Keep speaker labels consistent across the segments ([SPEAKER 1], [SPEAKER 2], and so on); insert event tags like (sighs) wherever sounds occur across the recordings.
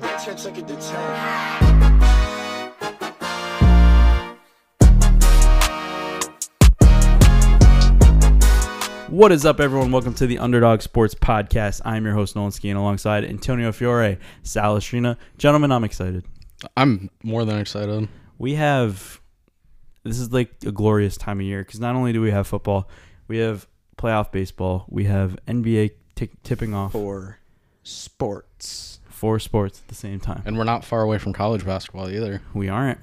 [SPEAKER 1] wish I took it to 10.
[SPEAKER 2] What is up, everyone? Welcome to the Underdog Sports Podcast. I'm your host, Nolan Skeen, alongside Antonio Fiore, Sal Estrina. Gentlemen, I'm excited.
[SPEAKER 3] I'm more than excited.
[SPEAKER 2] We have, this is like a glorious time of year because not only do we have football, we have playoff baseball, we have NBA t- tipping off
[SPEAKER 3] For sports.
[SPEAKER 2] four sports at the same time.
[SPEAKER 3] And we're not far away from college basketball either.
[SPEAKER 2] We aren't.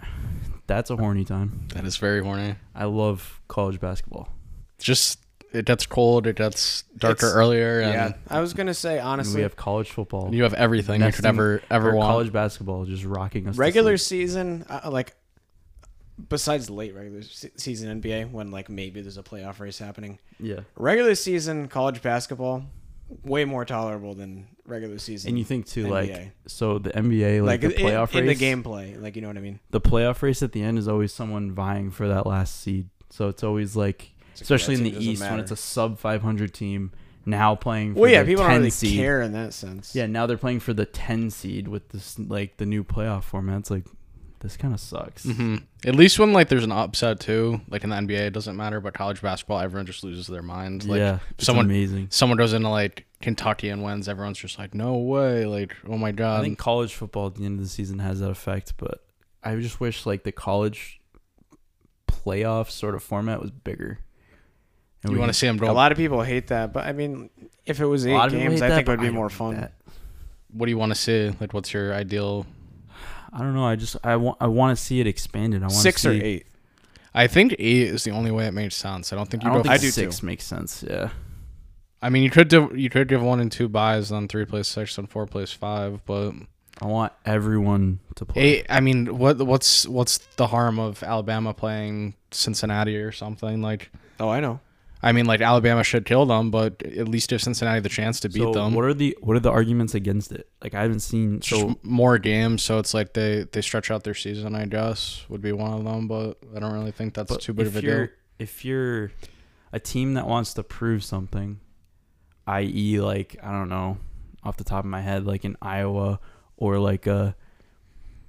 [SPEAKER 2] That's a horny time.
[SPEAKER 3] That is very horny.
[SPEAKER 2] I love college basketball.
[SPEAKER 3] Just it gets cold, it gets darker
[SPEAKER 4] It's-
[SPEAKER 3] earlier, and
[SPEAKER 4] Yeah, I was gonna say
[SPEAKER 2] And Um, we
[SPEAKER 4] honestly,
[SPEAKER 2] have college football.
[SPEAKER 3] you have everything you could
[SPEAKER 2] Nesting
[SPEAKER 3] ever ever
[SPEAKER 2] or
[SPEAKER 3] want.
[SPEAKER 2] College basketball just rocking us. to
[SPEAKER 4] regular
[SPEAKER 2] sleep.
[SPEAKER 4] season, uh, like besides late regular se- season NBA, when like maybe there's a playoff race happening.
[SPEAKER 2] Yeah.
[SPEAKER 4] Regular season college basketball, way more tolerable than regular season.
[SPEAKER 2] And you think too, like,
[SPEAKER 4] NBA.
[SPEAKER 2] so the NBA, like,
[SPEAKER 4] like,
[SPEAKER 2] the
[SPEAKER 4] in-
[SPEAKER 2] playoff
[SPEAKER 4] in,
[SPEAKER 2] race,
[SPEAKER 4] the gameplay, like you know what I mean.
[SPEAKER 2] the playoff race at the end is always someone vying for that last seed. So it's always like, especially in
[SPEAKER 4] team,
[SPEAKER 2] the
[SPEAKER 4] it doesn't
[SPEAKER 2] East when
[SPEAKER 4] matter.
[SPEAKER 2] it's a sub 500 team now playing. For
[SPEAKER 4] Well, yeah,
[SPEAKER 2] their
[SPEAKER 4] people
[SPEAKER 2] 10
[SPEAKER 4] don't really
[SPEAKER 2] seed.
[SPEAKER 4] care in that sense.
[SPEAKER 2] Yeah, now they're playing for the 10 seed with this like the new playoff format. It's like this kind of sucks.
[SPEAKER 3] Mhm. At least when like there's an upset too, like in the NBA, it doesn't matter. But college basketball, everyone just loses their minds. Like
[SPEAKER 2] yeah,
[SPEAKER 3] if
[SPEAKER 2] it's
[SPEAKER 3] someone
[SPEAKER 2] amazing.
[SPEAKER 3] someone goes into like Kentucky and wins, everyone's just like, no way, like oh my god.
[SPEAKER 2] I think college football at the end of the season has that effect, but I just wish like the college playoff sort of format was bigger. And
[SPEAKER 3] you
[SPEAKER 2] we
[SPEAKER 3] want to
[SPEAKER 2] could-
[SPEAKER 3] see them go?
[SPEAKER 4] a lot of people hate that, but I mean, if it was
[SPEAKER 2] a lot
[SPEAKER 4] eight
[SPEAKER 2] of people
[SPEAKER 4] games,
[SPEAKER 2] hate
[SPEAKER 4] I
[SPEAKER 2] that,
[SPEAKER 4] think it
[SPEAKER 2] but
[SPEAKER 4] would be
[SPEAKER 2] don't
[SPEAKER 4] more
[SPEAKER 2] like
[SPEAKER 4] fun.
[SPEAKER 2] that.
[SPEAKER 3] what do you want to see? Like, what's your ideal?
[SPEAKER 2] I don't know. I just I want I want to see it expanded. I want
[SPEAKER 4] Six
[SPEAKER 2] see,
[SPEAKER 4] or eight.
[SPEAKER 3] I think eight is the only way it makes sense. I don't think
[SPEAKER 2] I
[SPEAKER 3] you
[SPEAKER 2] don't
[SPEAKER 3] go
[SPEAKER 2] think
[SPEAKER 4] I do
[SPEAKER 2] six makes sense. Yeah,
[SPEAKER 3] I mean, you could do, you could give one and two buys, then three plays six, then four plays five. But
[SPEAKER 2] I want everyone to play.
[SPEAKER 3] eight, I mean, what what's what's the harm of Alabama playing Cincinnati or something? Like,
[SPEAKER 4] Oh, I know.
[SPEAKER 3] I mean, like Alabama should kill them, but at least give Cincinnati the chance to beat
[SPEAKER 2] so
[SPEAKER 3] them.
[SPEAKER 2] what are the what are the arguments against it? Like I haven't seen.
[SPEAKER 3] It's just
[SPEAKER 2] So
[SPEAKER 3] more games, so it's like they they stretch out their season. I guess would be one of them, but I don't really think that's
[SPEAKER 2] but
[SPEAKER 3] too big
[SPEAKER 2] if
[SPEAKER 3] of a
[SPEAKER 2] you're
[SPEAKER 3] deal.
[SPEAKER 2] if you're a team that wants to prove something, i.e., like I don't know, off the top of my head, like in Iowa or like a.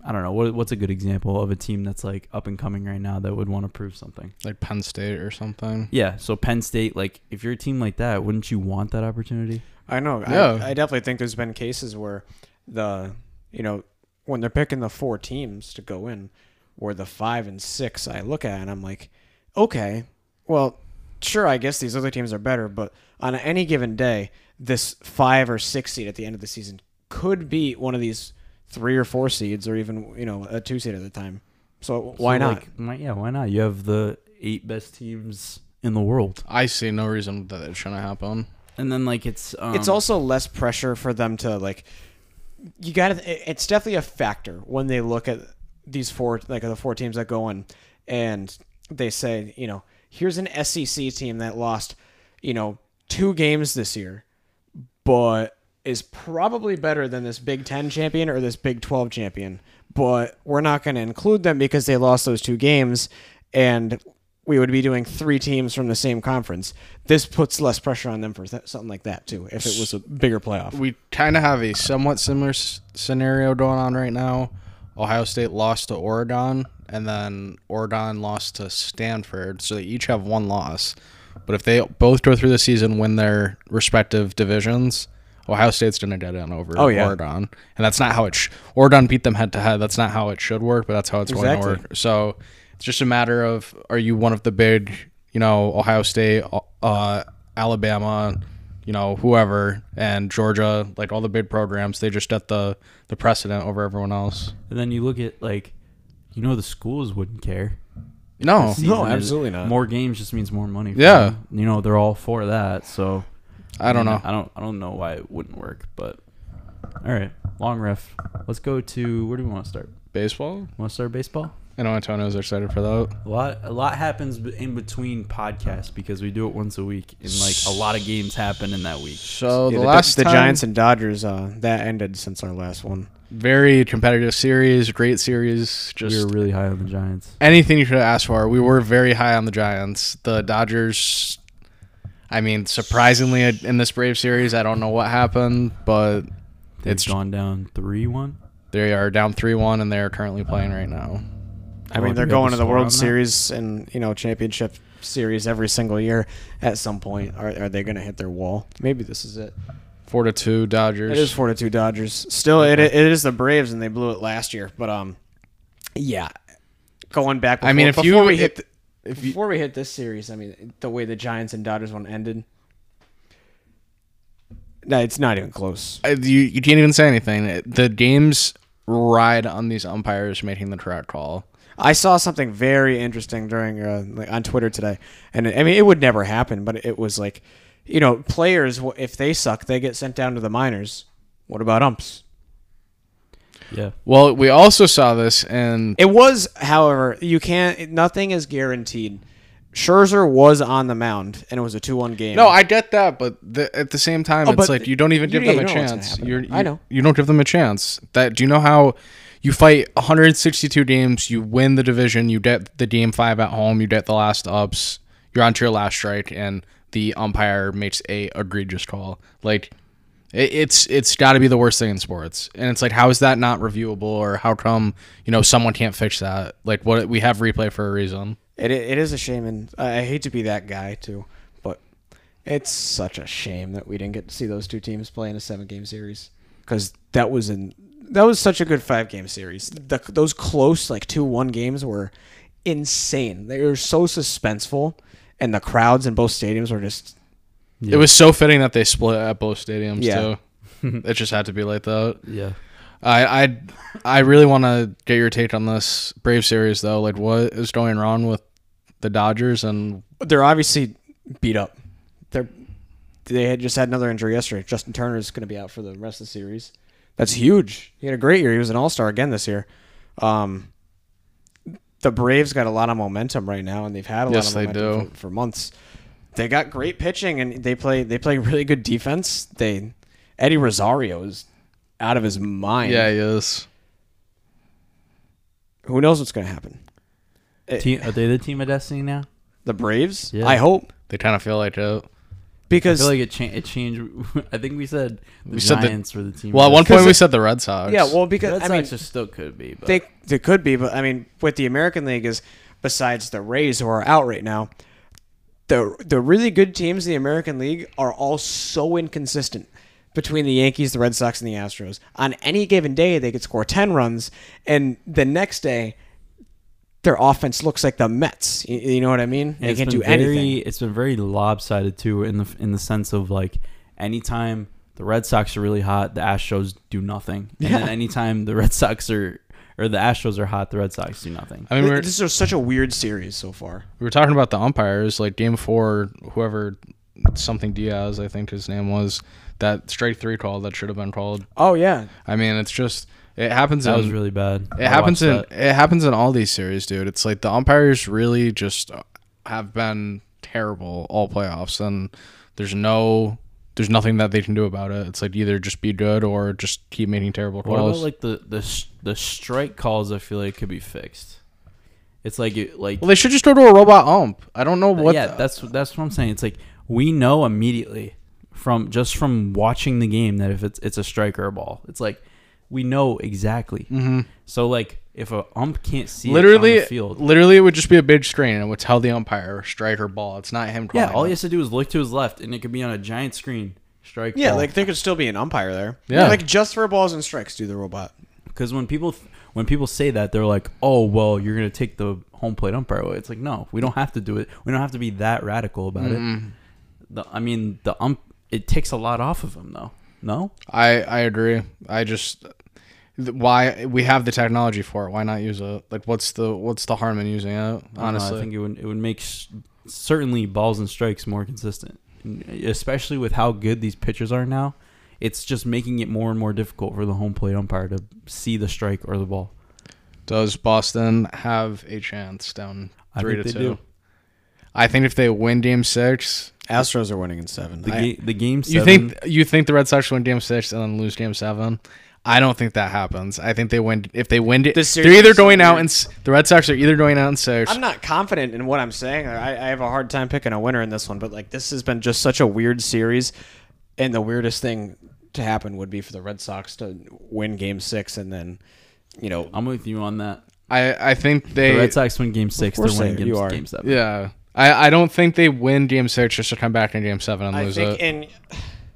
[SPEAKER 2] I don't know what, what's a good example of a team that's like up and coming right now that would want to prove something.
[SPEAKER 3] Like Penn State or something.
[SPEAKER 2] Yeah, so Penn State, like if you're a team like that, wouldn't you want that opportunity?
[SPEAKER 4] I know.
[SPEAKER 3] Yeah.
[SPEAKER 4] I, I definitely think there's been cases where the, you know, when they're picking the four teams to go in, where the five and six I look at and I'm like, okay, well, sure, I guess these other teams are better, but on any given day, this five or six seed at the end of the season could be one of these three or four seeds or even, you know, a two seed at the time. So
[SPEAKER 2] So,
[SPEAKER 4] why not?
[SPEAKER 2] Like, why- yeah, why not? You have the eight best teams in the world,
[SPEAKER 3] I see no reason that it shouldn't happen.
[SPEAKER 2] and then like it's um,
[SPEAKER 4] it's also less pressure for them to like you gotta it- it's definitely a factor when they look at these four like the four teams that go in and they say you know here's an sec team that lost you know two games this year but is probably better than this big 10 champion or this big 12 champion but we're not going to include them because they lost those two games and we would be doing three teams from the same conference. This puts less pressure on them for th- something like that too. If it was a bigger playoff,
[SPEAKER 3] we kind of have a somewhat similar s- scenario going on right now. Ohio State lost to Oregon, and then Oregon lost to Stanford, so they each have one loss. But if they both go through the season, win their respective divisions, Ohio State's gonna get in over
[SPEAKER 4] Oh, yeah.
[SPEAKER 3] Oregon, and that's not how it. Sh- Oregon beat them head to head. That's not how it should work, but that's how it's
[SPEAKER 4] Exactly.
[SPEAKER 3] going to work. So it's just a matter of are you one of the big, you know, Ohio State, uh, Alabama, you know, whoever, and Georgia, like all the big programs, they just get the the precedent over everyone else.
[SPEAKER 2] and then you look at like, you know, the schools wouldn't care.
[SPEAKER 3] No,
[SPEAKER 2] Season is-
[SPEAKER 4] absolutely not.
[SPEAKER 2] More games just means more money. for
[SPEAKER 3] Yeah.
[SPEAKER 2] them. you know they're all for that. So
[SPEAKER 3] I don't know.
[SPEAKER 2] I don't. I don't know why it wouldn't work, but all right, long ref. Let's go to where do we want to start?
[SPEAKER 3] Baseball.
[SPEAKER 2] Want to start baseball?
[SPEAKER 3] I know Antonio's excited for that.
[SPEAKER 2] A lot, a lot happens b- in between podcasts because we do it once a week, and like a lot of games happen in that week.
[SPEAKER 3] So
[SPEAKER 4] Yeah,
[SPEAKER 3] the last
[SPEAKER 4] the
[SPEAKER 3] time-
[SPEAKER 4] Giants and Dodgers uh, that ended since our last one.
[SPEAKER 3] very competitive series, great series. Just
[SPEAKER 2] we were really high on the Giants.
[SPEAKER 3] anything you could have asked for. We were very high on the Giants. The Dodgers, I mean, surprisingly in this Brave series, I don't know what happened, but
[SPEAKER 2] They've
[SPEAKER 3] it's
[SPEAKER 2] gone down three one.
[SPEAKER 3] They are down three one, and they are currently playing right now.
[SPEAKER 4] I
[SPEAKER 2] Well,
[SPEAKER 4] mean, they're
[SPEAKER 2] do you have
[SPEAKER 4] going
[SPEAKER 2] the
[SPEAKER 4] to the
[SPEAKER 2] score on
[SPEAKER 4] World
[SPEAKER 2] that?
[SPEAKER 4] Series and you know championship series every single year. At some point, are, are they going to hit their wall? Maybe this is it.
[SPEAKER 3] Four to two Dodgers.
[SPEAKER 4] It is four to two Dodgers. Still, it, it is the Braves, and they blew it last year. But um, yeah, going back. Before,
[SPEAKER 3] I mean, if
[SPEAKER 4] before
[SPEAKER 3] you
[SPEAKER 4] we
[SPEAKER 3] if-
[SPEAKER 4] hit the,
[SPEAKER 3] if you
[SPEAKER 4] before we hit this series, I mean, the way the Giants and Dodgers one ended, no, it's not even close.
[SPEAKER 3] I- uh, you, you can't even say anything. It- The games ride on these umpires making the correct call.
[SPEAKER 4] I saw something very interesting during uh, like on Twitter today, and I mean it would never happen, but it was like, you know, players wh- if they suck, they get sent down to the minors. What about umps?
[SPEAKER 2] Yeah.
[SPEAKER 3] Well, we also saw this in
[SPEAKER 4] It was, however, you can't. Nothing is guaranteed. Scherzer was on the mound, and it was a two-one game. Oh,
[SPEAKER 3] no, I get that, but the, at the same time, it's
[SPEAKER 4] but
[SPEAKER 3] like you don't even
[SPEAKER 4] you-
[SPEAKER 3] give
[SPEAKER 4] yeah,
[SPEAKER 3] them a
[SPEAKER 4] you know what's gonna
[SPEAKER 3] chance.
[SPEAKER 4] happen.
[SPEAKER 3] You're, you,
[SPEAKER 4] I know.
[SPEAKER 3] you don't give them a chance. That do you know how you fight 162 games, you win the division, you get the game five at home, you get the last ups, you're on to your last strike, and the umpire makes a egregious call. Like it, it's it's got to be the worst thing in sports, and it's like how is that not reviewable, or how come you know someone can't fix that? Like what we have replay for a reason.
[SPEAKER 4] It, it is a shame, and I I hate to be that guy too, but it's such a shame that we didn't get to see those two teams play in a seven-game series because that was in that was such a good five-game series. The, those close like two-one games were insane. They were so suspenseful, and the crowds in both stadiums were just
[SPEAKER 2] Yeah.
[SPEAKER 3] It was so fitting that they split at both stadiums
[SPEAKER 4] Yeah. (laughs)
[SPEAKER 3] too. it just had to be like that.
[SPEAKER 2] Yeah.
[SPEAKER 3] I I I really want to get your take on this Brave series though. Like, what is going wrong with the Dodgers? And
[SPEAKER 4] they're obviously beat up. They're they had just had another injury yesterday. Justin Turner is going to be out for the rest of the series. That's huge. He had a great year. He was an All Star again this year. Um, the Braves got a lot of momentum right now, and they've had a
[SPEAKER 3] Yes,
[SPEAKER 4] lot
[SPEAKER 3] they
[SPEAKER 4] of momentum
[SPEAKER 3] do.
[SPEAKER 4] For, for months. They got great pitching, and they play they play really good defense. They Eddie Rosario is out of his mind.
[SPEAKER 3] yeah, he is.
[SPEAKER 4] Who knows what's going to happen?
[SPEAKER 2] Team, are they the team of destiny now?
[SPEAKER 4] The Braves.
[SPEAKER 2] Yeah.
[SPEAKER 4] I hope
[SPEAKER 3] They kind of feel like
[SPEAKER 4] Mm,
[SPEAKER 3] it.
[SPEAKER 2] I
[SPEAKER 4] because
[SPEAKER 2] feel like it, cha- it changed. (laughs) I think we said the
[SPEAKER 3] We said the-
[SPEAKER 2] Giants were the team.
[SPEAKER 3] Well, at
[SPEAKER 2] of
[SPEAKER 3] one
[SPEAKER 2] destiny.
[SPEAKER 3] point we said the Red Sox.
[SPEAKER 4] yeah, well because
[SPEAKER 2] Red
[SPEAKER 4] I
[SPEAKER 2] Sox
[SPEAKER 4] mean
[SPEAKER 2] just still could be. But
[SPEAKER 4] They they could be, but I mean, with the American League is besides the Rays who are out right now, the the really good teams in the American League are all so inconsistent between the Yankees, the Red Sox, and the Astros. On any given day, they could score ten runs, and the next day, their offense looks like the Mets. You, you know what I mean?
[SPEAKER 2] And
[SPEAKER 4] They
[SPEAKER 2] it's
[SPEAKER 4] can't do
[SPEAKER 2] been very-
[SPEAKER 4] anything.
[SPEAKER 2] It's been very lopsided too, in the in the sense of like anytime the Red Sox are really hot, the Astros do nothing, and then anytime the Red (laughs) Sox are or the Astros are hot, the Red Sox do nothing.
[SPEAKER 3] I mean, we were,
[SPEAKER 4] This is such a weird series so far.
[SPEAKER 3] we were talking about the umpires. Like game four, whoever something Diaz, I think his name was, that strike three call that should have been called.
[SPEAKER 4] Oh yeah,
[SPEAKER 3] I mean, it's just it happens.
[SPEAKER 2] That was
[SPEAKER 3] in-
[SPEAKER 2] really bad.
[SPEAKER 3] um, It
[SPEAKER 2] I
[SPEAKER 3] happens
[SPEAKER 2] watched
[SPEAKER 3] in
[SPEAKER 2] that.
[SPEAKER 3] it happens in all these series, dude. It's like the umpires really just have been terrible all playoffs, and there's no there's nothing that they can do about it. It's like either just be good or just keep making terrible
[SPEAKER 2] What about
[SPEAKER 3] calls.
[SPEAKER 2] like the the s- the strike calls? I feel like could be fixed. It's like it like
[SPEAKER 3] well, they should just go to a robot ump. I don't know what.
[SPEAKER 2] Uh, yeah,
[SPEAKER 3] the-
[SPEAKER 2] that's that's what I'm saying. It's like we know immediately from just from watching the game that if it's it's a strike or a ball, it's like we know exactly. So like if a ump can't see
[SPEAKER 3] Mm-hmm. literally oh
[SPEAKER 2] it on the field,
[SPEAKER 3] literally it would just be a big screen and it would tell the umpire strike or ball. It's not him.
[SPEAKER 2] yeah,
[SPEAKER 3] calling
[SPEAKER 2] all
[SPEAKER 3] it.
[SPEAKER 2] he has to do is look to his left, and it could be on a giant screen strike.
[SPEAKER 4] yeah.
[SPEAKER 2] ball.
[SPEAKER 4] Like there could still be an umpire there.
[SPEAKER 3] Yeah.
[SPEAKER 4] like just for balls and strikes, do the robot.
[SPEAKER 2] because when people th- when people say that they're like oh well you're gonna take the home plate umpire away it's like no we don't have to do it we don't have to be that radical about
[SPEAKER 3] Mm-hmm.
[SPEAKER 2] it the, i mean the ump it takes a lot off of them though no
[SPEAKER 3] I I agree. I just th- why we have the technology for it. Why not use it? Like what's the what's the harm in using it?
[SPEAKER 2] I don't know,
[SPEAKER 3] Honestly.
[SPEAKER 2] i think it would it would make s certainly balls and strikes more consistent And especially with how good these pitchers are now it's just making it more and more difficult for the home plate umpire to see the strike or the ball
[SPEAKER 3] Does Boston have a chance down
[SPEAKER 2] I
[SPEAKER 3] three
[SPEAKER 2] think
[SPEAKER 3] to
[SPEAKER 2] they
[SPEAKER 3] two?
[SPEAKER 2] do.
[SPEAKER 3] I think if they win Game Six,
[SPEAKER 4] Astros are winning in seven.
[SPEAKER 2] the,
[SPEAKER 4] I-
[SPEAKER 2] ga- the game seven,
[SPEAKER 3] you think you think the Red Sox win Game Six and then lose Game Seven. I don't think that happens. I think they win if they win.
[SPEAKER 4] This
[SPEAKER 3] They're
[SPEAKER 4] series
[SPEAKER 3] either
[SPEAKER 4] is so
[SPEAKER 3] going out
[SPEAKER 4] weird.
[SPEAKER 3] and s- the Red Sox are either going out in six.
[SPEAKER 4] I'm not confident in what I'm saying. I, I have a hard time picking a winner in this one, but like this has been just such a weird series, and the weirdest thing to happen would be for the Red Sox to win Game Six, and then you know
[SPEAKER 2] I'm with you on that.
[SPEAKER 3] I I think
[SPEAKER 2] The
[SPEAKER 3] they
[SPEAKER 2] Red Sox win Game Six. They're
[SPEAKER 4] course
[SPEAKER 2] winning
[SPEAKER 4] they-
[SPEAKER 2] game,
[SPEAKER 4] you are.
[SPEAKER 2] game Seven.
[SPEAKER 3] yeah. I, I don't think they win game six just to come back in game seven and
[SPEAKER 4] I
[SPEAKER 3] lose
[SPEAKER 4] think
[SPEAKER 3] it.
[SPEAKER 4] and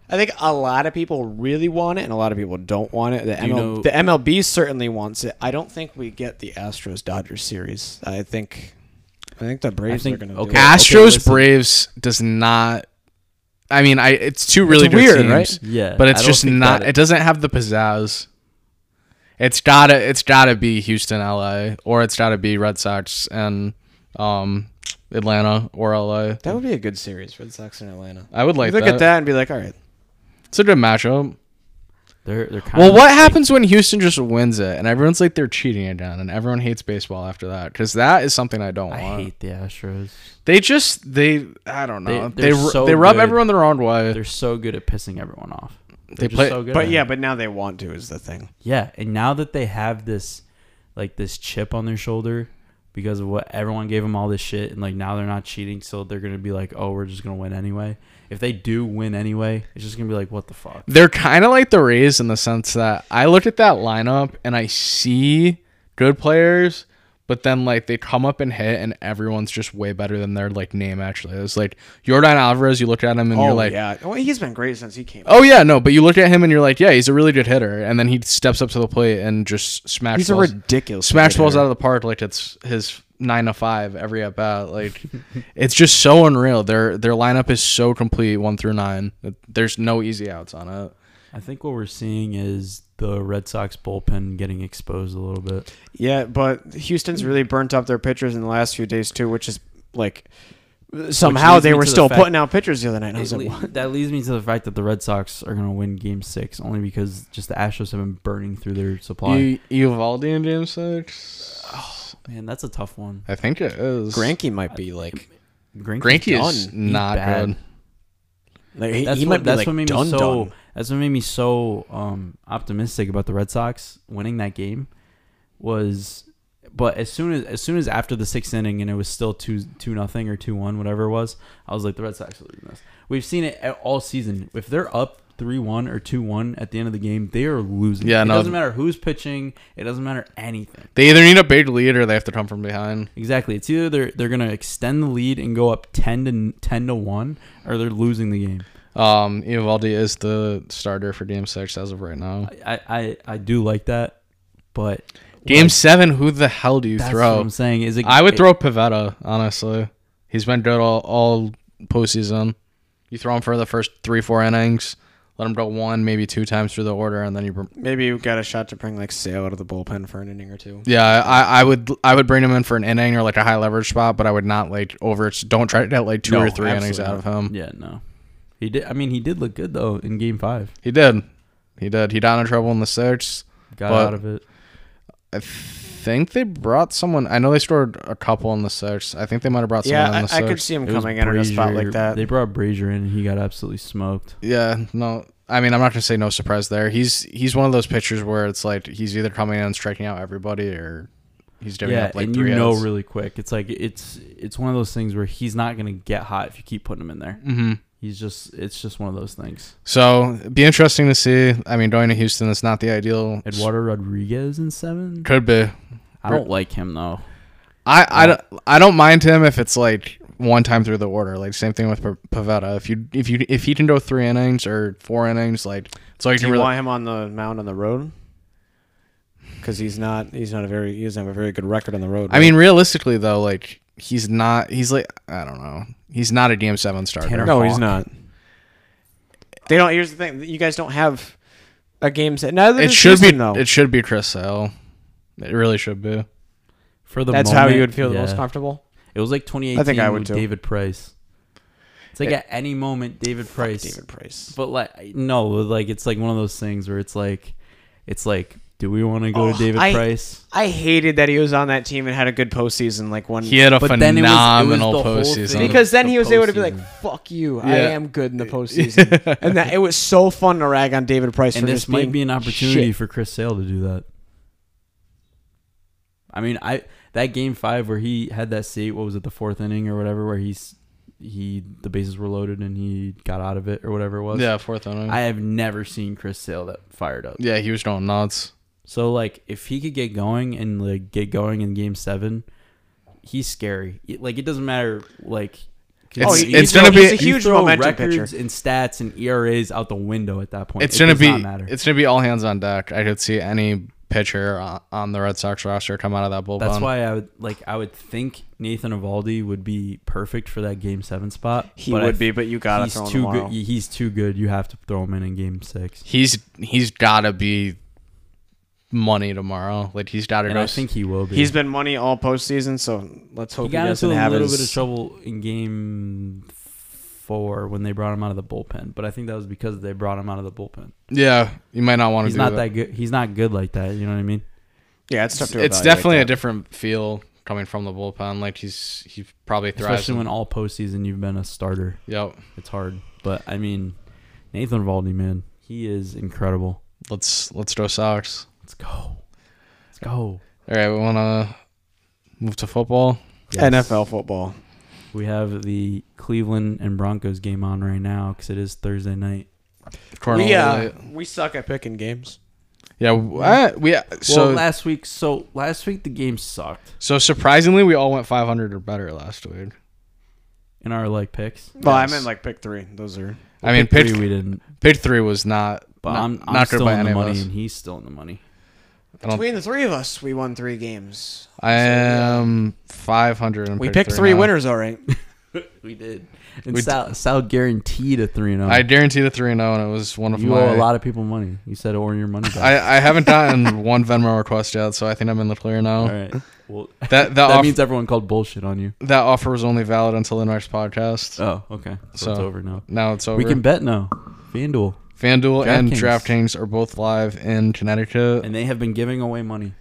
[SPEAKER 4] I think a lot of people really want it, and a lot of people don't want it. The, ML,
[SPEAKER 2] you know-
[SPEAKER 4] the MLB certainly wants it. I don't think we get the Astros Dodgers series. I think I think the Braves
[SPEAKER 2] think-
[SPEAKER 4] are going to
[SPEAKER 2] okay.
[SPEAKER 4] do it.
[SPEAKER 2] Ask-
[SPEAKER 3] Astros
[SPEAKER 2] listen.
[SPEAKER 3] Braves does not. I mean, I it's two really good
[SPEAKER 4] weird,
[SPEAKER 3] teams,
[SPEAKER 4] right?
[SPEAKER 2] Yeah,
[SPEAKER 3] but
[SPEAKER 2] I
[SPEAKER 3] it's
[SPEAKER 2] don't
[SPEAKER 3] just
[SPEAKER 2] think
[SPEAKER 3] not.
[SPEAKER 2] that-
[SPEAKER 3] It doesn't have the pizzazz. It's gotta. It's gotta be Houston, LA, or it's gotta be Red Sox and um, Atlanta or LA.
[SPEAKER 4] That would be a good series, Red Sox and Atlanta.
[SPEAKER 3] I would like
[SPEAKER 4] Look at that and be like, all right,
[SPEAKER 3] It's a good matchup.
[SPEAKER 2] They're they're kind
[SPEAKER 3] Well,
[SPEAKER 2] of
[SPEAKER 3] what happens when Houston just wins it and everyone's like they're cheating again and everyone hates baseball after that? Because that is something I don't
[SPEAKER 2] I
[SPEAKER 3] want.
[SPEAKER 2] hate the Astros.
[SPEAKER 3] They just they I don't know
[SPEAKER 2] They-
[SPEAKER 3] they
[SPEAKER 2] they're
[SPEAKER 3] they,
[SPEAKER 2] so
[SPEAKER 3] rub
[SPEAKER 2] good.
[SPEAKER 3] everyone the wrong way.
[SPEAKER 2] They're so good at pissing everyone off. They're
[SPEAKER 3] They
[SPEAKER 2] just
[SPEAKER 3] play-
[SPEAKER 2] so good
[SPEAKER 4] but
[SPEAKER 2] at
[SPEAKER 4] yeah,
[SPEAKER 2] it.
[SPEAKER 4] but now they want to is the thing.
[SPEAKER 2] yeah. And now that they have this, like this chip on their shoulder because of what everyone gave them all this shit, and like now they're not cheating, so they're gonna be like, oh, we're just gonna win anyway. If they do win anyway, it's just gonna be like, what the fuck?
[SPEAKER 3] They're kind of like the Rays in the sense that I look at that lineup and I see good players, but then like they come up and hit and everyone's just way better than their like name actually. It's like Jordan Alvarez, you look at him and you're
[SPEAKER 4] Oh
[SPEAKER 3] like,
[SPEAKER 4] yeah, well, he's been great since he came.
[SPEAKER 3] oh yeah, no, but you look at him and you're like, yeah, he's a really good hitter, and then he steps up to the plate and just smashes.
[SPEAKER 4] he's a ridiculous
[SPEAKER 3] smash
[SPEAKER 4] hitter.
[SPEAKER 3] balls out of the park like it's his nine to five every at bat. Like (laughs) it's just so unreal. Their their lineup is so complete one through nine. There's no easy outs on it.
[SPEAKER 2] I think what we're seeing is the Red Sox bullpen getting exposed a little bit.
[SPEAKER 4] Yeah, but Houston's really burnt up their pitchers in the last few days too, which is like somehow
[SPEAKER 2] leads
[SPEAKER 4] they
[SPEAKER 2] me
[SPEAKER 4] were
[SPEAKER 2] to the
[SPEAKER 4] still
[SPEAKER 2] fact-
[SPEAKER 4] putting out pitchers the other night. And I was
[SPEAKER 2] It
[SPEAKER 4] like,
[SPEAKER 2] le-
[SPEAKER 4] what?
[SPEAKER 2] that leads me to the fact that the Red Sox are going to win Game Six only because just the Astros have been burning through their supply.
[SPEAKER 3] You Uvalde in game six.
[SPEAKER 2] Man, that's a tough one.
[SPEAKER 3] I think it is.
[SPEAKER 4] Granky might be like,
[SPEAKER 2] Grinky's
[SPEAKER 3] Granky is
[SPEAKER 2] done. He's
[SPEAKER 3] not
[SPEAKER 2] bad.
[SPEAKER 3] good.
[SPEAKER 4] like he,
[SPEAKER 2] That's
[SPEAKER 4] he
[SPEAKER 2] what,
[SPEAKER 4] might be
[SPEAKER 2] that's
[SPEAKER 4] like
[SPEAKER 2] what made
[SPEAKER 4] done,
[SPEAKER 2] me so.
[SPEAKER 4] done.
[SPEAKER 2] That's what made me so um, optimistic about the Red Sox winning that game. Was, but as soon as as soon as after the sixth inning and it was still two two nothing or two one whatever it was, I was like the Red Sox are losing this. We've seen it a- all season. If they're up three one or two one at the end of the game, they are losing.
[SPEAKER 3] Yeah,
[SPEAKER 2] it
[SPEAKER 3] no.
[SPEAKER 2] doesn't matter who's pitching. It doesn't matter anything.
[SPEAKER 3] They either need a big lead or they have to come from behind.
[SPEAKER 2] Exactly. It's either they're they're gonna extend the lead and go up ten to ten to one, or they're losing the game.
[SPEAKER 3] Um, Uvalde is the starter for game six as of right now.
[SPEAKER 2] I I, I do like that, but
[SPEAKER 3] Game
[SPEAKER 2] like,
[SPEAKER 3] seven, who the hell do you
[SPEAKER 2] that's
[SPEAKER 3] throw?
[SPEAKER 2] What I'm saying is it,
[SPEAKER 3] I would
[SPEAKER 2] it-
[SPEAKER 3] throw Pavetta, honestly. He's been good all, all postseason. You throw him for the first three, four innings, let him go one, maybe two times through the order, and then you. Br-
[SPEAKER 4] Maybe you got a shot to bring like Sale out of the bullpen for an inning or two.
[SPEAKER 3] yeah, I, I would I would bring him in for an inning or like a high leverage spot, but I would not like over. Don't try to get like two
[SPEAKER 4] No,
[SPEAKER 3] or three innings out of
[SPEAKER 4] absolutely
[SPEAKER 3] him.
[SPEAKER 2] Yeah, no. He did. I mean, he did look good though in Game Five.
[SPEAKER 3] He did, he did. He got in trouble in the sixth.
[SPEAKER 2] Got
[SPEAKER 3] But-
[SPEAKER 2] out of it.
[SPEAKER 3] I think they brought someone. I know they scored a couple in the sixth. I think they might have brought someone in the
[SPEAKER 4] Yeah, I, I
[SPEAKER 3] sixth.
[SPEAKER 4] could see him
[SPEAKER 2] It was
[SPEAKER 4] coming in at a spot
[SPEAKER 2] Brazier-
[SPEAKER 4] like that.
[SPEAKER 2] They brought Brazier in and he got absolutely smoked.
[SPEAKER 3] Yeah, no. I mean, I'm not gonna say no surprise there. He's he's one of those pitchers where it's like he's either coming in and striking out everybody, or he's giving
[SPEAKER 2] yeah,
[SPEAKER 3] up like
[SPEAKER 2] and you
[SPEAKER 3] three
[SPEAKER 2] know
[SPEAKER 3] hits.
[SPEAKER 2] really quick. It's like it's it's one of those things where he's not gonna get hot if you keep putting him in there.
[SPEAKER 3] hmm
[SPEAKER 2] He's just it's just one of those things.
[SPEAKER 3] So it'd be interesting to see. I mean, going to Houston is not the ideal.
[SPEAKER 2] Eduardo Rodriguez in seven.
[SPEAKER 3] Could be.
[SPEAKER 2] I don't like him though.
[SPEAKER 3] I I don't I don't mind him if it's like one time through the order. Like same thing with Pa- Pavetta. If you if you if he can go three innings or four innings, like it's all you
[SPEAKER 4] Do
[SPEAKER 3] can
[SPEAKER 4] you
[SPEAKER 3] really.
[SPEAKER 4] want him on the mound on the road? Because he's not he's not a very he doesn't have a very good record on the road.
[SPEAKER 3] I mean, realistically though, like he's not. He's like I don't know. He's not a game seven starter.
[SPEAKER 2] Tanner-
[SPEAKER 4] No,
[SPEAKER 2] Hawk.
[SPEAKER 4] he's not. They don't. Here's the thing: you guys don't have a game set. Neither
[SPEAKER 3] it
[SPEAKER 4] does
[SPEAKER 3] should be
[SPEAKER 4] Houston, though.
[SPEAKER 3] it should be Chris Sale. It really should be.
[SPEAKER 2] For the
[SPEAKER 4] That's how
[SPEAKER 2] moment,
[SPEAKER 4] you would feel the most
[SPEAKER 2] yeah.
[SPEAKER 4] comfortable.
[SPEAKER 2] It was like 2018
[SPEAKER 4] I think I would
[SPEAKER 2] with
[SPEAKER 4] too.
[SPEAKER 2] David Price. It's like
[SPEAKER 3] It-
[SPEAKER 2] at any moment David Price.
[SPEAKER 4] David Price.
[SPEAKER 2] But like no, like it's like one of those things where it's like it's like do we want to go
[SPEAKER 4] Oh,
[SPEAKER 2] to David
[SPEAKER 4] I-
[SPEAKER 2] Price?
[SPEAKER 4] I hated that he was on that team and had a good postseason. Like one,
[SPEAKER 3] He had a
[SPEAKER 2] But then it was- it was
[SPEAKER 3] phenomenal
[SPEAKER 2] the whole
[SPEAKER 3] postseason.
[SPEAKER 2] thing.
[SPEAKER 4] because then
[SPEAKER 2] The
[SPEAKER 4] he was able to be like,
[SPEAKER 2] postseason.
[SPEAKER 4] "Fuck you, I
[SPEAKER 3] Yeah.
[SPEAKER 4] am good
[SPEAKER 2] (laughs)
[SPEAKER 4] in the postseason." and that it was so fun to rag on David Price
[SPEAKER 2] And
[SPEAKER 4] for
[SPEAKER 2] this
[SPEAKER 4] just
[SPEAKER 2] might
[SPEAKER 4] being
[SPEAKER 2] be an opportunity
[SPEAKER 4] shit.
[SPEAKER 2] for Chris Sale to do that. I mean, I that game 5 where he had that save, what was it, the 4th inning or whatever where he's he the bases were loaded and he got out of it or whatever it was.
[SPEAKER 3] yeah, fourth inning.
[SPEAKER 2] I have never seen Chris Sale that fired up.
[SPEAKER 3] yeah, he was going nuts.
[SPEAKER 2] So like if he could get going and like get going in game 7, he's scary. It- Like it doesn't matter like
[SPEAKER 3] It's-
[SPEAKER 4] oh,
[SPEAKER 2] you-
[SPEAKER 4] he-
[SPEAKER 2] you
[SPEAKER 4] he's,
[SPEAKER 3] it's gonna
[SPEAKER 4] a,
[SPEAKER 3] be-
[SPEAKER 4] he's a
[SPEAKER 2] you
[SPEAKER 4] huge
[SPEAKER 2] throw
[SPEAKER 4] momentum
[SPEAKER 2] records
[SPEAKER 4] pitcher.
[SPEAKER 2] and stats and ERAs out the window at that point.
[SPEAKER 3] It's
[SPEAKER 2] It
[SPEAKER 3] gonna
[SPEAKER 2] does
[SPEAKER 3] be
[SPEAKER 2] not matter.
[SPEAKER 3] it's gonna be all hands on deck. I could see any pitcher on- on the Red Sox roster come out of that bullpen.
[SPEAKER 2] That's why I would like I would think Nathan Ivaldi would be perfect for that game 7 spot.
[SPEAKER 4] He
[SPEAKER 2] but I
[SPEAKER 4] would be, but you gotta
[SPEAKER 2] he's
[SPEAKER 4] throw him
[SPEAKER 2] too
[SPEAKER 4] tomorrow.
[SPEAKER 2] good. He's too good. You have to throw him in in game six.
[SPEAKER 3] he's he's got to be money tomorrow. Like he's got to
[SPEAKER 2] And
[SPEAKER 3] go.
[SPEAKER 2] I think he will be.
[SPEAKER 4] He's been money all postseason, so let's hope
[SPEAKER 2] he
[SPEAKER 4] he,
[SPEAKER 2] got into
[SPEAKER 4] doesn't
[SPEAKER 2] a
[SPEAKER 4] have
[SPEAKER 2] little
[SPEAKER 4] his.
[SPEAKER 2] bit of trouble in game four when they brought him out of the bullpen, but I think that was because they brought him out of the bullpen.
[SPEAKER 3] yeah, you might not want to.
[SPEAKER 2] He's
[SPEAKER 3] do
[SPEAKER 2] not that good. He's not good like that. You know what I mean?
[SPEAKER 4] yeah, it's tough to.
[SPEAKER 3] It's
[SPEAKER 4] evaluate
[SPEAKER 3] definitely a
[SPEAKER 4] that.
[SPEAKER 3] different feel coming from the bullpen. Like he's he probably thrives.
[SPEAKER 2] Especially when all postseason you've been a starter.
[SPEAKER 3] yep.
[SPEAKER 2] It's hard, but I mean, Nathan Valdi, man, he is incredible.
[SPEAKER 3] Let's let's go Sox.
[SPEAKER 2] Let's go. Let's go.
[SPEAKER 3] All right, we want to move to football.
[SPEAKER 2] Yes.
[SPEAKER 4] NFL football.
[SPEAKER 2] We have the Cleveland and Broncos game on right now because it is Thursday night.
[SPEAKER 3] Cardinal-
[SPEAKER 4] we, uh, we suck at picking games.
[SPEAKER 3] yeah, w- uh, we uh, so
[SPEAKER 2] well, last week, so last week the game sucked
[SPEAKER 3] so surprisingly we all went 500 or better last week.
[SPEAKER 2] in our like picks.
[SPEAKER 4] Well, I
[SPEAKER 3] Yes.
[SPEAKER 4] meant like pick three. Those are.
[SPEAKER 3] I mean,
[SPEAKER 2] Pick
[SPEAKER 3] pick
[SPEAKER 2] three we didn't,
[SPEAKER 3] pick three was not,
[SPEAKER 2] but
[SPEAKER 3] not,
[SPEAKER 2] I'm, I'm
[SPEAKER 3] not good
[SPEAKER 2] still
[SPEAKER 3] by
[SPEAKER 2] in
[SPEAKER 3] any
[SPEAKER 2] the
[SPEAKER 3] of
[SPEAKER 2] money,
[SPEAKER 3] us.
[SPEAKER 2] and he's still in the money.
[SPEAKER 3] I don't-
[SPEAKER 4] Between the three of us, we won three games.
[SPEAKER 3] I am 500. And
[SPEAKER 4] We
[SPEAKER 3] pick
[SPEAKER 4] picked three
[SPEAKER 3] now.
[SPEAKER 4] winners, all right.
[SPEAKER 2] We did, and
[SPEAKER 3] We d-
[SPEAKER 2] Sal, Sal guaranteed a three and oh.
[SPEAKER 3] I guaranteed a three and zero, and it was one of
[SPEAKER 2] You
[SPEAKER 3] my.
[SPEAKER 2] owe a lot of people money. You said owe your money back.
[SPEAKER 3] I, I haven't gotten (laughs) one Venmo request yet, so I think I'm in the clear now.
[SPEAKER 2] All right. Well, (laughs) that,
[SPEAKER 3] That that, off,
[SPEAKER 2] means everyone called bullshit on you.
[SPEAKER 3] that offer was only valid until the next podcast.
[SPEAKER 2] Oh, okay. So, it's
[SPEAKER 3] So,
[SPEAKER 2] over now.
[SPEAKER 3] now it's over.
[SPEAKER 2] We can bet now. FanDuel,
[SPEAKER 3] FanDuel and
[SPEAKER 2] DraftKings.
[SPEAKER 3] DraftKings are both live in Connecticut.
[SPEAKER 2] and they have been giving away money.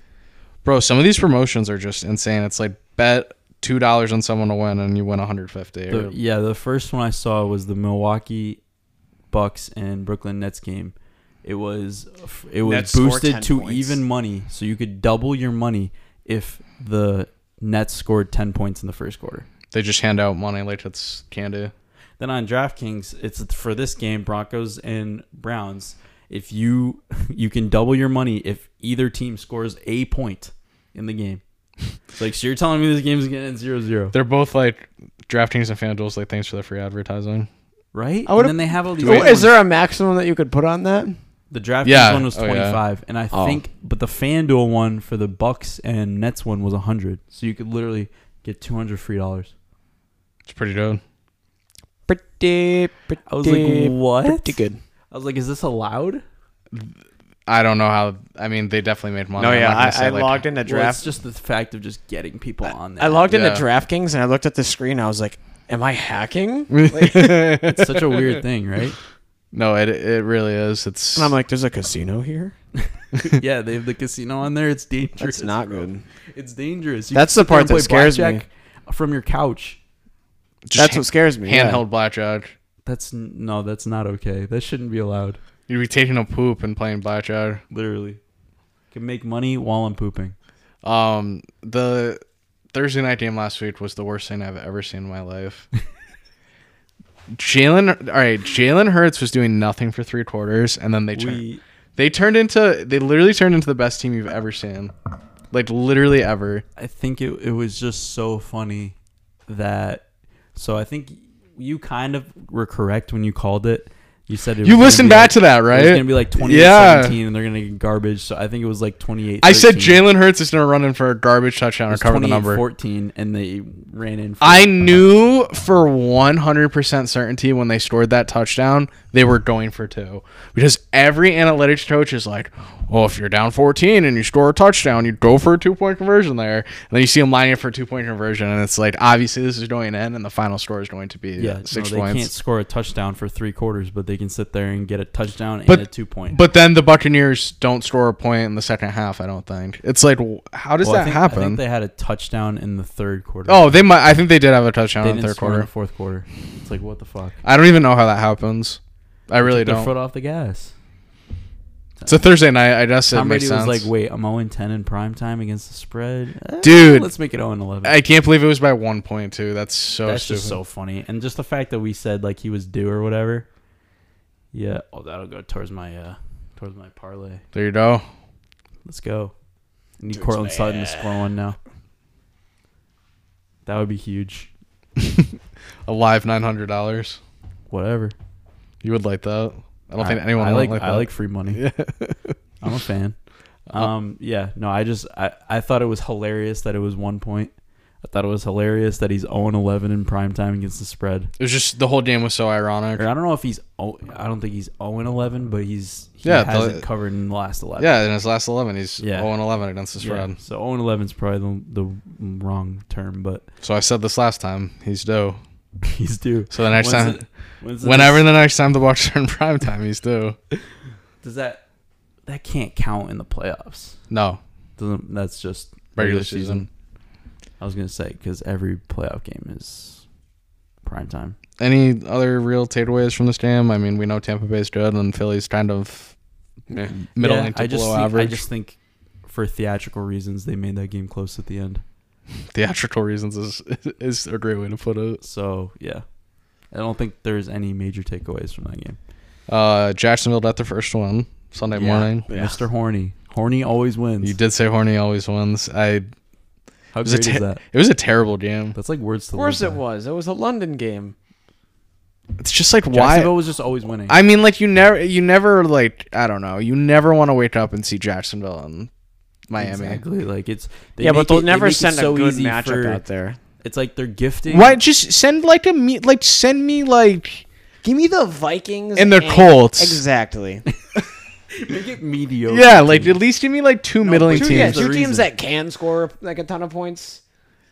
[SPEAKER 3] Bro, some of these promotions are just insane. It's like bet two dollars on someone to win, and you win 150.
[SPEAKER 2] The,
[SPEAKER 3] Or,
[SPEAKER 2] yeah, the first one I saw was the Milwaukee Bucks and Brooklyn Nets game. It was it was
[SPEAKER 4] Nets score
[SPEAKER 2] boosted
[SPEAKER 4] 10
[SPEAKER 2] to
[SPEAKER 4] points.
[SPEAKER 2] even money, so you could double your money if the Nets scored ten points in the first quarter.
[SPEAKER 3] they just hand out money like it's candy.
[SPEAKER 2] Then on DraftKings, it's for this game Broncos and Browns. If you (laughs) you can double your money if either team scores a point in the game. It's like so you're telling me this game's gonna end 0-0,
[SPEAKER 3] They're both like DraftKings and FanDuel's like thanks for the free advertising.
[SPEAKER 2] right?
[SPEAKER 4] I would've-
[SPEAKER 2] and then they have all
[SPEAKER 4] (laughs)
[SPEAKER 2] these.
[SPEAKER 4] Oh,
[SPEAKER 2] other
[SPEAKER 4] is
[SPEAKER 2] ones.
[SPEAKER 4] there a maximum that you could put on that?
[SPEAKER 2] The DraftKings
[SPEAKER 3] Yeah.
[SPEAKER 2] one was
[SPEAKER 3] Oh, yeah.
[SPEAKER 2] 25, and I
[SPEAKER 4] Oh.
[SPEAKER 2] think, but the FanDuel one for the Bucks and Nets one was 100. So you could literally get 200 free dollars.
[SPEAKER 3] It's pretty good.
[SPEAKER 4] Pretty, pretty.
[SPEAKER 2] I was like, what?
[SPEAKER 4] Pretty good.
[SPEAKER 2] I was like, is this allowed?
[SPEAKER 3] I don't know how. I mean, they definitely made money.
[SPEAKER 4] No,
[SPEAKER 3] I'm
[SPEAKER 4] yeah,
[SPEAKER 3] not gonna
[SPEAKER 4] I,
[SPEAKER 3] say,
[SPEAKER 4] I
[SPEAKER 3] like, (laughs)
[SPEAKER 4] logged into
[SPEAKER 2] Well, it's
[SPEAKER 4] draft.
[SPEAKER 2] just the fact of just getting people on there.
[SPEAKER 4] I logged into
[SPEAKER 3] Yeah.
[SPEAKER 4] DraftKings and I looked at the screen. I was like, "Am I hacking?"
[SPEAKER 3] (laughs)
[SPEAKER 4] Like, and
[SPEAKER 2] it's such a
[SPEAKER 4] (laughs)
[SPEAKER 2] weird thing, right?
[SPEAKER 3] No, it it really is. It's
[SPEAKER 4] I'm like, "There's a casino here.
[SPEAKER 2] yeah, they have the casino on there. It's dangerous.
[SPEAKER 4] That's not good."
[SPEAKER 2] It's dangerous. You
[SPEAKER 4] That's
[SPEAKER 2] can
[SPEAKER 4] the part
[SPEAKER 2] sit there and
[SPEAKER 4] that
[SPEAKER 2] play
[SPEAKER 4] scares me.
[SPEAKER 2] blackjack From your couch.
[SPEAKER 3] just
[SPEAKER 4] That's
[SPEAKER 3] ha-
[SPEAKER 4] what scares me. yeah.
[SPEAKER 3] handheld blackjack.
[SPEAKER 2] That's n- no, that's not okay. That shouldn't be allowed.
[SPEAKER 3] You'd be taking a poop and playing blackjack.
[SPEAKER 2] Literally, can make money while I'm pooping.
[SPEAKER 3] Um, the Thursday night game last week was the worst thing I've ever seen in
[SPEAKER 2] (laughs)
[SPEAKER 3] my life. Jalen, all right, Jalen Hurts was doing nothing for three quarters, and then they turned.
[SPEAKER 2] We
[SPEAKER 3] they turned into. They literally turned into the best team you've ever seen, like literally ever.
[SPEAKER 2] I think it, it was just so funny that so I think you kind of were correct when you called it. You said it was
[SPEAKER 3] You
[SPEAKER 2] gonna
[SPEAKER 3] listened
[SPEAKER 2] be
[SPEAKER 3] back
[SPEAKER 2] like-
[SPEAKER 3] to that, right?
[SPEAKER 2] It was gonna be like 28
[SPEAKER 3] Yeah.
[SPEAKER 2] 17 and they're gonna get garbage. So I think it was like 28.
[SPEAKER 3] I said
[SPEAKER 2] 13.
[SPEAKER 3] Jalen Hurts is gonna run in for a garbage touchdown
[SPEAKER 2] It
[SPEAKER 3] or
[SPEAKER 2] was
[SPEAKER 3] cover the
[SPEAKER 2] 28
[SPEAKER 3] number.
[SPEAKER 2] 14 and they ran in. For,
[SPEAKER 3] I knew for 100% certainty when they scored that touchdown, they were going for two. Because every analytics coach is like, oh, if you're down 14 and you score a touchdown, you go for a two point conversion there. And then you see them lining up for a two point conversion, and it's like, obviously, this is going in, and the final score is going to be
[SPEAKER 2] yeah,
[SPEAKER 3] yeah, six
[SPEAKER 2] no, they can't
[SPEAKER 3] points.
[SPEAKER 2] score a touchdown for three quarters, but they can sit there and get a touchdown
[SPEAKER 3] But-
[SPEAKER 2] and a two point.
[SPEAKER 3] But then the Buccaneers don't score a point in the second half, I don't think. It's like, wh- how does
[SPEAKER 2] Well, I
[SPEAKER 3] that
[SPEAKER 2] think- I
[SPEAKER 3] happen?
[SPEAKER 2] think they had a touchdown in the third quarter.
[SPEAKER 3] oh, they might. I think they did have a
[SPEAKER 2] they
[SPEAKER 3] touchdown in
[SPEAKER 2] didn't
[SPEAKER 3] the third
[SPEAKER 2] score in the
[SPEAKER 3] quarter.
[SPEAKER 2] fourth quarter. It's like what the fuck.
[SPEAKER 3] I don't even know how that happens. I really
[SPEAKER 2] Took their
[SPEAKER 3] don't.
[SPEAKER 2] foot off the gas.
[SPEAKER 3] It's a Thursday night. I guess it
[SPEAKER 2] Tom Brady
[SPEAKER 3] makes sense.
[SPEAKER 2] was like, "Wait, I'm 0 10 in prime time against the spread, Eh,
[SPEAKER 3] Dude.
[SPEAKER 2] Let's make it 0 11."
[SPEAKER 3] I can't believe it was by one point two. That's so
[SPEAKER 2] That's
[SPEAKER 3] stupid.
[SPEAKER 2] just so funny, and just the fact that we said like he was due or whatever. Yeah, oh, that'll go towards my uh towards my parlay.
[SPEAKER 3] there you go.
[SPEAKER 2] Let's go. I need Cortland Sutton to score one now. That would be huge.
[SPEAKER 3] A live nine hundred dollars.
[SPEAKER 2] Whatever.
[SPEAKER 3] You would like that. I don't think anyone
[SPEAKER 2] I
[SPEAKER 3] would
[SPEAKER 2] like.
[SPEAKER 3] like that.
[SPEAKER 2] I like free money.
[SPEAKER 3] (laughs)
[SPEAKER 2] I'm a fan.
[SPEAKER 3] Uh-huh.
[SPEAKER 2] Um, yeah, no, I just I, I thought it was hilarious that it was one point. I thought it was hilarious that he's 0 11 in prime time against the spread.
[SPEAKER 3] It was just the whole game was so ironic.
[SPEAKER 2] Or I don't know if he's 0, I don't think he's 0 11, but he's he
[SPEAKER 3] Yeah, the-
[SPEAKER 2] hasn't covered in the last 11.
[SPEAKER 3] Yeah, in his last eleven, he's
[SPEAKER 2] Yeah.
[SPEAKER 3] zero and eleven against the spread.
[SPEAKER 2] Yeah, So 0 11 is probably the, the wrong term, but (laughs)
[SPEAKER 3] So I said this last time. He's due.
[SPEAKER 2] he's due.
[SPEAKER 3] So the next
[SPEAKER 2] When's
[SPEAKER 3] time,
[SPEAKER 2] it- when's it-
[SPEAKER 3] whenever the next time the Bucks are in (laughs) prime time, he's due.
[SPEAKER 2] does that that can't count in the playoffs?
[SPEAKER 3] No,
[SPEAKER 2] Doesn't that's just
[SPEAKER 3] regular season.
[SPEAKER 2] I was gonna say because every playoff game is prime time.
[SPEAKER 3] Any other real takeaways from this game? I mean, we know Tampa Bay's good and Philly's kind of middle
[SPEAKER 2] Yeah,
[SPEAKER 3] to
[SPEAKER 2] I just
[SPEAKER 3] below
[SPEAKER 2] think,
[SPEAKER 3] average.
[SPEAKER 2] I just think for theatrical reasons they made that game close at the end.
[SPEAKER 3] Theatrical reasons is (laughs) is a great way to put it.
[SPEAKER 2] So yeah, I don't think there's any major takeaways from that game.
[SPEAKER 3] Uh, Jacksonville got their first win Sunday morning.
[SPEAKER 2] Mr. Horny, Horny always wins.
[SPEAKER 3] You did say Horny always wins. I
[SPEAKER 2] How
[SPEAKER 3] it was, a
[SPEAKER 2] great
[SPEAKER 3] te-
[SPEAKER 2] is that?
[SPEAKER 3] it was a terrible game.
[SPEAKER 2] That's like words to
[SPEAKER 4] Of course
[SPEAKER 2] live
[SPEAKER 4] it
[SPEAKER 2] by.
[SPEAKER 4] was. It was a London game.
[SPEAKER 3] It's just like why
[SPEAKER 2] Jacksonville was just always winning.
[SPEAKER 3] I mean, like you never, you never like I don't know, you never want to wake up and see Jacksonville and Miami.
[SPEAKER 2] Exactly. Like it's they
[SPEAKER 4] yeah, but
[SPEAKER 2] make
[SPEAKER 4] they'll
[SPEAKER 2] it- they
[SPEAKER 4] never
[SPEAKER 2] make it
[SPEAKER 4] send
[SPEAKER 2] so
[SPEAKER 4] a good
[SPEAKER 2] easy
[SPEAKER 4] matchup
[SPEAKER 2] for-
[SPEAKER 4] out there.
[SPEAKER 2] It's like they're gifting.
[SPEAKER 3] Why just send like a me like send me like
[SPEAKER 4] Give me the Vikings
[SPEAKER 3] And the Colts.
[SPEAKER 4] (laughs) Exactly.
[SPEAKER 2] Make it mediocre.
[SPEAKER 3] yeah like at least give me like two middling
[SPEAKER 4] two,
[SPEAKER 3] teams.
[SPEAKER 4] yeah,
[SPEAKER 2] Here's the
[SPEAKER 4] two teams
[SPEAKER 2] reason.
[SPEAKER 4] that can score like a ton of points.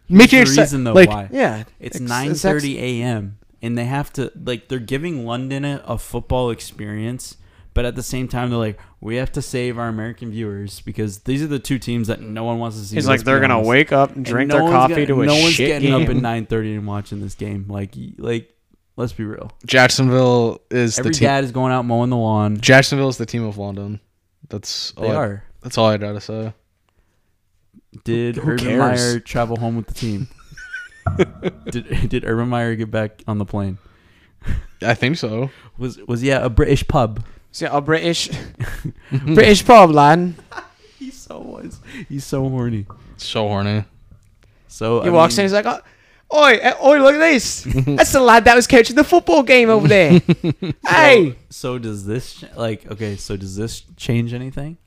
[SPEAKER 3] Make it
[SPEAKER 2] the
[SPEAKER 3] exci-
[SPEAKER 2] reason though
[SPEAKER 3] like
[SPEAKER 2] why.
[SPEAKER 4] Yeah,
[SPEAKER 2] It's
[SPEAKER 4] ex-
[SPEAKER 2] nine
[SPEAKER 4] ex-
[SPEAKER 2] thirty a.m. and they have to like they're giving London a, a football experience, but at the same time they're like we have to save our American viewers because these are the two teams that no one wants to see.
[SPEAKER 4] He's
[SPEAKER 2] let's
[SPEAKER 4] like, they're
[SPEAKER 2] be
[SPEAKER 4] gonna
[SPEAKER 2] honest.
[SPEAKER 4] wake up and
[SPEAKER 2] And
[SPEAKER 4] drink
[SPEAKER 2] no
[SPEAKER 4] their
[SPEAKER 2] one's
[SPEAKER 4] coffee
[SPEAKER 2] gonna-
[SPEAKER 4] to a
[SPEAKER 2] no one's
[SPEAKER 4] shit
[SPEAKER 2] getting
[SPEAKER 4] game.
[SPEAKER 2] up
[SPEAKER 4] (laughs)
[SPEAKER 2] at nine thirty and watching this game. Like y- like let's be real.
[SPEAKER 3] Jacksonville is
[SPEAKER 2] Every
[SPEAKER 3] the team.
[SPEAKER 2] dad is going out mowing the lawn.
[SPEAKER 3] Jacksonville is the team of London. That's all
[SPEAKER 2] They
[SPEAKER 3] I-
[SPEAKER 2] are.
[SPEAKER 3] That's all I gotta say.
[SPEAKER 2] Did
[SPEAKER 4] who
[SPEAKER 2] Urban
[SPEAKER 4] cares?
[SPEAKER 2] Meyer travel home with the team? did did Urban Meyer get back on the plane?
[SPEAKER 3] I think so.
[SPEAKER 2] Was was yeah a British pub? (laughs)
[SPEAKER 4] So, a (laughs) British, British pub, lad.
[SPEAKER 2] He so was. He's so horny.
[SPEAKER 3] So horny.
[SPEAKER 2] So
[SPEAKER 4] He
[SPEAKER 2] I
[SPEAKER 4] walks
[SPEAKER 2] mean,
[SPEAKER 4] in. He's like, oh, oi, eh, oi, look at (laughs) this. That's the lad that was coaching the football game over (laughs) there. hey,
[SPEAKER 2] So does this ch- like okay? So does this change anything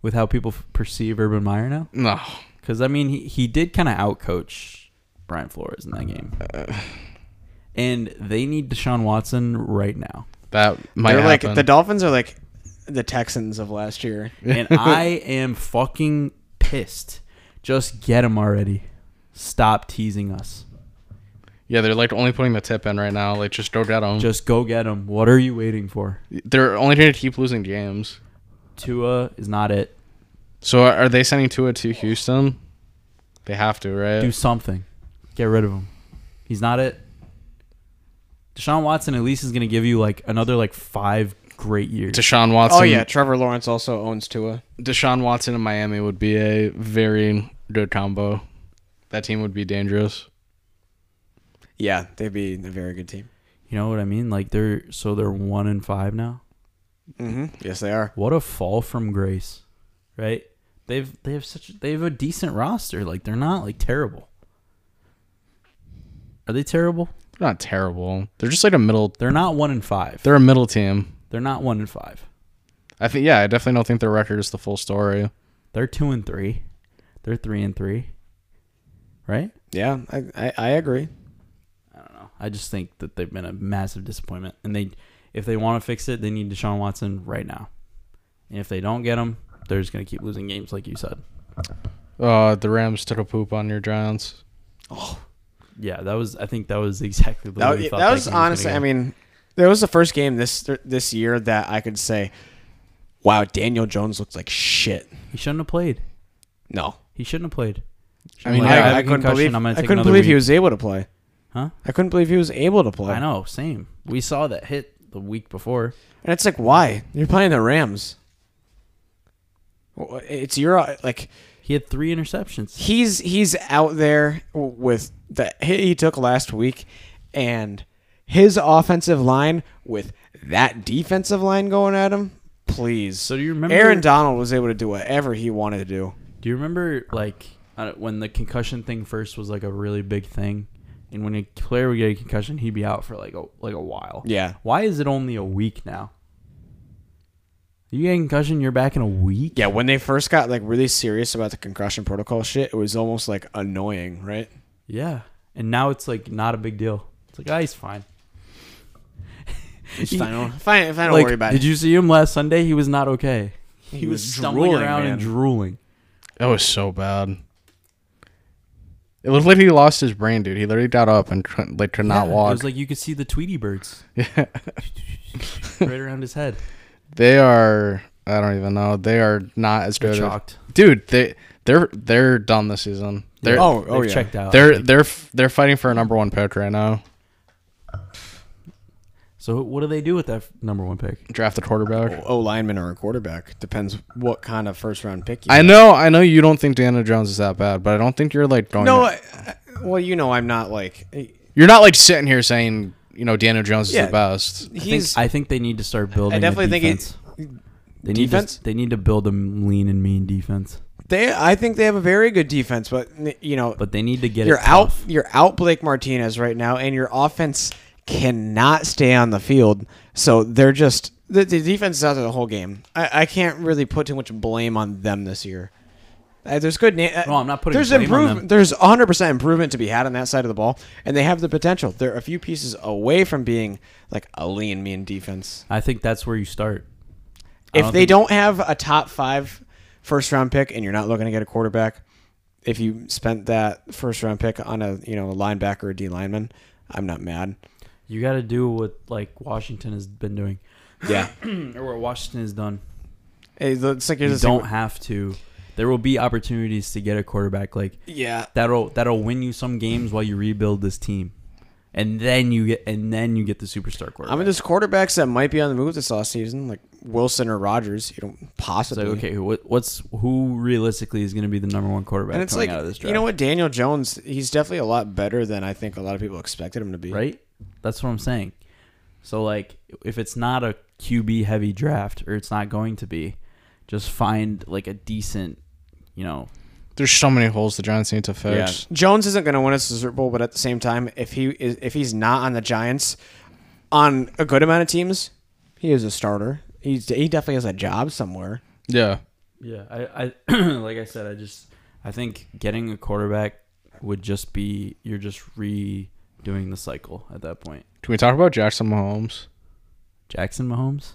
[SPEAKER 2] with how people f- perceive Urban Meyer now?
[SPEAKER 3] No,
[SPEAKER 2] Because I mean, he he did kind of outcoach Brian Flores in that
[SPEAKER 4] (sighs)
[SPEAKER 2] game, and they need Deshaun Watson right
[SPEAKER 4] (laughs)
[SPEAKER 2] now.
[SPEAKER 3] that might
[SPEAKER 4] they're like
[SPEAKER 3] happen.
[SPEAKER 4] the Dolphins are like the Texans of last year.
[SPEAKER 2] And I am fucking pissed. Just get him already. Stop teasing us.
[SPEAKER 3] yeah, they're like only putting the tip in right now. Like just go get them.
[SPEAKER 2] Just go get him. What are you waiting for?
[SPEAKER 3] they're only gonna keep losing games.
[SPEAKER 2] Tua is not it.
[SPEAKER 3] So are they sending Tua to Houston? They have to, right?
[SPEAKER 2] do something. Get rid of him. He's not it. Deshaun Watson at least is going to give you like another like five great years.
[SPEAKER 3] Deshaun Watson.
[SPEAKER 4] oh yeah, Trevor Lawrence also owns Tua.
[SPEAKER 3] Deshaun Watson in Miami would be a very good combo. That team would be dangerous.
[SPEAKER 4] Yeah, they'd be a very good team.
[SPEAKER 2] you know what I mean? Like they're so they're one and five now.
[SPEAKER 4] Mm-hmm. Yes, they are.
[SPEAKER 2] What a fall from grace, right? They've they have such they have a decent roster. Like they're not like terrible. Are they terrible?
[SPEAKER 3] They're not terrible. They're just like a middle.
[SPEAKER 2] They're not one and five. They're,
[SPEAKER 3] They're a middle team.
[SPEAKER 2] not one and five.
[SPEAKER 3] I think. Yeah, I definitely don't think their record is the full story.
[SPEAKER 2] They're two and three. They're three and three. Right?
[SPEAKER 4] Yeah, I, I, I agree.
[SPEAKER 2] I don't know. I just think that they've been a massive disappointment, and they, if they want to fix it, they need Deshaun Watson right now. And if they don't get him, they're just gonna keep losing games, like you said.
[SPEAKER 3] Uh, the Rams took a poop on your Giants.
[SPEAKER 2] Yeah, that was. I think that was (laughs) exactly the
[SPEAKER 4] That,
[SPEAKER 2] way we
[SPEAKER 4] that
[SPEAKER 2] thought
[SPEAKER 4] was
[SPEAKER 2] game gonna
[SPEAKER 4] honestly,
[SPEAKER 2] go.
[SPEAKER 4] I mean, that was the first game this this year that I could say, "Wow, Daniel Jones looks like shit."
[SPEAKER 2] he shouldn't have played.
[SPEAKER 4] No,
[SPEAKER 2] He shouldn't have played.
[SPEAKER 3] I mean,
[SPEAKER 2] Well,
[SPEAKER 3] yeah,
[SPEAKER 2] have
[SPEAKER 4] I,
[SPEAKER 2] a
[SPEAKER 4] I couldn't
[SPEAKER 2] concussion.
[SPEAKER 4] believe
[SPEAKER 2] I'm
[SPEAKER 4] I
[SPEAKER 2] gonna take
[SPEAKER 4] couldn't
[SPEAKER 2] another
[SPEAKER 4] believe
[SPEAKER 2] week.
[SPEAKER 4] he was able to play.
[SPEAKER 2] Huh?
[SPEAKER 4] I couldn't believe he was able to play.
[SPEAKER 2] I know. Same. We saw that hit the week before.
[SPEAKER 4] And it's like, why? You're playing the Rams. Well, It's your uh, like
[SPEAKER 2] He had three interceptions.
[SPEAKER 4] he's he's out there with the hit he took last week and his offensive line with that defensive line going at him please
[SPEAKER 2] So do you remember-
[SPEAKER 4] aaron donald was able to do whatever he wanted to do
[SPEAKER 2] Do you remember like I don't- when the concussion thing first was like a really big thing, and when a player would get a concussion, he'd be out for like a like a while.
[SPEAKER 4] Yeah.
[SPEAKER 2] Why is it only a week now? You get a concussion, you're back in a week.
[SPEAKER 4] yeah when they first got like really serious about the concussion protocol shit it was almost like annoying right
[SPEAKER 2] Yeah. And now it's like not a big deal. It's like, ah, he's fine.
[SPEAKER 4] It's fine (laughs) don't- fine fine, don't
[SPEAKER 2] like,
[SPEAKER 4] worry about
[SPEAKER 2] did
[SPEAKER 4] it
[SPEAKER 2] you see him last Sunday? He was not okay. He, was,
[SPEAKER 4] was
[SPEAKER 2] stumbling
[SPEAKER 4] drooling,
[SPEAKER 2] around
[SPEAKER 4] man.
[SPEAKER 2] and drooling.
[SPEAKER 3] That was so bad. It looked like he lost his brain, dude. He literally got up and tr- like could not
[SPEAKER 2] Yeah, It
[SPEAKER 3] walk.
[SPEAKER 2] was like you could see the Tweety
[SPEAKER 4] (laughs)
[SPEAKER 2] birds. (laughs) right around his head.
[SPEAKER 3] they are. I don't even know. They are not as
[SPEAKER 2] They're
[SPEAKER 3] good. as-
[SPEAKER 2] chalked.
[SPEAKER 3] dude. They they're they're done this season. They're
[SPEAKER 4] Oh, oh,
[SPEAKER 2] They've
[SPEAKER 4] yeah.
[SPEAKER 2] checked out.
[SPEAKER 3] they're they're f- they're fighting for a number one pick right now.
[SPEAKER 2] so what do they do with that f- number one pick?
[SPEAKER 3] Draft the quarterback.
[SPEAKER 4] o lineman or a quarterback depends what kind of first round pick you
[SPEAKER 3] I know, I know you don't think Daniel Jones is that bad, but I don't think you're like going.
[SPEAKER 4] no
[SPEAKER 3] to-
[SPEAKER 4] I, I- well you know i'm not like
[SPEAKER 3] you're not like sitting here saying you know Daniel Jones is
[SPEAKER 4] Yeah.
[SPEAKER 3] the
[SPEAKER 2] I
[SPEAKER 3] best.
[SPEAKER 2] think,
[SPEAKER 4] he's
[SPEAKER 2] I think they need to start building.
[SPEAKER 4] I definitely think
[SPEAKER 2] defense.
[SPEAKER 4] it,
[SPEAKER 2] they need
[SPEAKER 4] defense?
[SPEAKER 2] To, they need to build a lean and mean defense,
[SPEAKER 4] They, I think they have a very good defense, but you know,
[SPEAKER 2] but they need to get
[SPEAKER 4] you're
[SPEAKER 2] it
[SPEAKER 4] out,
[SPEAKER 2] tough.
[SPEAKER 4] you're out Blake Martinez right now, and your offense cannot stay on the field. So they're just the, the defense is out there the whole game. I, I can't really put too much blame on them this year. Uh, there's good. Na-
[SPEAKER 2] No, I'm not putting
[SPEAKER 4] There's
[SPEAKER 2] blame on
[SPEAKER 4] improvement.
[SPEAKER 2] them.
[SPEAKER 4] There's 100 percent improvement to be had on that side of the ball, and they have the potential. They're a few pieces away from being like a lean, mean defense
[SPEAKER 2] I think that's where you start. I
[SPEAKER 4] if
[SPEAKER 2] don't
[SPEAKER 4] they
[SPEAKER 2] think-
[SPEAKER 4] don't have a top five first round pick and you're not looking to get a quarterback, if you spent that first round pick on a you know a linebacker or a D lineman, I'm not mad.
[SPEAKER 2] You got to do what like Washington has been doing, (laughs)
[SPEAKER 4] Yeah,
[SPEAKER 2] or what Washington has done.
[SPEAKER 4] it's like you're
[SPEAKER 2] You
[SPEAKER 4] just like-
[SPEAKER 2] don't have to. There will be opportunities to get a quarterback like
[SPEAKER 4] yeah,
[SPEAKER 2] that'll that'll win you some games while you rebuild this team, and then you get and then you get the superstar quarterback.
[SPEAKER 4] I mean, there's quarterbacks that might be on the move this offseason, like Wilson or Rogers. You don't
[SPEAKER 2] It's
[SPEAKER 4] possibly.
[SPEAKER 2] like, okay, who, what, what's who realistically is going to be the number one quarterback
[SPEAKER 4] And it's
[SPEAKER 2] coming
[SPEAKER 4] like
[SPEAKER 2] out of this draft?
[SPEAKER 4] you know what Daniel Jones, he's definitely a lot better than I think a lot of people expected him to be.
[SPEAKER 2] right? That's what I'm saying. So like, if it's not a QB heavy draft, or it's not going to be, just find like a decent, you know,
[SPEAKER 3] There's so many holes the Giants need to fix.
[SPEAKER 4] Jones isn't going to win us the Super Bowl, but at the same time, if he is, if he's not on the Giants, on a good amount of teams, he is a starter. He's he definitely has a job somewhere.
[SPEAKER 3] Yeah.
[SPEAKER 2] Yeah, I, I (clears throat) like I said, I just I think getting a quarterback would just be you're just redoing the cycle at that point.
[SPEAKER 3] Can we talk about Jackson Mahomes?
[SPEAKER 2] Jackson Mahomes,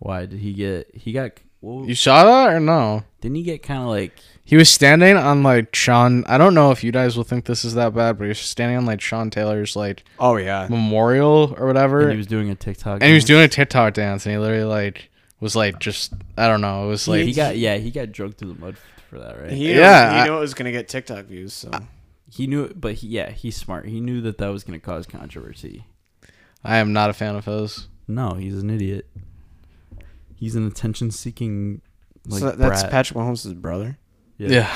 [SPEAKER 2] why did he get he got well,
[SPEAKER 3] You saw that or no?
[SPEAKER 2] didn't he get kind of like
[SPEAKER 3] He was standing on like Sean. I don't know if you guys will think this is that bad, but he was standing on like Sean Taylor's like
[SPEAKER 4] Oh yeah,
[SPEAKER 3] memorial or whatever,
[SPEAKER 2] and he was doing a TikTok dance?
[SPEAKER 3] doing a TikTok dance, and he literally like was like just I don't know. It was like
[SPEAKER 2] he got yeah he got drugged through the mud for that right
[SPEAKER 4] he
[SPEAKER 3] Yeah,
[SPEAKER 4] yeah,
[SPEAKER 3] I-
[SPEAKER 4] he knew it was going to get TikTok views. So
[SPEAKER 2] He knew, it, but he, yeah, he's smart. He knew that that was going to cause controversy.
[SPEAKER 3] I am not a fan of his.
[SPEAKER 2] No, he's an idiot. He's an attention-seeking. Like,
[SPEAKER 4] so that's
[SPEAKER 2] brat.
[SPEAKER 4] Patrick Mahomes' brother.
[SPEAKER 2] Yeah.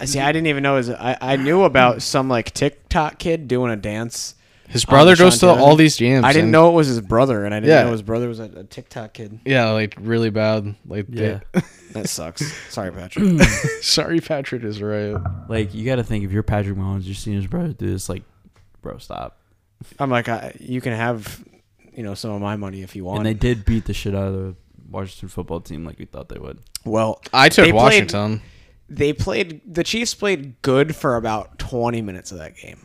[SPEAKER 4] I see. I didn't even know his. I, I knew about some like TikTok kid doing a dance.
[SPEAKER 3] his
[SPEAKER 4] on
[SPEAKER 3] brother
[SPEAKER 4] the
[SPEAKER 3] goes to
[SPEAKER 4] Sean Taylor.
[SPEAKER 3] all these games.
[SPEAKER 4] I didn't
[SPEAKER 3] and-
[SPEAKER 4] know it was his brother, and I didn't
[SPEAKER 3] Yeah.
[SPEAKER 4] know his brother was a, a TikTok kid.
[SPEAKER 3] Yeah, like really bad. Like
[SPEAKER 2] Yeah,
[SPEAKER 3] they-
[SPEAKER 4] That sucks. Sorry, Patrick.
[SPEAKER 3] (laughs) sorry, Patrick is right.
[SPEAKER 2] (laughs) like you got to think if you're Patrick Mahomes, you're seeing his brother do this. Like, bro, stop.
[SPEAKER 4] I'm like, I, you can have, you know, some of my money if you want.
[SPEAKER 2] And they did beat the shit out of the Washington football team, like we thought they would.
[SPEAKER 4] well,
[SPEAKER 3] I took
[SPEAKER 4] They played-
[SPEAKER 3] Washington.
[SPEAKER 4] they played the Chiefs played good for about 20 minutes of that game.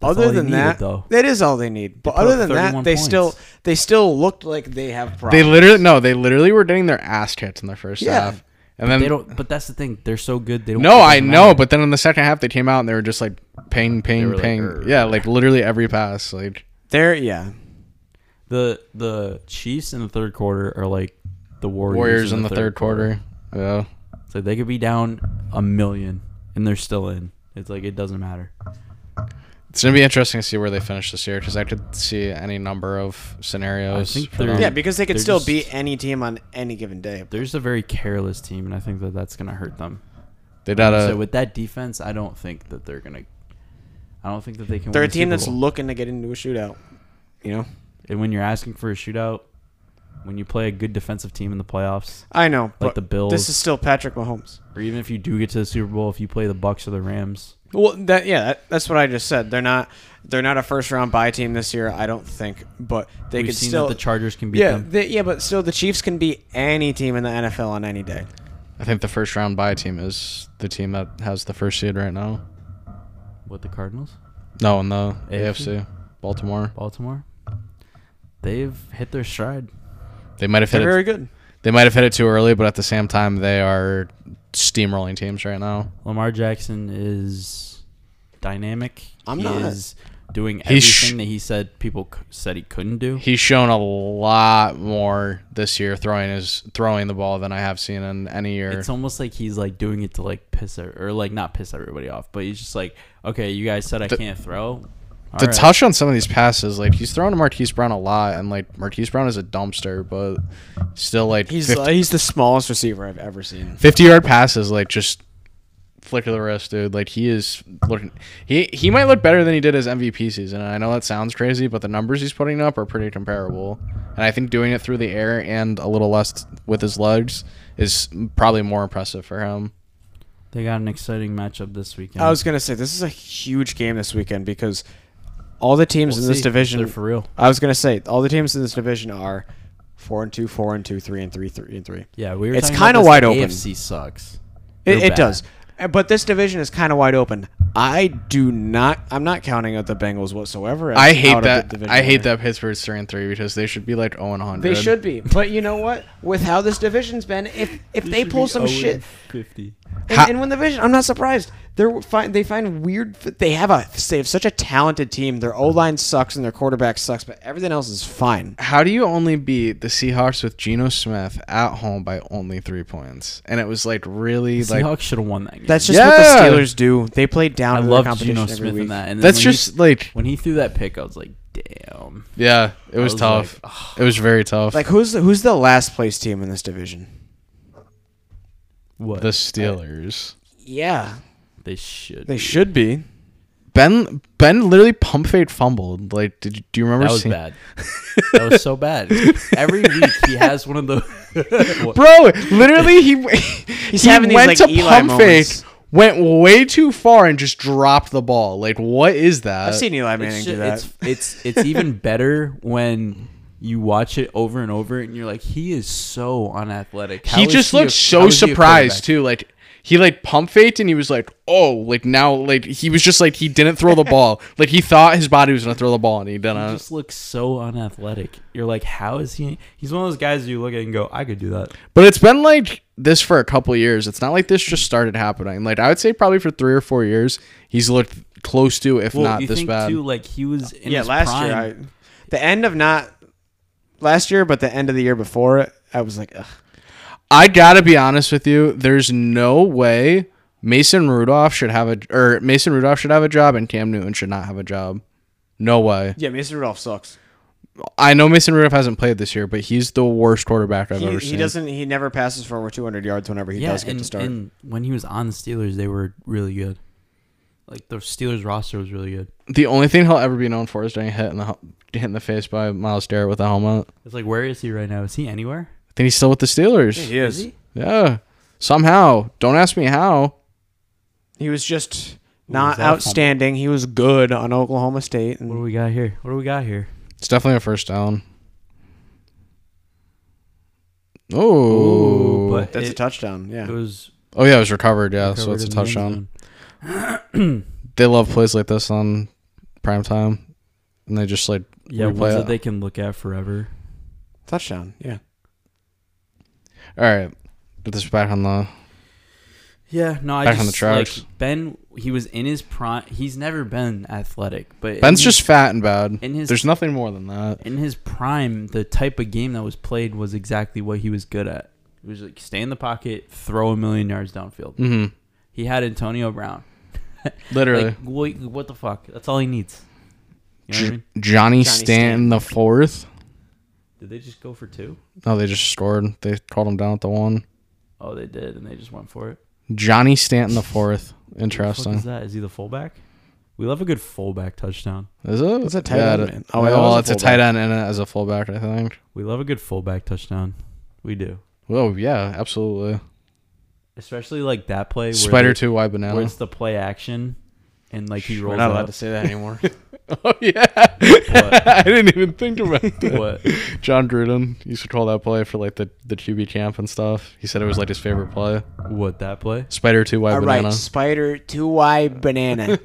[SPEAKER 2] That's
[SPEAKER 4] other
[SPEAKER 2] all they
[SPEAKER 4] than
[SPEAKER 2] needed,
[SPEAKER 4] that,
[SPEAKER 2] though.
[SPEAKER 4] that is all they need. But
[SPEAKER 2] put
[SPEAKER 4] other
[SPEAKER 2] up
[SPEAKER 4] than that,
[SPEAKER 2] 31
[SPEAKER 4] they
[SPEAKER 2] points.
[SPEAKER 4] still they still looked like they have
[SPEAKER 3] They
[SPEAKER 4] problems.
[SPEAKER 3] literally no, they literally were getting their ass kicked in the first
[SPEAKER 4] Yeah.
[SPEAKER 3] half, and then
[SPEAKER 2] They don't. But that's the thing. They're so good. They don't.
[SPEAKER 3] no,
[SPEAKER 2] it
[SPEAKER 3] I
[SPEAKER 2] doesn't
[SPEAKER 3] know,
[SPEAKER 2] matter.
[SPEAKER 3] but then in the second half they came out and they were just like ping, ping,
[SPEAKER 2] were like,
[SPEAKER 3] ping.
[SPEAKER 2] "Rrr."
[SPEAKER 3] yeah, like literally every pass. Like
[SPEAKER 4] They're yeah.
[SPEAKER 2] the the Chiefs in the third quarter are like the Warriors,
[SPEAKER 3] Warriors in the third quarter. Yeah,
[SPEAKER 2] It's like they could be down a million and they're still in. It's like it doesn't matter.
[SPEAKER 3] It's gonna be interesting to see where they finish this year because I could see any number of scenarios.
[SPEAKER 2] I think
[SPEAKER 3] for
[SPEAKER 2] they're-
[SPEAKER 3] them.
[SPEAKER 4] yeah, because they could
[SPEAKER 2] They're
[SPEAKER 4] still
[SPEAKER 2] just-
[SPEAKER 4] beat any team on any given day.
[SPEAKER 2] They're just a very careless team, and I think that that's gonna hurt them.
[SPEAKER 3] they
[SPEAKER 4] Uh,
[SPEAKER 3] gotta.
[SPEAKER 2] so with that defense, I don't think that they're gonna. I don't think that they can.
[SPEAKER 4] They're
[SPEAKER 2] win
[SPEAKER 4] a
[SPEAKER 2] the
[SPEAKER 4] team
[SPEAKER 2] Super
[SPEAKER 4] that's
[SPEAKER 2] Bowl.
[SPEAKER 4] looking to get into a shootout. You know,
[SPEAKER 2] and when you're asking for a shootout, when you play a good defensive team in the playoffs,
[SPEAKER 4] I know, but
[SPEAKER 2] like the Bills,
[SPEAKER 4] this is still Patrick Mahomes.
[SPEAKER 2] or even if you do get to the Super Bowl, if you play the Bucks or the Rams,
[SPEAKER 4] Well, that yeah, that, that's what I just said. They're not they're not a first round bye team this year, I don't think, but they
[SPEAKER 2] we've
[SPEAKER 4] could
[SPEAKER 2] seen
[SPEAKER 4] still
[SPEAKER 2] that the Chargers can beat
[SPEAKER 4] yeah,
[SPEAKER 2] them.
[SPEAKER 4] they- yeah, but still the Chiefs can beat any team in the NFL on any day.
[SPEAKER 3] I think the first round bye team is the team that has the first seed right now.
[SPEAKER 2] What the Cardinals,
[SPEAKER 3] No, in the
[SPEAKER 2] AFC?
[SPEAKER 3] AFC, Baltimore.
[SPEAKER 2] Baltimore, they've hit their stride.
[SPEAKER 3] They might have hit
[SPEAKER 4] They're
[SPEAKER 3] it.
[SPEAKER 4] very good.
[SPEAKER 3] They might have hit it too early, but at the same time, they are steamrolling teams right now.
[SPEAKER 2] Lamar Jackson is dynamic.
[SPEAKER 4] I'm
[SPEAKER 2] he
[SPEAKER 4] not-
[SPEAKER 2] is doing
[SPEAKER 3] He's sh-
[SPEAKER 2] everything that he said people c- said he couldn't do.
[SPEAKER 3] He's shown a lot more this year throwing his throwing the ball than I have seen in any year.
[SPEAKER 2] It's almost like he's like doing it to like piss e, or, or like not piss everybody off, but he's just like, okay, you guys said I can't throw. All
[SPEAKER 3] the
[SPEAKER 2] right.
[SPEAKER 3] touch on some of these passes, like he's throwing to Marquise Brown a lot, and like Marquise Brown is a dumpster, but still like
[SPEAKER 4] He's
[SPEAKER 3] 50,
[SPEAKER 4] uh, he's the smallest receiver I've ever seen.
[SPEAKER 3] 50 yard passes, like just flick of the wrist, dude. Like he is looking, he he might look better than he did his MVP season. And I know that sounds crazy, but the numbers he's putting up are pretty comparable. And I think doing it through the air and a little less with his legs is probably more impressive for him.
[SPEAKER 2] They got an exciting matchup this weekend.
[SPEAKER 4] I was gonna say this is a huge game this weekend because all the teams
[SPEAKER 2] We'll
[SPEAKER 4] in this
[SPEAKER 2] see if
[SPEAKER 4] division
[SPEAKER 2] They're for real.
[SPEAKER 4] I was gonna say all the teams in this division are four and two, four and two, three and three, three and three.
[SPEAKER 2] Yeah, we were.
[SPEAKER 4] It's
[SPEAKER 2] talking about
[SPEAKER 4] kinda
[SPEAKER 2] this,
[SPEAKER 4] wide
[SPEAKER 2] the
[SPEAKER 4] open.
[SPEAKER 2] AFC sucks.
[SPEAKER 4] It,
[SPEAKER 2] They're
[SPEAKER 4] it
[SPEAKER 2] bad.
[SPEAKER 4] does. Uh, But this division is kind of wide open. I do not. I'm not counting out the Bengals whatsoever. as
[SPEAKER 3] I
[SPEAKER 4] out
[SPEAKER 3] hate
[SPEAKER 4] of
[SPEAKER 3] that.
[SPEAKER 4] the division
[SPEAKER 3] I hate
[SPEAKER 4] winner.
[SPEAKER 3] that Pittsburgh's three and three because they should be like zero and hundred.
[SPEAKER 4] They should be. But you know what? With how this division's been, if if they pull some shit
[SPEAKER 2] Fifty.
[SPEAKER 3] Ha-
[SPEAKER 4] and, and win the division, I'm not surprised. They're find they find weird. f- They have a they have such a talented team. Their O line sucks and their quarterback sucks, but everything else is fine.
[SPEAKER 3] How do you only beat the Seahawks with Geno Smith at home by only three points? And it was like really like
[SPEAKER 2] Seahawks should have won that game.
[SPEAKER 4] That's just
[SPEAKER 3] Yeah.
[SPEAKER 4] what the Steelers do. They play down.
[SPEAKER 2] I
[SPEAKER 4] to their
[SPEAKER 2] love
[SPEAKER 4] competition
[SPEAKER 2] Geno
[SPEAKER 4] every
[SPEAKER 2] Smith
[SPEAKER 4] week.
[SPEAKER 2] in that. And then
[SPEAKER 3] that's
[SPEAKER 2] when
[SPEAKER 3] just
[SPEAKER 2] he,
[SPEAKER 3] like
[SPEAKER 2] when he threw that pick, I was like, damn.
[SPEAKER 3] yeah, it was,
[SPEAKER 2] was
[SPEAKER 3] tough. it was very tough.
[SPEAKER 4] Like who's the, who's the last place team in this division?
[SPEAKER 2] What
[SPEAKER 3] the Steelers.
[SPEAKER 4] Yeah,
[SPEAKER 2] they should.
[SPEAKER 4] they
[SPEAKER 2] be.
[SPEAKER 4] should be.
[SPEAKER 3] Ben Ben literally pump fake fumbled. Like, did you, do you remember?
[SPEAKER 2] That was
[SPEAKER 3] seeing-
[SPEAKER 2] bad. that was so
[SPEAKER 3] (laughs)
[SPEAKER 2] bad. Every week he has one of the. (laughs)
[SPEAKER 3] Bro, literally he (laughs)
[SPEAKER 4] (laughs)
[SPEAKER 3] he's
[SPEAKER 4] having these, like, Eli moments.
[SPEAKER 3] went way too far and just dropped the ball. Like, what is that?
[SPEAKER 4] I've seen Eli Manning
[SPEAKER 2] it's,
[SPEAKER 4] do
[SPEAKER 2] ju-
[SPEAKER 4] that.
[SPEAKER 2] it's it's it's even better when you watch it over and over and you're like, he is so unathletic. How
[SPEAKER 3] he
[SPEAKER 2] is
[SPEAKER 3] just
[SPEAKER 2] a-
[SPEAKER 3] looked
[SPEAKER 2] how
[SPEAKER 3] so
[SPEAKER 2] is he a
[SPEAKER 3] surprised
[SPEAKER 2] quarterback?"
[SPEAKER 3] too. Like he like pump faked and he was like, oh, like now like he was just like he didn't throw
[SPEAKER 2] (laughs)
[SPEAKER 3] the ball. Like he thought his body was gonna throw the ball and he
[SPEAKER 2] He
[SPEAKER 3] didn't.
[SPEAKER 2] just looks so unathletic. You're like, how is he? He's one of those guys you look at and go, I could do that.
[SPEAKER 3] But it's been like this for a couple of years. It's not like this just started happening. Like I would say probably for three or four years he's looked close to if not
[SPEAKER 2] you
[SPEAKER 3] this
[SPEAKER 2] think
[SPEAKER 3] bad.
[SPEAKER 2] too, like he was in
[SPEAKER 4] yeah,
[SPEAKER 2] his
[SPEAKER 4] last
[SPEAKER 2] prime.
[SPEAKER 4] year, I, the end of not last year, but the end of the year before it, I was like, Ugh.
[SPEAKER 3] I gotta be honest with you. There's no way Mason Rudolph should have a or Mason Rudolph should have a job and Cam Newton should not have a job. No way.
[SPEAKER 4] yeah, Mason Rudolph sucks.
[SPEAKER 3] I know Mason Rudolph hasn't played this year, but he's the worst quarterback I've
[SPEAKER 4] He,
[SPEAKER 3] ever
[SPEAKER 4] he
[SPEAKER 3] seen.
[SPEAKER 4] doesn't. He never passes for over 200 yards whenever he
[SPEAKER 2] yeah,
[SPEAKER 4] does get
[SPEAKER 2] and,
[SPEAKER 4] to start.
[SPEAKER 2] and when he was on the Steelers, they were really good. Like the Steelers roster was really good.
[SPEAKER 3] The only thing he'll ever be known for is getting hit in the hel- hit in the face by Miles Garrett with a helmet.
[SPEAKER 2] It's like, where is he right now? Is he anywhere?
[SPEAKER 3] I think he's still with the Steelers.
[SPEAKER 4] he is.
[SPEAKER 2] he?
[SPEAKER 4] He?
[SPEAKER 3] Yeah. Somehow. Don't ask me how.
[SPEAKER 4] was just
[SPEAKER 2] was
[SPEAKER 4] not
[SPEAKER 2] that fumble?
[SPEAKER 4] outstanding. He was good on Oklahoma State,
[SPEAKER 2] What do
[SPEAKER 4] and
[SPEAKER 2] we got here? What do we got here?
[SPEAKER 3] It's definitely a first down. Oh.
[SPEAKER 2] Ooh, but-
[SPEAKER 4] that's a
[SPEAKER 2] It-
[SPEAKER 4] touchdown. Yeah,
[SPEAKER 2] It was
[SPEAKER 3] oh yeah, it was recovered. Yeah, so
[SPEAKER 2] covered
[SPEAKER 3] it's a
[SPEAKER 2] in the end
[SPEAKER 3] touchdown.
[SPEAKER 2] zone.
[SPEAKER 3] They love plays like this on prime time, and they just like
[SPEAKER 2] Yeah,
[SPEAKER 3] replay
[SPEAKER 2] ones that
[SPEAKER 3] it.
[SPEAKER 2] they can look at forever.
[SPEAKER 4] touchdown. Yeah,
[SPEAKER 3] All right, get this back on the.
[SPEAKER 2] Yeah, no, I
[SPEAKER 3] Back
[SPEAKER 2] just
[SPEAKER 3] on the tracks.
[SPEAKER 2] like Ben. He was in his prime. He's never been athletic, but
[SPEAKER 3] Ben's
[SPEAKER 2] in
[SPEAKER 3] just fat and bad.
[SPEAKER 2] in his-
[SPEAKER 3] There's nothing more than that.
[SPEAKER 2] in his prime. The type of game that was played was exactly what he was good at. It was like stay in the pocket, throw a million yards downfield.
[SPEAKER 3] hmm
[SPEAKER 2] He had Antonio Brown. that.
[SPEAKER 3] Literally.
[SPEAKER 2] Like, what, what the fuck? That's all he needs. You know what I
[SPEAKER 3] J-
[SPEAKER 2] mean?
[SPEAKER 3] Johnny,
[SPEAKER 4] Johnny
[SPEAKER 3] Stanton
[SPEAKER 4] Stanton.
[SPEAKER 3] the fourth.
[SPEAKER 2] Did they just go for two?
[SPEAKER 3] No, they just scored. They called him down at the one.
[SPEAKER 2] Oh, they did, and they just went for it.
[SPEAKER 3] Johnny Stanton the fourth.
[SPEAKER 2] What
[SPEAKER 3] Interesting.
[SPEAKER 2] is that? Is he the fullback? We love a good fullback touchdown.
[SPEAKER 3] Is it?
[SPEAKER 4] It's a tight
[SPEAKER 3] Yeah,
[SPEAKER 4] end,
[SPEAKER 3] it-
[SPEAKER 4] man.
[SPEAKER 3] Oh,
[SPEAKER 4] Oh, I thought it
[SPEAKER 3] well,
[SPEAKER 4] was
[SPEAKER 3] it's
[SPEAKER 4] a
[SPEAKER 3] a tight end and as a fullback, I think.
[SPEAKER 2] We love a good fullback touchdown. We do.
[SPEAKER 3] Well, yeah, absolutely.
[SPEAKER 2] Especially like that play where,
[SPEAKER 3] Spider
[SPEAKER 2] they-
[SPEAKER 3] two Y
[SPEAKER 2] where
[SPEAKER 3] banana.
[SPEAKER 2] it's the play action and like he
[SPEAKER 4] We're
[SPEAKER 2] rolls
[SPEAKER 4] not allowed
[SPEAKER 2] out.
[SPEAKER 4] to say
[SPEAKER 2] (laughs)
[SPEAKER 4] that anymore.
[SPEAKER 3] (laughs) Oh yeah, (laughs) I didn't even think about
[SPEAKER 2] (laughs)
[SPEAKER 3] that.
[SPEAKER 2] What?
[SPEAKER 3] John Gruden used to call that play for like the the QB camp and stuff. He said it was like his favorite play.
[SPEAKER 2] What that play?
[SPEAKER 3] Spider two Y
[SPEAKER 4] All
[SPEAKER 3] banana.
[SPEAKER 4] right, spider two Y
[SPEAKER 2] (laughs)
[SPEAKER 4] banana.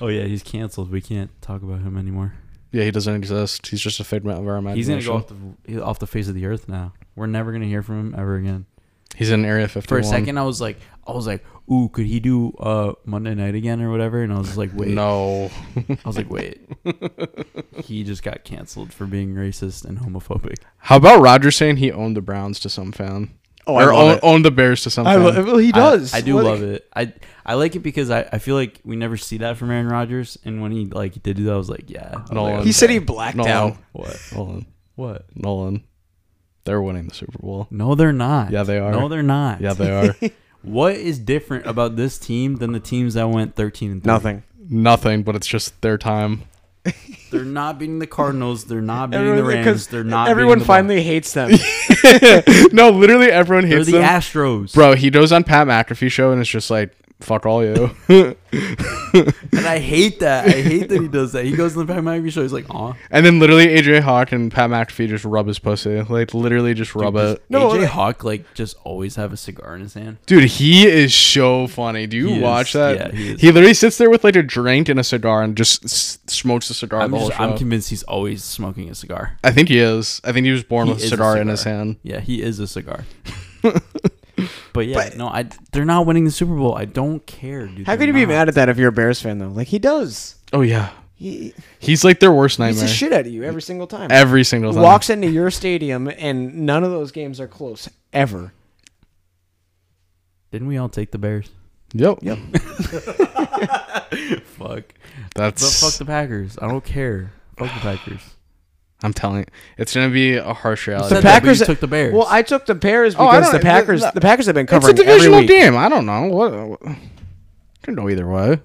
[SPEAKER 2] Oh yeah, he's canceled. We can't talk about him anymore.
[SPEAKER 3] Yeah, he doesn't exist. He's just a figment of our imagination.
[SPEAKER 2] He's gonna go off the off the face of the earth now. We're never gonna hear from him ever again.
[SPEAKER 3] He's in Area 51.
[SPEAKER 2] For a second, I was like, I was like, ooh, could he do uh Monday night again or whatever? And I
[SPEAKER 3] (laughs)
[SPEAKER 2] was like, wait,
[SPEAKER 3] No.
[SPEAKER 2] I was like,
[SPEAKER 3] (laughs)
[SPEAKER 2] wait. he just got canceled for being racist and homophobic.
[SPEAKER 3] How about Roger saying he owned the Browns to some fan?
[SPEAKER 4] Oh,
[SPEAKER 3] or own, owned the Bears to some fan?
[SPEAKER 4] well, he does.
[SPEAKER 2] I, I do love it. I I like it because I, I feel like we never see that from Aaron Rodgers. And when he like did do that, I was like, yeah. I was
[SPEAKER 3] Nolan.
[SPEAKER 2] like,
[SPEAKER 4] He said he blacked
[SPEAKER 3] Nolan.
[SPEAKER 4] out.
[SPEAKER 2] what?
[SPEAKER 3] Nolan.
[SPEAKER 2] What?
[SPEAKER 3] Nolan. They're winning the Super Bowl.
[SPEAKER 2] No, they're not.
[SPEAKER 3] Yeah, they are.
[SPEAKER 2] No, they're not.
[SPEAKER 3] Yeah, they are.
[SPEAKER 2] What is different about this team than the teams that went 13 and 3?
[SPEAKER 4] Nothing.
[SPEAKER 3] (laughs) Nothing, but it's just their time.
[SPEAKER 2] They're not beating the Cardinals. They're not beating the Rams.
[SPEAKER 4] because
[SPEAKER 2] They're not. beating
[SPEAKER 4] Everyone
[SPEAKER 2] the
[SPEAKER 4] finally
[SPEAKER 2] (laughs)
[SPEAKER 4] hates them.
[SPEAKER 3] (laughs) no, literally everyone
[SPEAKER 2] Bucs. They're
[SPEAKER 3] hates
[SPEAKER 2] the
[SPEAKER 3] them.
[SPEAKER 2] Astros.
[SPEAKER 3] Bro, he goes on Pat McAfee show and it's just like, fuck all (laughs) you.
[SPEAKER 2] And I hate that. I hate that he does that. He goes in the Pat McAfee show. He's like, aw.
[SPEAKER 3] and then literally AJ Hawk and Pat McAfee just rub his pussy. Like literally just rub
[SPEAKER 2] Does
[SPEAKER 3] it.
[SPEAKER 4] No,
[SPEAKER 2] AJ
[SPEAKER 4] like-
[SPEAKER 2] Hawk like just always have a cigar in his hand.
[SPEAKER 3] Dude, he is so funny. Do you
[SPEAKER 2] He is-
[SPEAKER 3] watch that?
[SPEAKER 2] yeah, he
[SPEAKER 3] he,
[SPEAKER 2] is.
[SPEAKER 3] literally sits there with like a drink and a cigar and just s- smokes the cigar
[SPEAKER 2] I'm,
[SPEAKER 3] the whole
[SPEAKER 2] just, I'm
[SPEAKER 3] show.
[SPEAKER 2] convinced he's always smoking a cigar.
[SPEAKER 3] I think he is. I think he was born
[SPEAKER 2] He
[SPEAKER 3] with
[SPEAKER 2] is
[SPEAKER 3] a
[SPEAKER 2] a
[SPEAKER 3] cigar, in his
[SPEAKER 2] cigar.
[SPEAKER 3] hand.
[SPEAKER 2] Yeah, he is a cigar. but yeah,
[SPEAKER 4] But-
[SPEAKER 2] no, I they're not winning the Super Bowl. I don't care, dude.
[SPEAKER 4] How
[SPEAKER 2] They're
[SPEAKER 4] could you be
[SPEAKER 2] not.
[SPEAKER 4] mad at that if you're a Bears fan though? Like he does.
[SPEAKER 3] Oh yeah,
[SPEAKER 4] He
[SPEAKER 3] he's like their worst
[SPEAKER 4] beats
[SPEAKER 3] nightmare
[SPEAKER 4] the shit out of you every single time.
[SPEAKER 3] every single time.
[SPEAKER 4] Walks into your stadium and none of those games are close ever.
[SPEAKER 2] Didn't we all take the Bears?
[SPEAKER 3] Yep.
[SPEAKER 4] Yep.
[SPEAKER 2] Fuck. But
[SPEAKER 3] (laughs) That's.
[SPEAKER 2] fuck the Packers. I don't care. Fuck the Packers.
[SPEAKER 3] I'm telling you, it's gonna be a harsh reality.
[SPEAKER 2] said
[SPEAKER 4] The
[SPEAKER 2] that, but
[SPEAKER 4] Packers-
[SPEAKER 2] you took the Bears.
[SPEAKER 4] Well, I took the Bears
[SPEAKER 3] Oh, I
[SPEAKER 4] because
[SPEAKER 3] don't-
[SPEAKER 4] the Packers
[SPEAKER 3] the-
[SPEAKER 4] the Packers have been
[SPEAKER 3] it's a
[SPEAKER 4] covering every
[SPEAKER 3] divisional
[SPEAKER 4] week.
[SPEAKER 3] game. I don't know. What, what- Could go either way.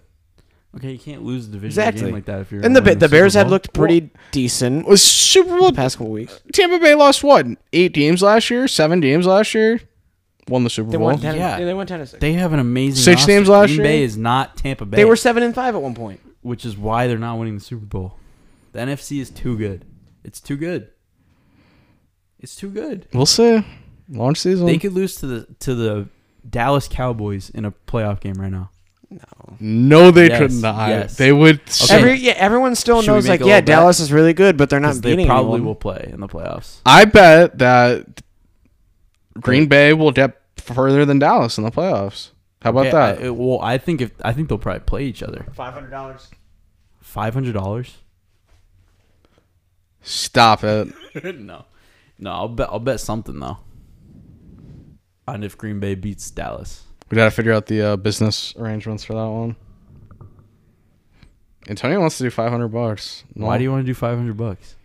[SPEAKER 2] okay, you can't lose a division
[SPEAKER 4] Exactly.
[SPEAKER 2] game like that if you're
[SPEAKER 4] And the
[SPEAKER 2] gonna
[SPEAKER 4] Ba-
[SPEAKER 2] win
[SPEAKER 4] the Bears
[SPEAKER 2] Super
[SPEAKER 4] had
[SPEAKER 2] Bowl.
[SPEAKER 4] looked pretty decent
[SPEAKER 3] Was Super Bowl
[SPEAKER 4] the past couple weeks.
[SPEAKER 3] Tampa Bay lost what eight games last year? Seven games last year. Won the Super
[SPEAKER 4] They
[SPEAKER 3] Bowl.
[SPEAKER 4] won ten.
[SPEAKER 2] yeah.
[SPEAKER 4] Yeah. They won ten. and six.
[SPEAKER 2] They have an amazing
[SPEAKER 3] Six
[SPEAKER 2] roster.
[SPEAKER 3] teams last
[SPEAKER 2] Green
[SPEAKER 3] year?
[SPEAKER 2] Bay is not Tampa Bay.
[SPEAKER 4] They were seven and five at one point.
[SPEAKER 2] which is why they're not winning the Super Bowl. The NFC is too good. It's too good. It's too good.
[SPEAKER 3] We'll see. Launch season.
[SPEAKER 2] They could lose to the to the Dallas Cowboys in a playoff game right now.
[SPEAKER 3] No, they
[SPEAKER 2] Yes,
[SPEAKER 3] could not.
[SPEAKER 2] yes.
[SPEAKER 3] They would.
[SPEAKER 2] Okay.
[SPEAKER 4] Every yeah, everyone still
[SPEAKER 2] Should we
[SPEAKER 4] knows
[SPEAKER 2] make
[SPEAKER 4] like
[SPEAKER 2] a
[SPEAKER 4] yeah,
[SPEAKER 2] little bet?
[SPEAKER 4] Dallas is really good, but they're not
[SPEAKER 2] 'Cause they
[SPEAKER 4] beating
[SPEAKER 2] probably
[SPEAKER 4] anyone.
[SPEAKER 2] will play in the playoffs.
[SPEAKER 3] I bet that Green Bay will get further than Dallas in the playoffs. How about
[SPEAKER 2] Yeah,
[SPEAKER 3] that?
[SPEAKER 2] I, it- well, I think if I think they'll probably play each other.
[SPEAKER 4] Five hundred dollars.
[SPEAKER 2] Five hundred dollars? (laughs)
[SPEAKER 3] Stop it.
[SPEAKER 2] No, no. I'll bet. I'll bet something though. And if Green Bay beats Dallas,
[SPEAKER 3] We gotta figure out the uh, business arrangements for that one. Antonio wants to do five hundred bucks. No.
[SPEAKER 2] why do you want to do five hundred bucks?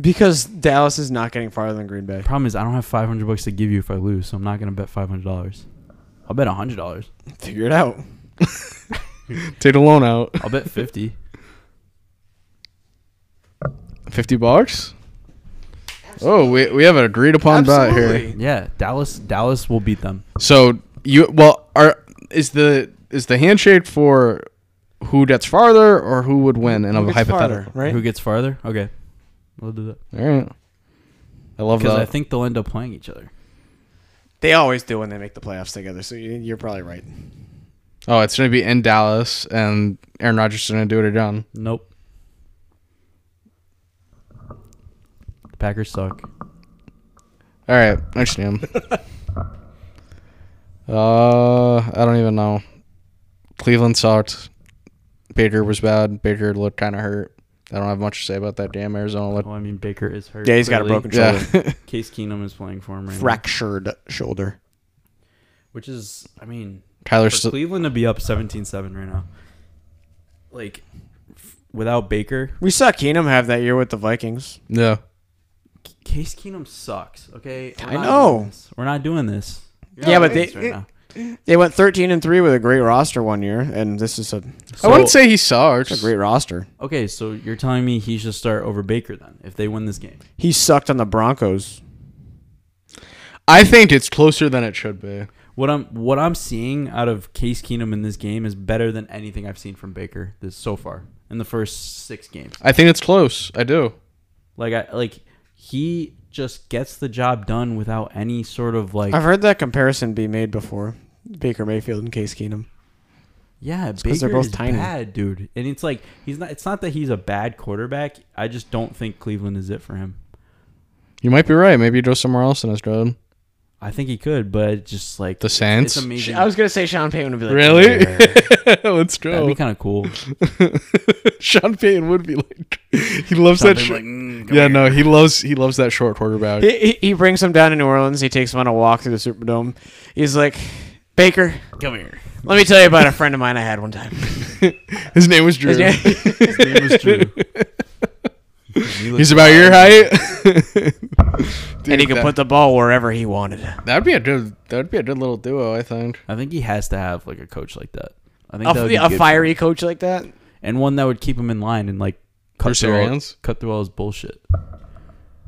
[SPEAKER 4] Because Dallas is not getting farther than Green Bay.
[SPEAKER 2] Problem is, I don't have five hundred bucks to give you if I lose, so I'm not gonna bet five hundred dollars. I'll bet hundred dollars.
[SPEAKER 4] Figure it out.
[SPEAKER 3] take a loan out? (laughs)
[SPEAKER 2] I'll
[SPEAKER 4] (laughs)
[SPEAKER 2] bet fifty.
[SPEAKER 3] Fifty bucks. Oh, we we have an agreed upon bet here.
[SPEAKER 2] yeah, Dallas. Dallas will beat them.
[SPEAKER 3] So you well are is the is the handshake for who gets farther or who would win in
[SPEAKER 4] Who
[SPEAKER 3] a
[SPEAKER 4] gets
[SPEAKER 3] hypothetical?
[SPEAKER 4] farther, right?
[SPEAKER 2] Who gets farther? Okay, we'll do that
[SPEAKER 3] All right. I love
[SPEAKER 2] because
[SPEAKER 3] that.
[SPEAKER 2] I think they'll end up playing each other.
[SPEAKER 4] They always do when they make the playoffs together. So you- you're probably right.
[SPEAKER 3] oh, it's going to be in Dallas, and Aaron Rodgers is going to do it again.
[SPEAKER 2] Nope. The Packers suck.
[SPEAKER 3] All right,
[SPEAKER 2] (laughs)
[SPEAKER 3] next name. uh, I don't even know. Cleveland sucked. Baker was bad. Baker looked kind of hurt. I don't have much to say about that damn Arizona. Look.
[SPEAKER 2] Well, I mean Baker is hurt.
[SPEAKER 4] Yeah, he's got a
[SPEAKER 2] clearly.
[SPEAKER 4] broken shoulder,
[SPEAKER 3] Yeah, (laughs)
[SPEAKER 2] Case Keenum is playing for him right now,
[SPEAKER 4] fractured shoulder.
[SPEAKER 2] which is, I mean,
[SPEAKER 3] Tyler
[SPEAKER 2] For
[SPEAKER 3] still
[SPEAKER 2] Cleveland to be up 17-7 right now, like f- without Baker,
[SPEAKER 4] We saw Keenum have that year with the Vikings.
[SPEAKER 3] yeah.
[SPEAKER 2] C- Case Keenum sucks. Okay, We're
[SPEAKER 4] I
[SPEAKER 2] not
[SPEAKER 4] know.
[SPEAKER 2] doing this. We're not doing this. You're
[SPEAKER 4] Yeah,
[SPEAKER 2] not
[SPEAKER 4] but
[SPEAKER 2] doing
[SPEAKER 4] they-
[SPEAKER 2] this right now.
[SPEAKER 4] They went 13 and 3 with a great roster one year, and this is a,
[SPEAKER 3] I wouldn't
[SPEAKER 2] So-
[SPEAKER 3] say he sucks.
[SPEAKER 4] a great roster.
[SPEAKER 2] Okay, so you're telling me he should start over Baker then if they win this game.
[SPEAKER 4] He sucked on the Broncos.
[SPEAKER 3] I think it's closer than it should be.
[SPEAKER 2] What I'm what I'm seeing out of Case Keenum in this game is better than anything I've seen from Baker this so far in the first six games.
[SPEAKER 3] I think it's close. I do.
[SPEAKER 2] Like I like he just gets the job done without any sort of like
[SPEAKER 4] I've heard that comparison be made before. Baker Mayfield and Case Keenum.
[SPEAKER 2] yeah
[SPEAKER 4] 'cause
[SPEAKER 2] Baker
[SPEAKER 4] they're both
[SPEAKER 2] is
[SPEAKER 4] tiny.
[SPEAKER 2] bad dude, and it's like he's not. It's not that he's a bad quarterback. I just don't think Cleveland is it for him.
[SPEAKER 3] You might be right. Maybe you go somewhere else in his job.
[SPEAKER 2] I think he could, but just like
[SPEAKER 3] The
[SPEAKER 2] it's
[SPEAKER 3] Saints.
[SPEAKER 2] amazing.
[SPEAKER 4] I was going to say Sean Payton would be like,
[SPEAKER 3] Really? (laughs) Let's
[SPEAKER 2] That'd
[SPEAKER 3] go.
[SPEAKER 2] be kind of cool.
[SPEAKER 3] (laughs) Sean Payton would be like, (laughs) he loves that.
[SPEAKER 2] Something
[SPEAKER 3] short-
[SPEAKER 2] like, "Mm, come
[SPEAKER 3] yeah,
[SPEAKER 2] here."
[SPEAKER 3] no, he loves he loves that short quarterback.
[SPEAKER 4] (laughs) He, he, he brings him down to New Orleans. He takes him on a walk through the Superdome. He's like, Baker,
[SPEAKER 2] Come
[SPEAKER 4] (laughs)
[SPEAKER 2] here.
[SPEAKER 4] let me tell you about a friend of mine I had one time. (laughs)
[SPEAKER 3] His name was Drew.
[SPEAKER 2] His name was Drew. He looks
[SPEAKER 3] He's about your height.
[SPEAKER 4] and he could
[SPEAKER 3] that-
[SPEAKER 4] put the ball wherever he wanted.
[SPEAKER 3] (laughs) That'd be a good. That'd be a good little duo, I think.
[SPEAKER 2] I think he has to have like a coach like that. I think that would be
[SPEAKER 4] A, a
[SPEAKER 2] good for
[SPEAKER 4] fiery coach like that.
[SPEAKER 2] him. and one that would keep him in line and like cut
[SPEAKER 3] Bruce
[SPEAKER 2] through all,
[SPEAKER 3] Arians?
[SPEAKER 2] cut through all his bullshit.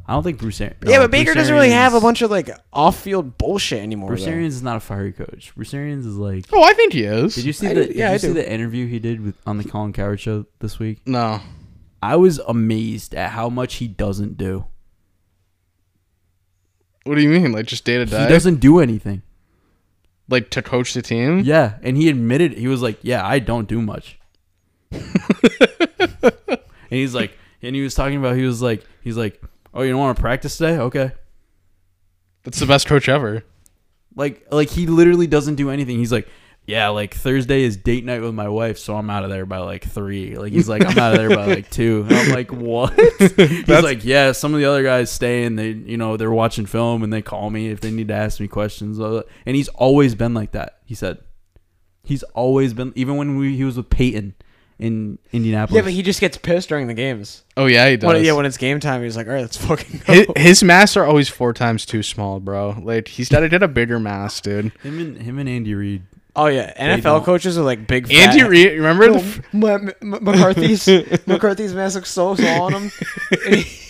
[SPEAKER 2] I don't think Bruce Arians.
[SPEAKER 4] yeah, but Baker doesn't really have a bunch of like off-field bullshit anymore.
[SPEAKER 2] Bruce
[SPEAKER 4] though.
[SPEAKER 2] Arians is not a fiery coach. Bruce Arians is like.
[SPEAKER 3] Oh, I think he is.
[SPEAKER 2] Did you see
[SPEAKER 4] I
[SPEAKER 2] the
[SPEAKER 4] do-
[SPEAKER 2] did
[SPEAKER 4] yeah,
[SPEAKER 2] you
[SPEAKER 4] I
[SPEAKER 2] see
[SPEAKER 4] do.
[SPEAKER 2] the interview he did with on the Colin Coward show this week?
[SPEAKER 3] No.
[SPEAKER 2] I was amazed at how much he doesn't do.
[SPEAKER 3] What do you mean? Like just day to
[SPEAKER 2] He
[SPEAKER 3] day?
[SPEAKER 2] doesn't do anything.
[SPEAKER 3] Like to coach the team?
[SPEAKER 2] Yeah, and he admitted he was like, "Yeah, I don't do much." and he's like, and he was talking about he was like, he's like, "Oh, you don't want to practice today? Okay."
[SPEAKER 3] That's the best coach ever.
[SPEAKER 2] Like, like he literally doesn't do anything. He's like, "Yeah, like Thursday is date night with my wife, so I'm out of there by like three. Like he's like, I'm out of there by like two. And I'm like, what? he's like, yeah, some of the other guys stay and they, you know, they're watching film and they call me if they need to ask me questions. blah, blah. And he's always been like that. He said, he's always been even when we, he was with Peyton in Indianapolis.
[SPEAKER 4] Yeah, but he just gets pissed during the games.
[SPEAKER 3] Oh yeah, he does.
[SPEAKER 4] When, yeah, when it's game time, he's like, all right,
[SPEAKER 2] (laughs)
[SPEAKER 4] let's fucking go.
[SPEAKER 3] his, his masks are always four times too small, bro. Like he's gotta get a bigger mask, (laughs) dude.
[SPEAKER 2] him and him and Andy Reid.
[SPEAKER 4] oh yeah,
[SPEAKER 2] don't.
[SPEAKER 4] NFL coaches are like big. Fat.
[SPEAKER 3] Andy
[SPEAKER 4] (laughs)
[SPEAKER 3] Reid, remember? The f-
[SPEAKER 4] Ma- Ma- Ma-
[SPEAKER 2] (laughs)
[SPEAKER 4] McCarthy's McCarthy's mask looks so small on him. And he-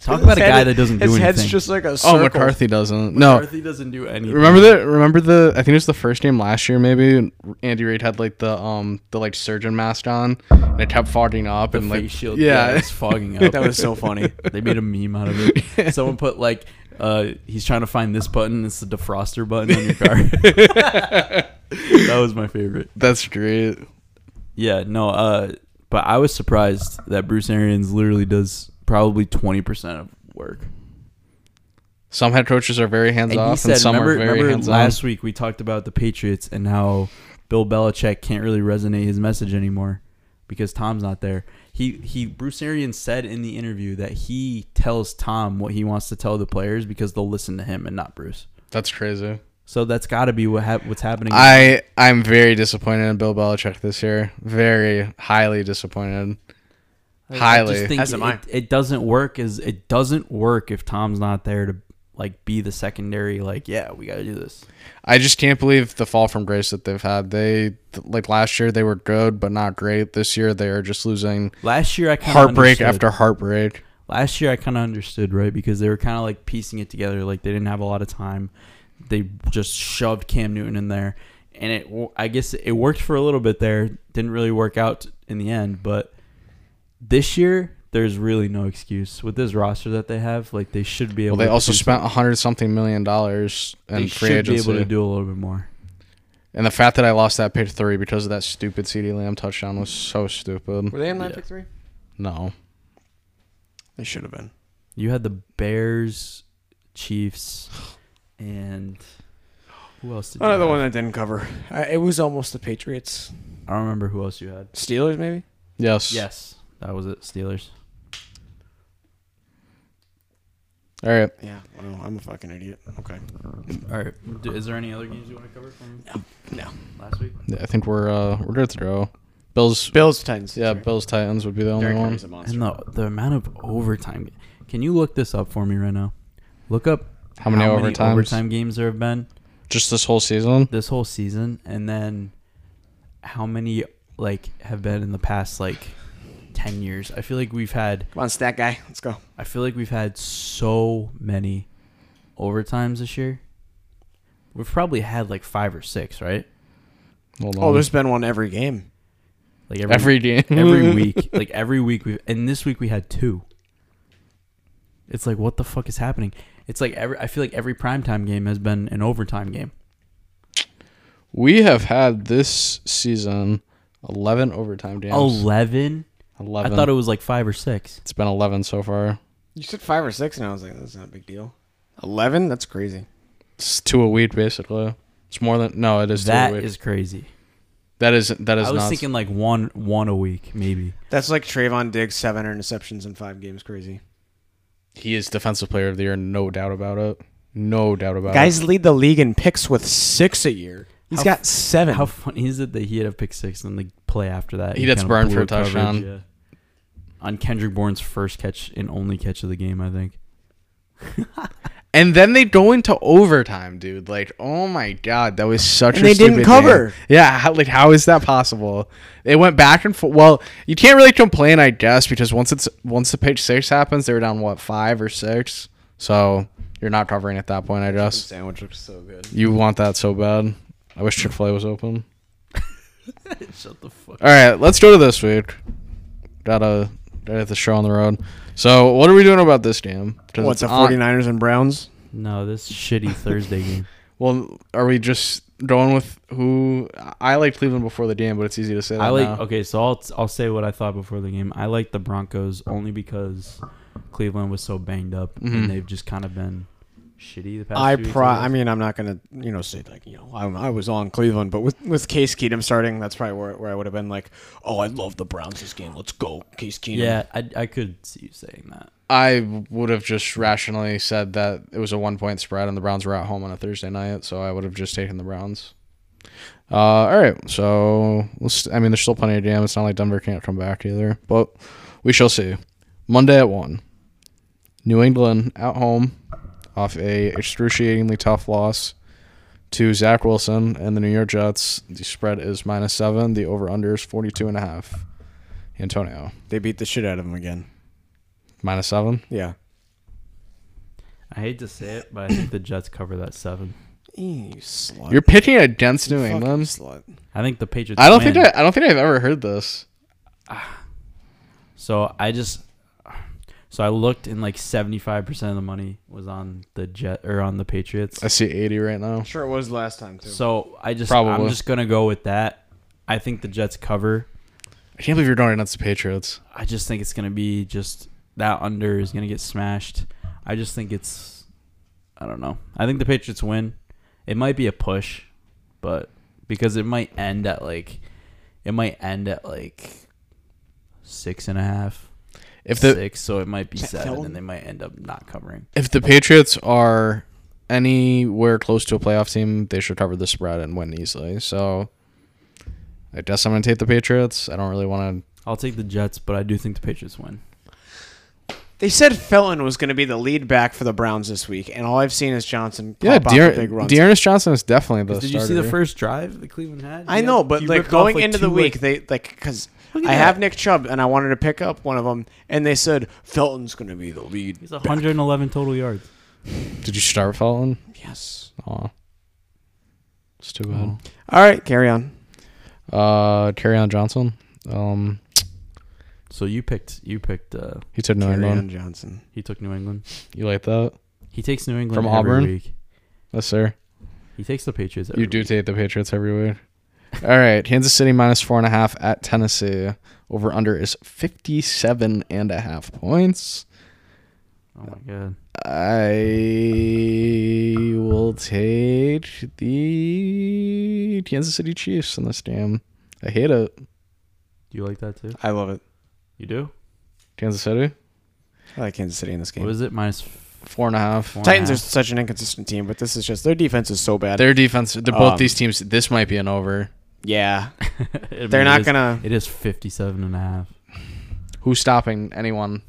[SPEAKER 2] Talk
[SPEAKER 4] his
[SPEAKER 2] about a
[SPEAKER 4] head-
[SPEAKER 2] guy that doesn't do
[SPEAKER 4] his
[SPEAKER 2] anything.
[SPEAKER 4] head's just like a circle.
[SPEAKER 3] oh, McCarthy doesn't. No,
[SPEAKER 2] McCarthy doesn't do anything.
[SPEAKER 3] remember the remember the? I think it was the first game last year. Maybe Andy Reid had like the um the like surgeon mask on, and it kept fogging up
[SPEAKER 2] the
[SPEAKER 3] and
[SPEAKER 2] face
[SPEAKER 3] like
[SPEAKER 2] shield?
[SPEAKER 3] yeah.
[SPEAKER 2] it's fogging up.
[SPEAKER 4] (laughs) That was so funny.
[SPEAKER 2] They made a meme out of
[SPEAKER 4] (laughs)
[SPEAKER 2] it. Someone put like, uh, he's trying to find this button. It's the defroster button on your car. that
[SPEAKER 4] (laughs)
[SPEAKER 2] was my favorite.
[SPEAKER 3] (laughs) That's great.
[SPEAKER 2] Yeah, no. Uh, but I was surprised that Bruce Arians literally does probably twenty percent of work.
[SPEAKER 3] Some head coaches are very
[SPEAKER 2] And
[SPEAKER 3] hands
[SPEAKER 2] he
[SPEAKER 3] off,
[SPEAKER 2] said,
[SPEAKER 3] and some
[SPEAKER 2] remember,
[SPEAKER 3] are very
[SPEAKER 2] remember
[SPEAKER 3] hands on.
[SPEAKER 2] last week we talked about the Patriots and how Bill Belichick can't really resonate his message anymore because Tom's not there. He he Bruce Arians said in the interview that he tells Tom what he wants to tell the players because they'll listen to him and not Bruce.
[SPEAKER 3] That's crazy.
[SPEAKER 2] So that's got to be what hap what's happening.
[SPEAKER 3] I I'm very disappointed in Bill Belichick this year. Very highly disappointed.
[SPEAKER 2] I- I
[SPEAKER 3] highly.
[SPEAKER 2] just think
[SPEAKER 4] As am I.
[SPEAKER 2] it, it doesn't work as it doesn't work if Tom's not there to like be the secondary like yeah, we got to do this.
[SPEAKER 3] I just can't believe the fall from grace that they've had. They th- like last year they were good but not great. This year they are just losing
[SPEAKER 2] Last year I kind of
[SPEAKER 3] heartbreak after heartbreak.
[SPEAKER 2] last year I kind of understood, right? Because they were kind of like piecing it together. Like they didn't have a lot of time. They just shoved Cam Newton in there, and it. w- I guess it worked for a little bit there. Didn't really work out in the end, but this year there's really no excuse with this roster that they have. Like they should be able.
[SPEAKER 3] Well, they
[SPEAKER 2] to
[SPEAKER 3] also
[SPEAKER 2] do
[SPEAKER 3] spent a hundred something million dollars
[SPEAKER 2] some- They
[SPEAKER 3] in free
[SPEAKER 2] should be
[SPEAKER 3] agency.
[SPEAKER 2] able to do a little bit more.
[SPEAKER 3] and the fact that I lost that pick three because of that stupid CD Lamb touchdown was so stupid.
[SPEAKER 4] Were they in my
[SPEAKER 2] Yeah.
[SPEAKER 4] pick three?
[SPEAKER 3] No,
[SPEAKER 4] They should have been.
[SPEAKER 2] You had the Bears, Chiefs, and who else did you?
[SPEAKER 4] Another
[SPEAKER 2] have?
[SPEAKER 4] Oh, one that didn't cover. I, it was almost the Patriots,
[SPEAKER 2] I don't remember who else you had.
[SPEAKER 4] Steelers maybe.
[SPEAKER 3] yes,
[SPEAKER 2] Yes, that was it. Steelers.
[SPEAKER 3] All right.
[SPEAKER 4] Yeah, well, I'm a fucking idiot. Okay.
[SPEAKER 2] All right. D- Is there any other games you want to cover from
[SPEAKER 4] No.
[SPEAKER 2] last week?
[SPEAKER 3] Yeah, I think we're uh we're good to go. Bills.
[SPEAKER 4] Bills Titans.
[SPEAKER 3] Yeah, Bills Titans would be the only
[SPEAKER 4] Derrick
[SPEAKER 3] one.
[SPEAKER 4] Henry's a monster.
[SPEAKER 2] And the the amount of overtime. Can you look this up for me right now? Look up
[SPEAKER 3] How many overtimes?
[SPEAKER 2] overtime games there have been
[SPEAKER 3] Just this whole season.
[SPEAKER 2] this whole season, and then how many like have been in the past like ten years. I feel like we've had
[SPEAKER 4] Come on, stat guy. Let's go.
[SPEAKER 2] I feel like we've had so many overtimes this year. We've probably had like five or six, right?
[SPEAKER 3] Hold
[SPEAKER 4] Oh,
[SPEAKER 3] on.
[SPEAKER 4] there's been one every game.
[SPEAKER 2] Like
[SPEAKER 3] every game.
[SPEAKER 2] (laughs) every week, like every week we and this week we had two. It's like what the fuck is happening? It's like every I feel like every primetime game has been an overtime game.
[SPEAKER 3] (laughs) We have had this season eleven overtime games.
[SPEAKER 2] 11? Oh, I
[SPEAKER 3] eleven.
[SPEAKER 2] thought it was like 5 or 6.
[SPEAKER 3] it's been eleven so far.
[SPEAKER 4] You said five or six, and I was like, that's not a big deal. Eleven? That's crazy.
[SPEAKER 3] It's two a week basically. It's more than no, it is
[SPEAKER 2] That
[SPEAKER 3] two a week.
[SPEAKER 2] is crazy.
[SPEAKER 3] that is that is
[SPEAKER 2] I was
[SPEAKER 3] not
[SPEAKER 2] thinking like one one a week maybe.
[SPEAKER 4] That's like Trayvon Diggs seven interceptions in five games. Crazy.
[SPEAKER 3] he is defensive player of the year, no doubt about it. No doubt about it.
[SPEAKER 4] Guys lead the league in picks with six a year. Uh, He's
[SPEAKER 2] How-
[SPEAKER 4] got seven.
[SPEAKER 2] How funny is it that he had a pick 6 and the play after that
[SPEAKER 3] He gets
[SPEAKER 2] kinda
[SPEAKER 3] burned
[SPEAKER 2] blew
[SPEAKER 3] for a
[SPEAKER 2] coverage,
[SPEAKER 3] touchdown.
[SPEAKER 2] yeah. On Kendrick Bourne's first catch and only catch of the game, I think.
[SPEAKER 3] And then they go into overtime, dude. Like, oh my god, that was such.
[SPEAKER 4] And
[SPEAKER 3] a
[SPEAKER 4] they didn't
[SPEAKER 3] stupid
[SPEAKER 4] cover.
[SPEAKER 3] game. Yeah, how, like how is that possible? They went back and forth. Well, you can't really complain, I guess, because once it's once the page six happens, they were down what five or six. So you're not covering at that point, I guess.
[SPEAKER 4] sandwich looks so good.
[SPEAKER 3] You want that so bad. I wish Chick Fil A was open.
[SPEAKER 2] Shut the fuck
[SPEAKER 3] All right, let's go to this week. Gotta gotta get the show on the road. So what are we doing about this game? 'Cause
[SPEAKER 4] What's
[SPEAKER 3] it's
[SPEAKER 4] the
[SPEAKER 3] on-
[SPEAKER 4] 49ers and Browns?
[SPEAKER 2] No, this shitty Thursday game.
[SPEAKER 3] Well, are we just going with who? I like Cleveland before the game, but it's easy to say that
[SPEAKER 2] I like
[SPEAKER 3] now.
[SPEAKER 2] okay, so I'll I'll say what I thought before the game. I like the Broncos only because Cleveland was so banged up
[SPEAKER 3] Mhm.
[SPEAKER 2] and they've just kind of been shitty the past.
[SPEAKER 4] I
[SPEAKER 2] few weeks,
[SPEAKER 4] pro.
[SPEAKER 2] guess.
[SPEAKER 4] I mean, I'm not gonna, you know, say like, you know, I'm, I was on Cleveland, but with with Case Keenum starting, that's probably where, where I would have been like, oh, I love the Browns this game. Let's go, Case Keenum.
[SPEAKER 2] yeah, I I could see you saying that.
[SPEAKER 3] I would have just rationally said that it was a one point spread and the Browns were at home on a Thursday night, so I would have just taken the Browns. Uh, all right, so let's. I mean, there's still plenty of jam. It's not like Denver can't come back either, but we shall see. Monday at one, New England at home, off a excruciatingly tough loss to Zach Wilson and the New York Jets. The spread is minus seven. The over under is forty two and a half. Antonio
[SPEAKER 4] they beat the shit out of him again.
[SPEAKER 3] minus seven.
[SPEAKER 4] Yeah.
[SPEAKER 2] I hate to say it, but I think the Jets cover that seven.
[SPEAKER 4] You slut.
[SPEAKER 3] You're picking against New
[SPEAKER 4] Fucking
[SPEAKER 3] England.
[SPEAKER 4] slut.
[SPEAKER 2] I think the Patriots.
[SPEAKER 3] I don't
[SPEAKER 2] win.
[SPEAKER 3] think I, I don't think I've ever heard this.
[SPEAKER 2] So I just so I looked and like seventy five percent of the money was on the Jet or on the Patriots.
[SPEAKER 3] I see 80 right now.
[SPEAKER 4] Sure, it was last time too.
[SPEAKER 2] So I just
[SPEAKER 3] Probably.
[SPEAKER 2] I'm just gonna go with that. I think the Jets cover.
[SPEAKER 3] I can't believe you're going against the Patriots.
[SPEAKER 2] I just think it's gonna be just that under is gonna get smashed. I just think it's I don't know. I think the Patriots win. It might be a push, but because it might end at like it might end at like six and a half.
[SPEAKER 3] If the
[SPEAKER 2] six, so it might be
[SPEAKER 4] Can't
[SPEAKER 2] seven
[SPEAKER 4] tell.
[SPEAKER 2] and they might end up not covering.
[SPEAKER 3] if the Patriots are anywhere close to a playoff team, they should cover the spread and win easily. So I guess I'm gonna take the Patriots. I don't really want to.
[SPEAKER 2] I'll take the Jets, but I do think the Patriots win.
[SPEAKER 4] They said Felton was going to be the lead back for the Browns this week, and all I've seen is Johnson.
[SPEAKER 3] Yeah,
[SPEAKER 4] pop off with
[SPEAKER 3] Dear,
[SPEAKER 4] big runs.
[SPEAKER 3] Dearness Johnson is definitely the.
[SPEAKER 2] Did you see the
[SPEAKER 3] starter.
[SPEAKER 2] first drive that Cleveland had?
[SPEAKER 4] I
[SPEAKER 2] He
[SPEAKER 4] know,
[SPEAKER 2] had-
[SPEAKER 4] but
[SPEAKER 2] he
[SPEAKER 4] like
[SPEAKER 2] ripped off,
[SPEAKER 4] going into the
[SPEAKER 2] two,
[SPEAKER 4] week,
[SPEAKER 2] like-
[SPEAKER 4] they like because
[SPEAKER 2] Look at
[SPEAKER 4] I
[SPEAKER 2] that.
[SPEAKER 4] have Nick Chubb and I wanted to pick up one of them, and they said Felton's going to be the lead.
[SPEAKER 2] he's 111 total yards.
[SPEAKER 3] Did you start Felton?
[SPEAKER 4] Yes.
[SPEAKER 3] Aw. It's too bad.
[SPEAKER 2] Oh.
[SPEAKER 4] All right, carry on.
[SPEAKER 3] Uh, carry on Johnson. Um,
[SPEAKER 2] So you picked you picked uh
[SPEAKER 3] he took New
[SPEAKER 4] carry
[SPEAKER 3] England.
[SPEAKER 4] on Johnson.
[SPEAKER 2] he took New England.
[SPEAKER 3] You like that?
[SPEAKER 2] He takes New England
[SPEAKER 3] From
[SPEAKER 2] every
[SPEAKER 3] Auburn?
[SPEAKER 2] week.
[SPEAKER 3] Yes, sir.
[SPEAKER 2] He takes the Patriots. Every
[SPEAKER 3] You do
[SPEAKER 2] week.
[SPEAKER 3] take the Patriots every week. All right, Kansas City minus four and a half at Tennessee. Over under is 57 and a half points.
[SPEAKER 2] Oh my god.
[SPEAKER 3] I will take the Kansas City Chiefs in this game. I hate it.
[SPEAKER 2] Do you like that too?
[SPEAKER 4] I love it.
[SPEAKER 2] You do.
[SPEAKER 3] Kansas City?
[SPEAKER 4] I like Kansas City in this game.
[SPEAKER 2] What is it? Minus
[SPEAKER 3] four and a half.
[SPEAKER 2] Four and a
[SPEAKER 4] Titans are
[SPEAKER 2] half.
[SPEAKER 4] such an inconsistent team, but this is just their defense is so bad.
[SPEAKER 3] Their defense. They're both
[SPEAKER 4] Um,
[SPEAKER 3] these teams. This might be an over. (laughs)
[SPEAKER 4] yeah,
[SPEAKER 2] (laughs) I mean,
[SPEAKER 4] they're
[SPEAKER 2] it
[SPEAKER 4] not
[SPEAKER 2] is-
[SPEAKER 4] gonna.
[SPEAKER 2] It is 57 and a half.
[SPEAKER 3] Who's stopping anyone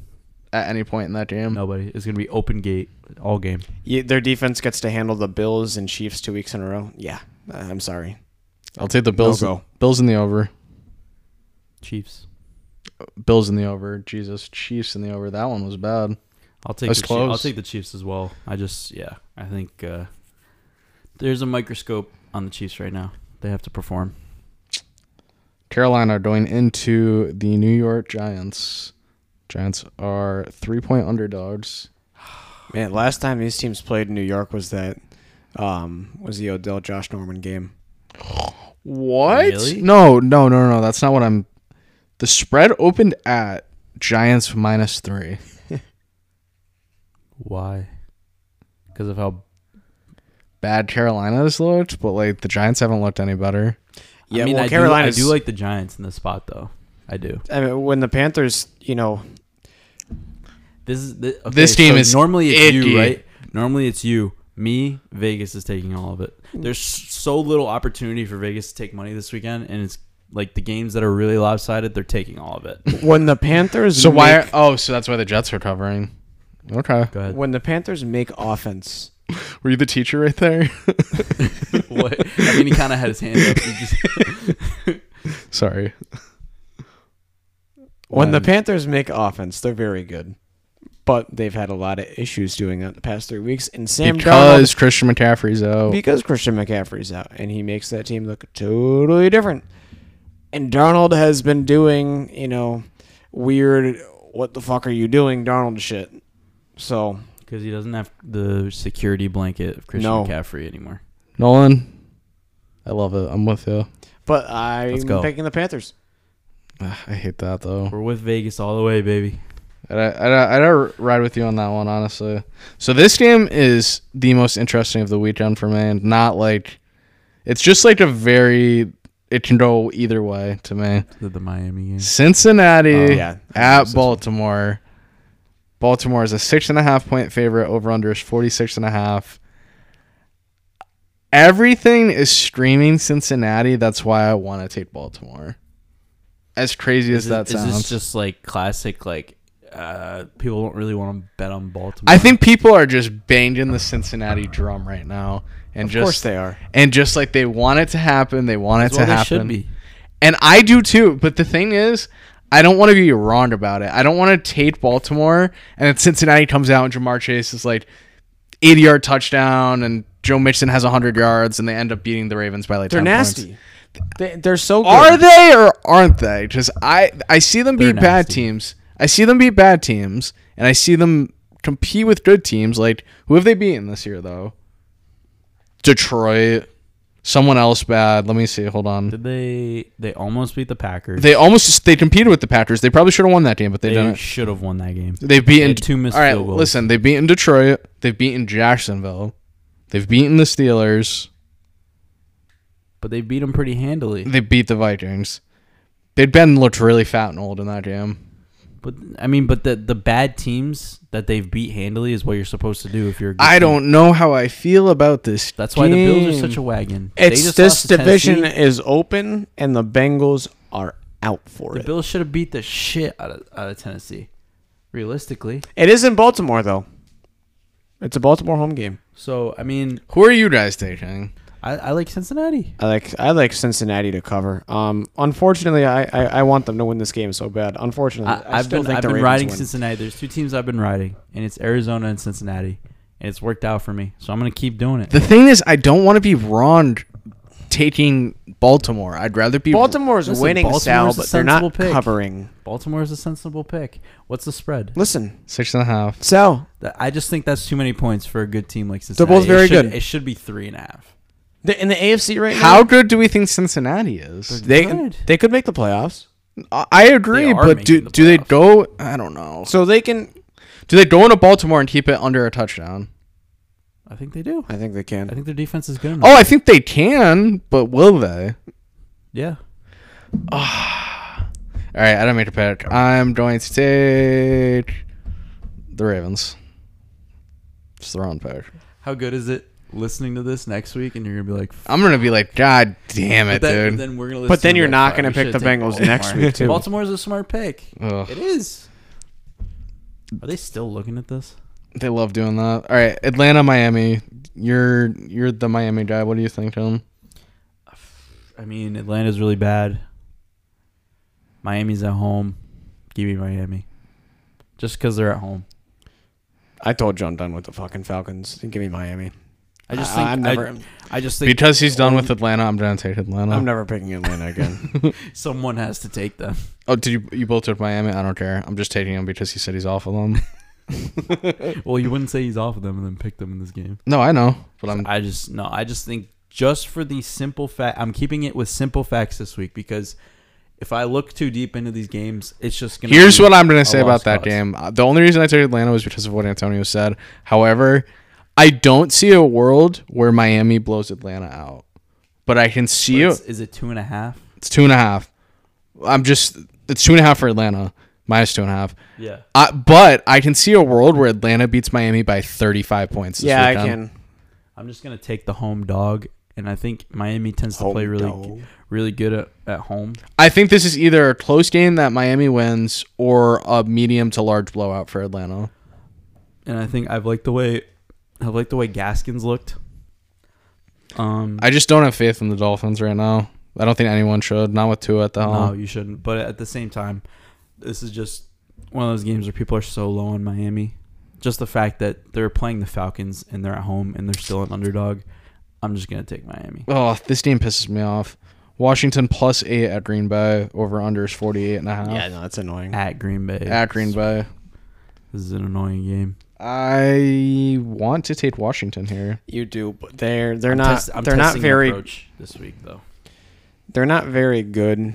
[SPEAKER 3] at any point in that game?
[SPEAKER 2] Nobody. It's going to be open gate all game.
[SPEAKER 4] Yeah, their defense gets to handle the Bills and Chiefs two weeks in a row. Yeah, uh, I'm sorry.
[SPEAKER 3] I'll take the Bills.
[SPEAKER 4] No go.
[SPEAKER 3] Bills in the over.
[SPEAKER 2] Chiefs.
[SPEAKER 3] Bills in the over. Jesus, Chiefs in the over. That one was bad.
[SPEAKER 2] I'll take
[SPEAKER 3] That's
[SPEAKER 2] the Chiefs. I'll
[SPEAKER 3] close.
[SPEAKER 2] take the Chiefs as well. I just yeah, I think uh, there's a microscope on the Chiefs right now. They have to perform.
[SPEAKER 3] Carolina are going into the New York Giants. Giants are three point underdogs.
[SPEAKER 4] Man, last time these teams played in New York was that um, was the Odell Josh Norman game.
[SPEAKER 3] What?
[SPEAKER 2] Really?
[SPEAKER 3] No, no, no, no. That's not what I'm. The spread opened at Giants minus three.
[SPEAKER 2] Why? Because of how
[SPEAKER 3] Bad Carolina's looked, but like the Giants haven't looked any better.
[SPEAKER 4] Yeah,
[SPEAKER 2] I mean,
[SPEAKER 4] well,
[SPEAKER 2] I, do, I
[SPEAKER 4] Carolina's-
[SPEAKER 2] do like the Giants in this spot though. I do.
[SPEAKER 4] I mean, when the Panthers, you know, (laughs)
[SPEAKER 2] This is thi- okay,
[SPEAKER 3] This team
[SPEAKER 2] so
[SPEAKER 3] is
[SPEAKER 2] normally it's
[SPEAKER 3] icky.
[SPEAKER 2] you, right? Normally it's you. Me, Vegas is taking all of it. There's so little opportunity for Vegas to take money this weekend, and it's like the games that are really lopsided, they're taking all of
[SPEAKER 3] (laughs)
[SPEAKER 2] it.
[SPEAKER 4] when the Panthers
[SPEAKER 3] So why? Are,
[SPEAKER 4] make-
[SPEAKER 3] oh, so that's why the Jets are covering. Okay.
[SPEAKER 2] Go ahead.
[SPEAKER 4] when the Panthers make offense,
[SPEAKER 3] Were you the teacher right there? (laughs)
[SPEAKER 2] what? (laughs) I mean, he kind of had his hand up. He
[SPEAKER 3] (laughs)
[SPEAKER 2] just-
[SPEAKER 3] Sorry.
[SPEAKER 4] when the
[SPEAKER 2] Um,
[SPEAKER 3] When-
[SPEAKER 4] Panthers make offense, they're very good, but they've had a lot of issues doing that the past three weeks. And Sam
[SPEAKER 3] because Christian McCaffrey's out.
[SPEAKER 2] Oh.
[SPEAKER 4] Darnold, because Christian McCaffrey's out, and he makes that team look totally different. And Darnold has been doing, you know, weird. What the fuck are you doing, Darnold? Shit. So
[SPEAKER 2] Because he doesn't have the security blanket of Christian
[SPEAKER 4] No.
[SPEAKER 2] McCaffrey anymore.
[SPEAKER 3] Nolan, I love it. I'm with you.
[SPEAKER 4] But I'm
[SPEAKER 2] Let's go.
[SPEAKER 4] picking the Panthers.
[SPEAKER 3] Ugh, Ah, I hate that though.
[SPEAKER 2] We're with Vegas all the way, baby.
[SPEAKER 3] I'd, I'd, I'd ride with you on that one, honestly. So this game is the most interesting of the weekend for me, and not like it's just like a very it can go either way to me.
[SPEAKER 2] The, the Miami game.
[SPEAKER 3] Cincinnati
[SPEAKER 2] Oh,
[SPEAKER 4] Uh, yeah.
[SPEAKER 3] at Baltimore. Baltimore is a six and a half point favorite. Over under is 46 and a half. Everything is screaming Cincinnati. That's why I want to take Baltimore. As crazy as
[SPEAKER 2] Is,
[SPEAKER 3] that
[SPEAKER 2] it- is
[SPEAKER 3] sounds.
[SPEAKER 2] this just like classic, like, uh, people don't really want to bet on Baltimore?
[SPEAKER 3] I think people are just banging the Cincinnati drum right now. And
[SPEAKER 4] Of
[SPEAKER 3] just
[SPEAKER 4] course they are.
[SPEAKER 3] and just like they want it to happen, they want
[SPEAKER 2] That's
[SPEAKER 3] it to
[SPEAKER 2] what they
[SPEAKER 3] happen.
[SPEAKER 2] should be.
[SPEAKER 3] And I do too, but the thing is, I don't want to be wrong about it. I don't want to take Baltimore and then Cincinnati comes out and Jamar Chase is like 80 yard touchdown and Joe Mixon has 100 yards and they end up beating the Ravens by like
[SPEAKER 4] They're
[SPEAKER 3] 10 points.
[SPEAKER 4] nasty. They, they're so good.
[SPEAKER 3] Are they or aren't they? Because I, I see them
[SPEAKER 2] They're
[SPEAKER 3] beat bad
[SPEAKER 2] nasty.
[SPEAKER 3] teams. I see them beat bad teams and I see them compete with good teams. Like, who have they beaten this year though? Detroit. Someone else bad. Let me see. Hold on.
[SPEAKER 2] Did they? They almost beat the Packers.
[SPEAKER 3] They almost they competed with the Packers. They probably should have won that game, but they,
[SPEAKER 2] They
[SPEAKER 3] didn't.
[SPEAKER 2] should have won that game.
[SPEAKER 3] They've beaten
[SPEAKER 2] they had two missed
[SPEAKER 3] All right,
[SPEAKER 2] field goals.
[SPEAKER 3] listen. They've beaten Detroit. They've beaten Jacksonville. They've beaten the Steelers.
[SPEAKER 2] But they beat them pretty handily.
[SPEAKER 3] They beat the Vikings. They'd been looked really fat and old in that game.
[SPEAKER 2] But I mean, but the the bad teams that they've beat handily is what you're supposed to do if you're. A good
[SPEAKER 3] I
[SPEAKER 2] team.
[SPEAKER 3] don't know how I feel about this.
[SPEAKER 2] That's why the Bills are
[SPEAKER 3] game.
[SPEAKER 2] such a wagon. They
[SPEAKER 4] It's
[SPEAKER 2] just
[SPEAKER 4] this
[SPEAKER 2] lost to
[SPEAKER 4] division
[SPEAKER 2] Tennessee.
[SPEAKER 4] is open, and the Bengals are out for
[SPEAKER 2] The
[SPEAKER 4] it.
[SPEAKER 2] Bills should have beat the shit out of out of Tennessee. Realistically,
[SPEAKER 4] it is in Baltimore though. It's a Baltimore home game.
[SPEAKER 2] so I mean,
[SPEAKER 3] Who are you guys taking?
[SPEAKER 2] I, I like Cincinnati.
[SPEAKER 4] I like I like Cincinnati to cover. Um, unfortunately, I, I, I want them to win this game so bad. Unfortunately, I,
[SPEAKER 2] I, I've
[SPEAKER 4] still
[SPEAKER 2] been
[SPEAKER 4] think
[SPEAKER 2] I've
[SPEAKER 4] the
[SPEAKER 2] been
[SPEAKER 4] Ravens
[SPEAKER 2] riding
[SPEAKER 4] win.
[SPEAKER 2] Cincinnati. There's two teams I've been riding, and it's Arizona and Cincinnati, and it's worked out for me. So I'm gonna keep doing it.
[SPEAKER 3] The thing is, I don't want to be wrong taking Baltimore. I'd rather be
[SPEAKER 4] Baltimore's
[SPEAKER 2] Listen,
[SPEAKER 4] winning, Sal,
[SPEAKER 2] Baltimore's a
[SPEAKER 4] but they're not
[SPEAKER 2] sensible pick.
[SPEAKER 4] covering.
[SPEAKER 2] Baltimore is a sensible pick. What's the spread?
[SPEAKER 4] Listen,
[SPEAKER 3] six and a half.
[SPEAKER 4] Sal,
[SPEAKER 2] That- I just think that's too many points for a good team like Cincinnati.
[SPEAKER 4] both
[SPEAKER 2] It
[SPEAKER 4] very
[SPEAKER 2] should-
[SPEAKER 4] good.
[SPEAKER 2] It should be three and a half.
[SPEAKER 4] the, in the AFC right
[SPEAKER 3] How
[SPEAKER 4] now,
[SPEAKER 3] good do we think Cincinnati is?
[SPEAKER 4] they
[SPEAKER 2] Good.
[SPEAKER 4] they could make the playoffs,
[SPEAKER 3] I- I agree,
[SPEAKER 2] They are
[SPEAKER 3] but do
[SPEAKER 2] making the
[SPEAKER 3] do they
[SPEAKER 2] playoffs.
[SPEAKER 3] go? I don't know.
[SPEAKER 4] so they can.
[SPEAKER 3] Do they go into Baltimore and keep it under a touchdown?
[SPEAKER 2] I think they do.
[SPEAKER 4] I think they can.
[SPEAKER 2] I think their defense is good enough.
[SPEAKER 3] Oh, I think they can, but will they?
[SPEAKER 2] Yeah.
[SPEAKER 3] All right, I don't make a pick. I'm going to take the Ravens. It's the wrong pick.
[SPEAKER 2] How good is it listening to this next week and you're gonna be like, "F-
[SPEAKER 3] I'm gonna be like, God damn
[SPEAKER 2] but
[SPEAKER 3] it,
[SPEAKER 2] then,
[SPEAKER 3] dude.
[SPEAKER 2] then we're gonna
[SPEAKER 4] But
[SPEAKER 2] listen
[SPEAKER 4] then
[SPEAKER 2] to
[SPEAKER 4] you're
[SPEAKER 2] it,
[SPEAKER 4] not
[SPEAKER 2] "Fuck,
[SPEAKER 4] gonna
[SPEAKER 2] we should
[SPEAKER 4] pick the
[SPEAKER 2] have taken
[SPEAKER 4] Bengals next
[SPEAKER 2] Baltimore."
[SPEAKER 4] week, too.
[SPEAKER 2] Baltimore's a smart pick.
[SPEAKER 3] Ugh.
[SPEAKER 2] It is. Are they still looking at this?
[SPEAKER 3] They love doing that. All right, Atlanta, Miami. You're you're the Miami guy. What do you think, Tom?
[SPEAKER 2] I mean, Atlanta's really bad. Miami's at home. Give me Miami. Just because they're at home.
[SPEAKER 4] I told you I'm done with the fucking Falcons. Give me Miami.
[SPEAKER 2] I just
[SPEAKER 4] I-
[SPEAKER 2] think
[SPEAKER 4] I'm
[SPEAKER 2] I-
[SPEAKER 4] never-
[SPEAKER 2] I, just think
[SPEAKER 3] Because he's done with Atlanta, I'm gonna take Atlanta.
[SPEAKER 4] I'm never picking
[SPEAKER 2] (laughs)
[SPEAKER 4] Atlanta again.
[SPEAKER 2] someone has to take them.
[SPEAKER 3] oh, did you you both took Miami? I don't care. I'm just taking him because he said he's Um, off of (laughs) them.
[SPEAKER 2] (laughs) well, you wouldn't say he's off of them and then pick them in this game.
[SPEAKER 3] no, I know, but I'm
[SPEAKER 2] I just no. I just think just for the simple fact, I'm keeping it with simple facts this week because if I look too deep into these games, it's just gonna.
[SPEAKER 3] Here's
[SPEAKER 2] be
[SPEAKER 3] what I'm going
[SPEAKER 2] a
[SPEAKER 3] to say about
[SPEAKER 2] lost
[SPEAKER 3] that
[SPEAKER 2] cause.
[SPEAKER 3] game. Uh, The only reason I took Atlanta was because of what Antonio said. However, I don't see a world where Miami blows Atlanta out, but I can see
[SPEAKER 2] It's-
[SPEAKER 3] it.
[SPEAKER 2] Is it two and a half?
[SPEAKER 3] It's two and a half. I'm just it's two and a half for Atlanta, minus two and a half.
[SPEAKER 2] Yeah.
[SPEAKER 3] I, but I can see a world where Atlanta beats Miami by 35 points. This
[SPEAKER 4] yeah, I
[SPEAKER 3] weekend.
[SPEAKER 4] can.
[SPEAKER 2] I'm just gonna take the home dog, and I think Miami tends to
[SPEAKER 4] Home
[SPEAKER 2] play really,
[SPEAKER 4] dog.
[SPEAKER 2] really good at, at home.
[SPEAKER 3] I think this is either a close game that Miami wins or a medium to large blowout for Atlanta.
[SPEAKER 2] And I think I've liked the way, I've liked the way Gaskins looked. Um,
[SPEAKER 3] I just don't have faith in the Dolphins right now. I don't think anyone should. Not with Tua at the helm.
[SPEAKER 4] Uh-huh.
[SPEAKER 2] No, you shouldn't. But at the same time, this is just one of those games where people are so low on Miami. Just the fact that they're playing the Falcons and they're at home and they're still an underdog. I'm just gonna take Miami.
[SPEAKER 3] Oh, this game pisses me off. Washington plus eight at Green Bay. Over under is 48 and a half.
[SPEAKER 4] Yeah, no, that's annoying.
[SPEAKER 2] At Green Bay.
[SPEAKER 3] At Green Bay.
[SPEAKER 2] This is an annoying game.
[SPEAKER 3] I want to take Washington here.
[SPEAKER 4] You do, but they're they're
[SPEAKER 2] I'm
[SPEAKER 4] not
[SPEAKER 2] test- I'm
[SPEAKER 4] they're not
[SPEAKER 2] testing your
[SPEAKER 4] very
[SPEAKER 2] approach this week though.
[SPEAKER 4] they're not very good. (laughs)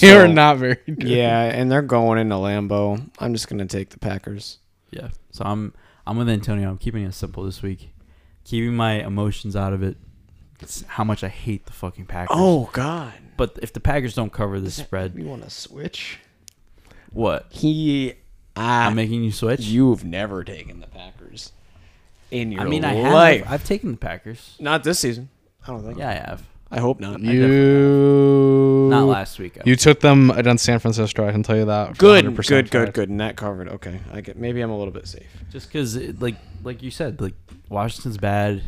[SPEAKER 3] You're
[SPEAKER 4] So-
[SPEAKER 3] not very good.
[SPEAKER 4] Yeah, and they're going into Lambeau. I'm just gonna take the Packers.
[SPEAKER 2] Yeah. So I'm I'm with Antonio. I'm keeping it simple this week. Keeping my emotions out of it. It's how much I hate the fucking Packers.
[SPEAKER 4] Oh. God,
[SPEAKER 2] But if the Packers don't cover the spread,
[SPEAKER 4] You want to switch?
[SPEAKER 2] what?
[SPEAKER 4] He,
[SPEAKER 2] I'm
[SPEAKER 4] I,
[SPEAKER 2] making you switch?
[SPEAKER 4] you've never taken the Packers in your
[SPEAKER 2] I mean, I
[SPEAKER 4] life.
[SPEAKER 2] have. I've taken the Packers.
[SPEAKER 4] Not this season. I don't think.
[SPEAKER 2] Yeah, I have.
[SPEAKER 4] I hope not.
[SPEAKER 3] You.
[SPEAKER 2] Not last week.
[SPEAKER 3] You took them against San Francisco. I can tell you that. for
[SPEAKER 4] Good,
[SPEAKER 3] 100%
[SPEAKER 4] good, good,
[SPEAKER 3] fact.
[SPEAKER 4] good. And that covered. Okay, I get. Maybe I'm a little bit safe.
[SPEAKER 2] Just because, like, like you said, like Washington's bad.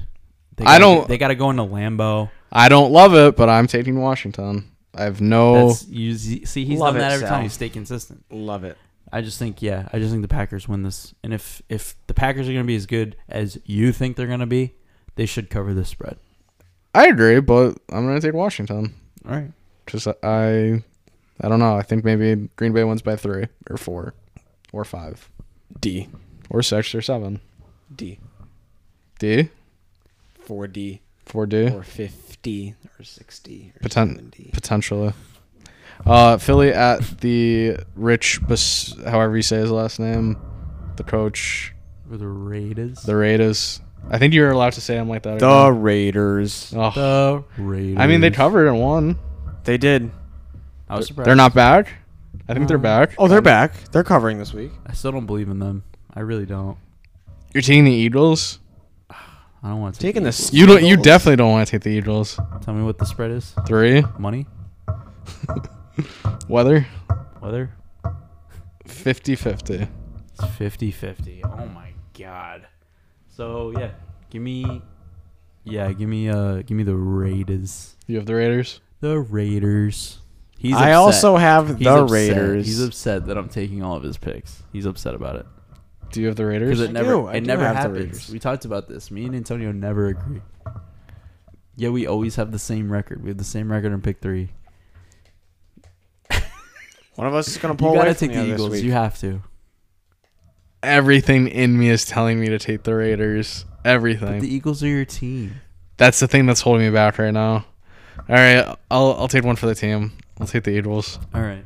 [SPEAKER 2] They
[SPEAKER 3] I
[SPEAKER 2] gotta-
[SPEAKER 3] don't-
[SPEAKER 2] They got to go into Lambeau.
[SPEAKER 3] I don't love it, but I'm taking Washington. I have no.
[SPEAKER 2] That's, you z- see, he's
[SPEAKER 4] Love
[SPEAKER 2] done that
[SPEAKER 4] it,
[SPEAKER 2] every
[SPEAKER 4] Sal.
[SPEAKER 2] time. He stay consistent.
[SPEAKER 4] Love it.
[SPEAKER 2] I just think, yeah, I just think the Packers win this. And if if the Packers are going to be as good as you think they're going to be, they should cover this spread.
[SPEAKER 3] I agree, but I'm going to take Washington.
[SPEAKER 2] All right.
[SPEAKER 3] Just I, I don't know. I think maybe Green Bay wins by three or four, or five,
[SPEAKER 4] D,
[SPEAKER 3] or six or seven.
[SPEAKER 4] D,
[SPEAKER 3] D
[SPEAKER 4] four D,
[SPEAKER 3] four D
[SPEAKER 4] or fifty, or sixty, or
[SPEAKER 3] Potent-
[SPEAKER 2] E
[SPEAKER 4] seventy.
[SPEAKER 3] potentially. Uh, Philly at the Rich, Bus- however you say his last name, the coach,
[SPEAKER 2] For the Raiders.
[SPEAKER 3] the Raiders. I think you're allowed to say him like that.
[SPEAKER 4] The Raiders.
[SPEAKER 3] again. Ugh.
[SPEAKER 2] The Raiders.
[SPEAKER 3] I mean, they covered and won.
[SPEAKER 4] They did.
[SPEAKER 2] I was surprised.
[SPEAKER 3] They're not back. I think they're
[SPEAKER 2] Uh,
[SPEAKER 3] back.
[SPEAKER 4] Oh, they're back. They're covering this week.
[SPEAKER 2] I still don't believe in them. I really don't.
[SPEAKER 3] You're taking the Eagles.
[SPEAKER 2] I don't want to
[SPEAKER 4] Taking this.
[SPEAKER 3] You don't. You definitely don't want to take the Eagles.
[SPEAKER 2] Tell me what the spread is.
[SPEAKER 3] Three
[SPEAKER 2] Money,
[SPEAKER 3] weather
[SPEAKER 2] weather,
[SPEAKER 3] 50-50.
[SPEAKER 2] It's 50 50. Oh my god. So yeah, give me yeah, give me uh give me the Raiders.
[SPEAKER 3] You have the Raiders.
[SPEAKER 2] The Raiders. He's
[SPEAKER 4] I
[SPEAKER 2] upset.
[SPEAKER 4] also have
[SPEAKER 2] He's
[SPEAKER 4] the
[SPEAKER 2] upset.
[SPEAKER 4] Raiders.
[SPEAKER 2] He's upset that I'm taking all of his picks. He's upset about it.
[SPEAKER 3] Do you have the Raiders?
[SPEAKER 2] Because it
[SPEAKER 4] I
[SPEAKER 2] never
[SPEAKER 4] do, I
[SPEAKER 2] it
[SPEAKER 4] do
[SPEAKER 2] never
[SPEAKER 4] have the
[SPEAKER 2] happens.
[SPEAKER 4] Raiders.
[SPEAKER 2] We talked about this. Me and Antonio never agree. Yeah, we always have the same record. We have the same record in pick three.
[SPEAKER 4] One of us is gonna
[SPEAKER 2] You
[SPEAKER 4] pull away
[SPEAKER 2] gotta
[SPEAKER 4] from
[SPEAKER 2] take
[SPEAKER 4] the
[SPEAKER 2] the
[SPEAKER 4] other this
[SPEAKER 2] Eagles.
[SPEAKER 4] week.
[SPEAKER 2] You have to.
[SPEAKER 3] Everything in me is telling me to take the Raiders. Everything.
[SPEAKER 2] But the Eagles are your team.
[SPEAKER 3] that's the thing that's holding me back right now. All right, I'll I'll take one for the team. I'll take the Eagles.
[SPEAKER 2] All right.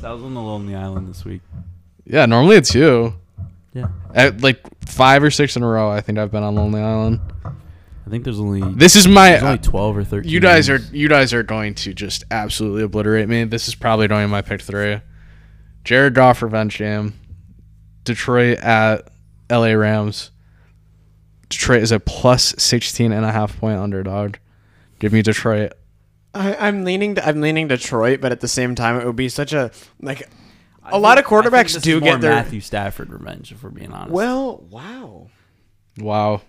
[SPEAKER 2] So I was on the Lonely Island this week.
[SPEAKER 3] Yeah, normally it's you.
[SPEAKER 2] Yeah.
[SPEAKER 3] At like five or six in a row, I think I've been on Lonely Island.
[SPEAKER 2] I think there's only
[SPEAKER 3] This is my. uh,
[SPEAKER 2] There's
[SPEAKER 4] uh,
[SPEAKER 2] only 12 or 13.
[SPEAKER 3] you guys are
[SPEAKER 2] games.
[SPEAKER 3] you guys are going to just absolutely obliterate me. This is probably going my pick three. Jared Goff revenge game. Detroit at L.A. Rams. Detroit is a plus 16 and a half point underdog. Give me Detroit.
[SPEAKER 4] I, I'm leaning. I'm leaning Detroit, but at the same time, it would be such a like. A lot of quarterbacks do get their.
[SPEAKER 2] Matthew Stafford revenge, if we're being honest.
[SPEAKER 4] Well, wow.
[SPEAKER 3] Wow.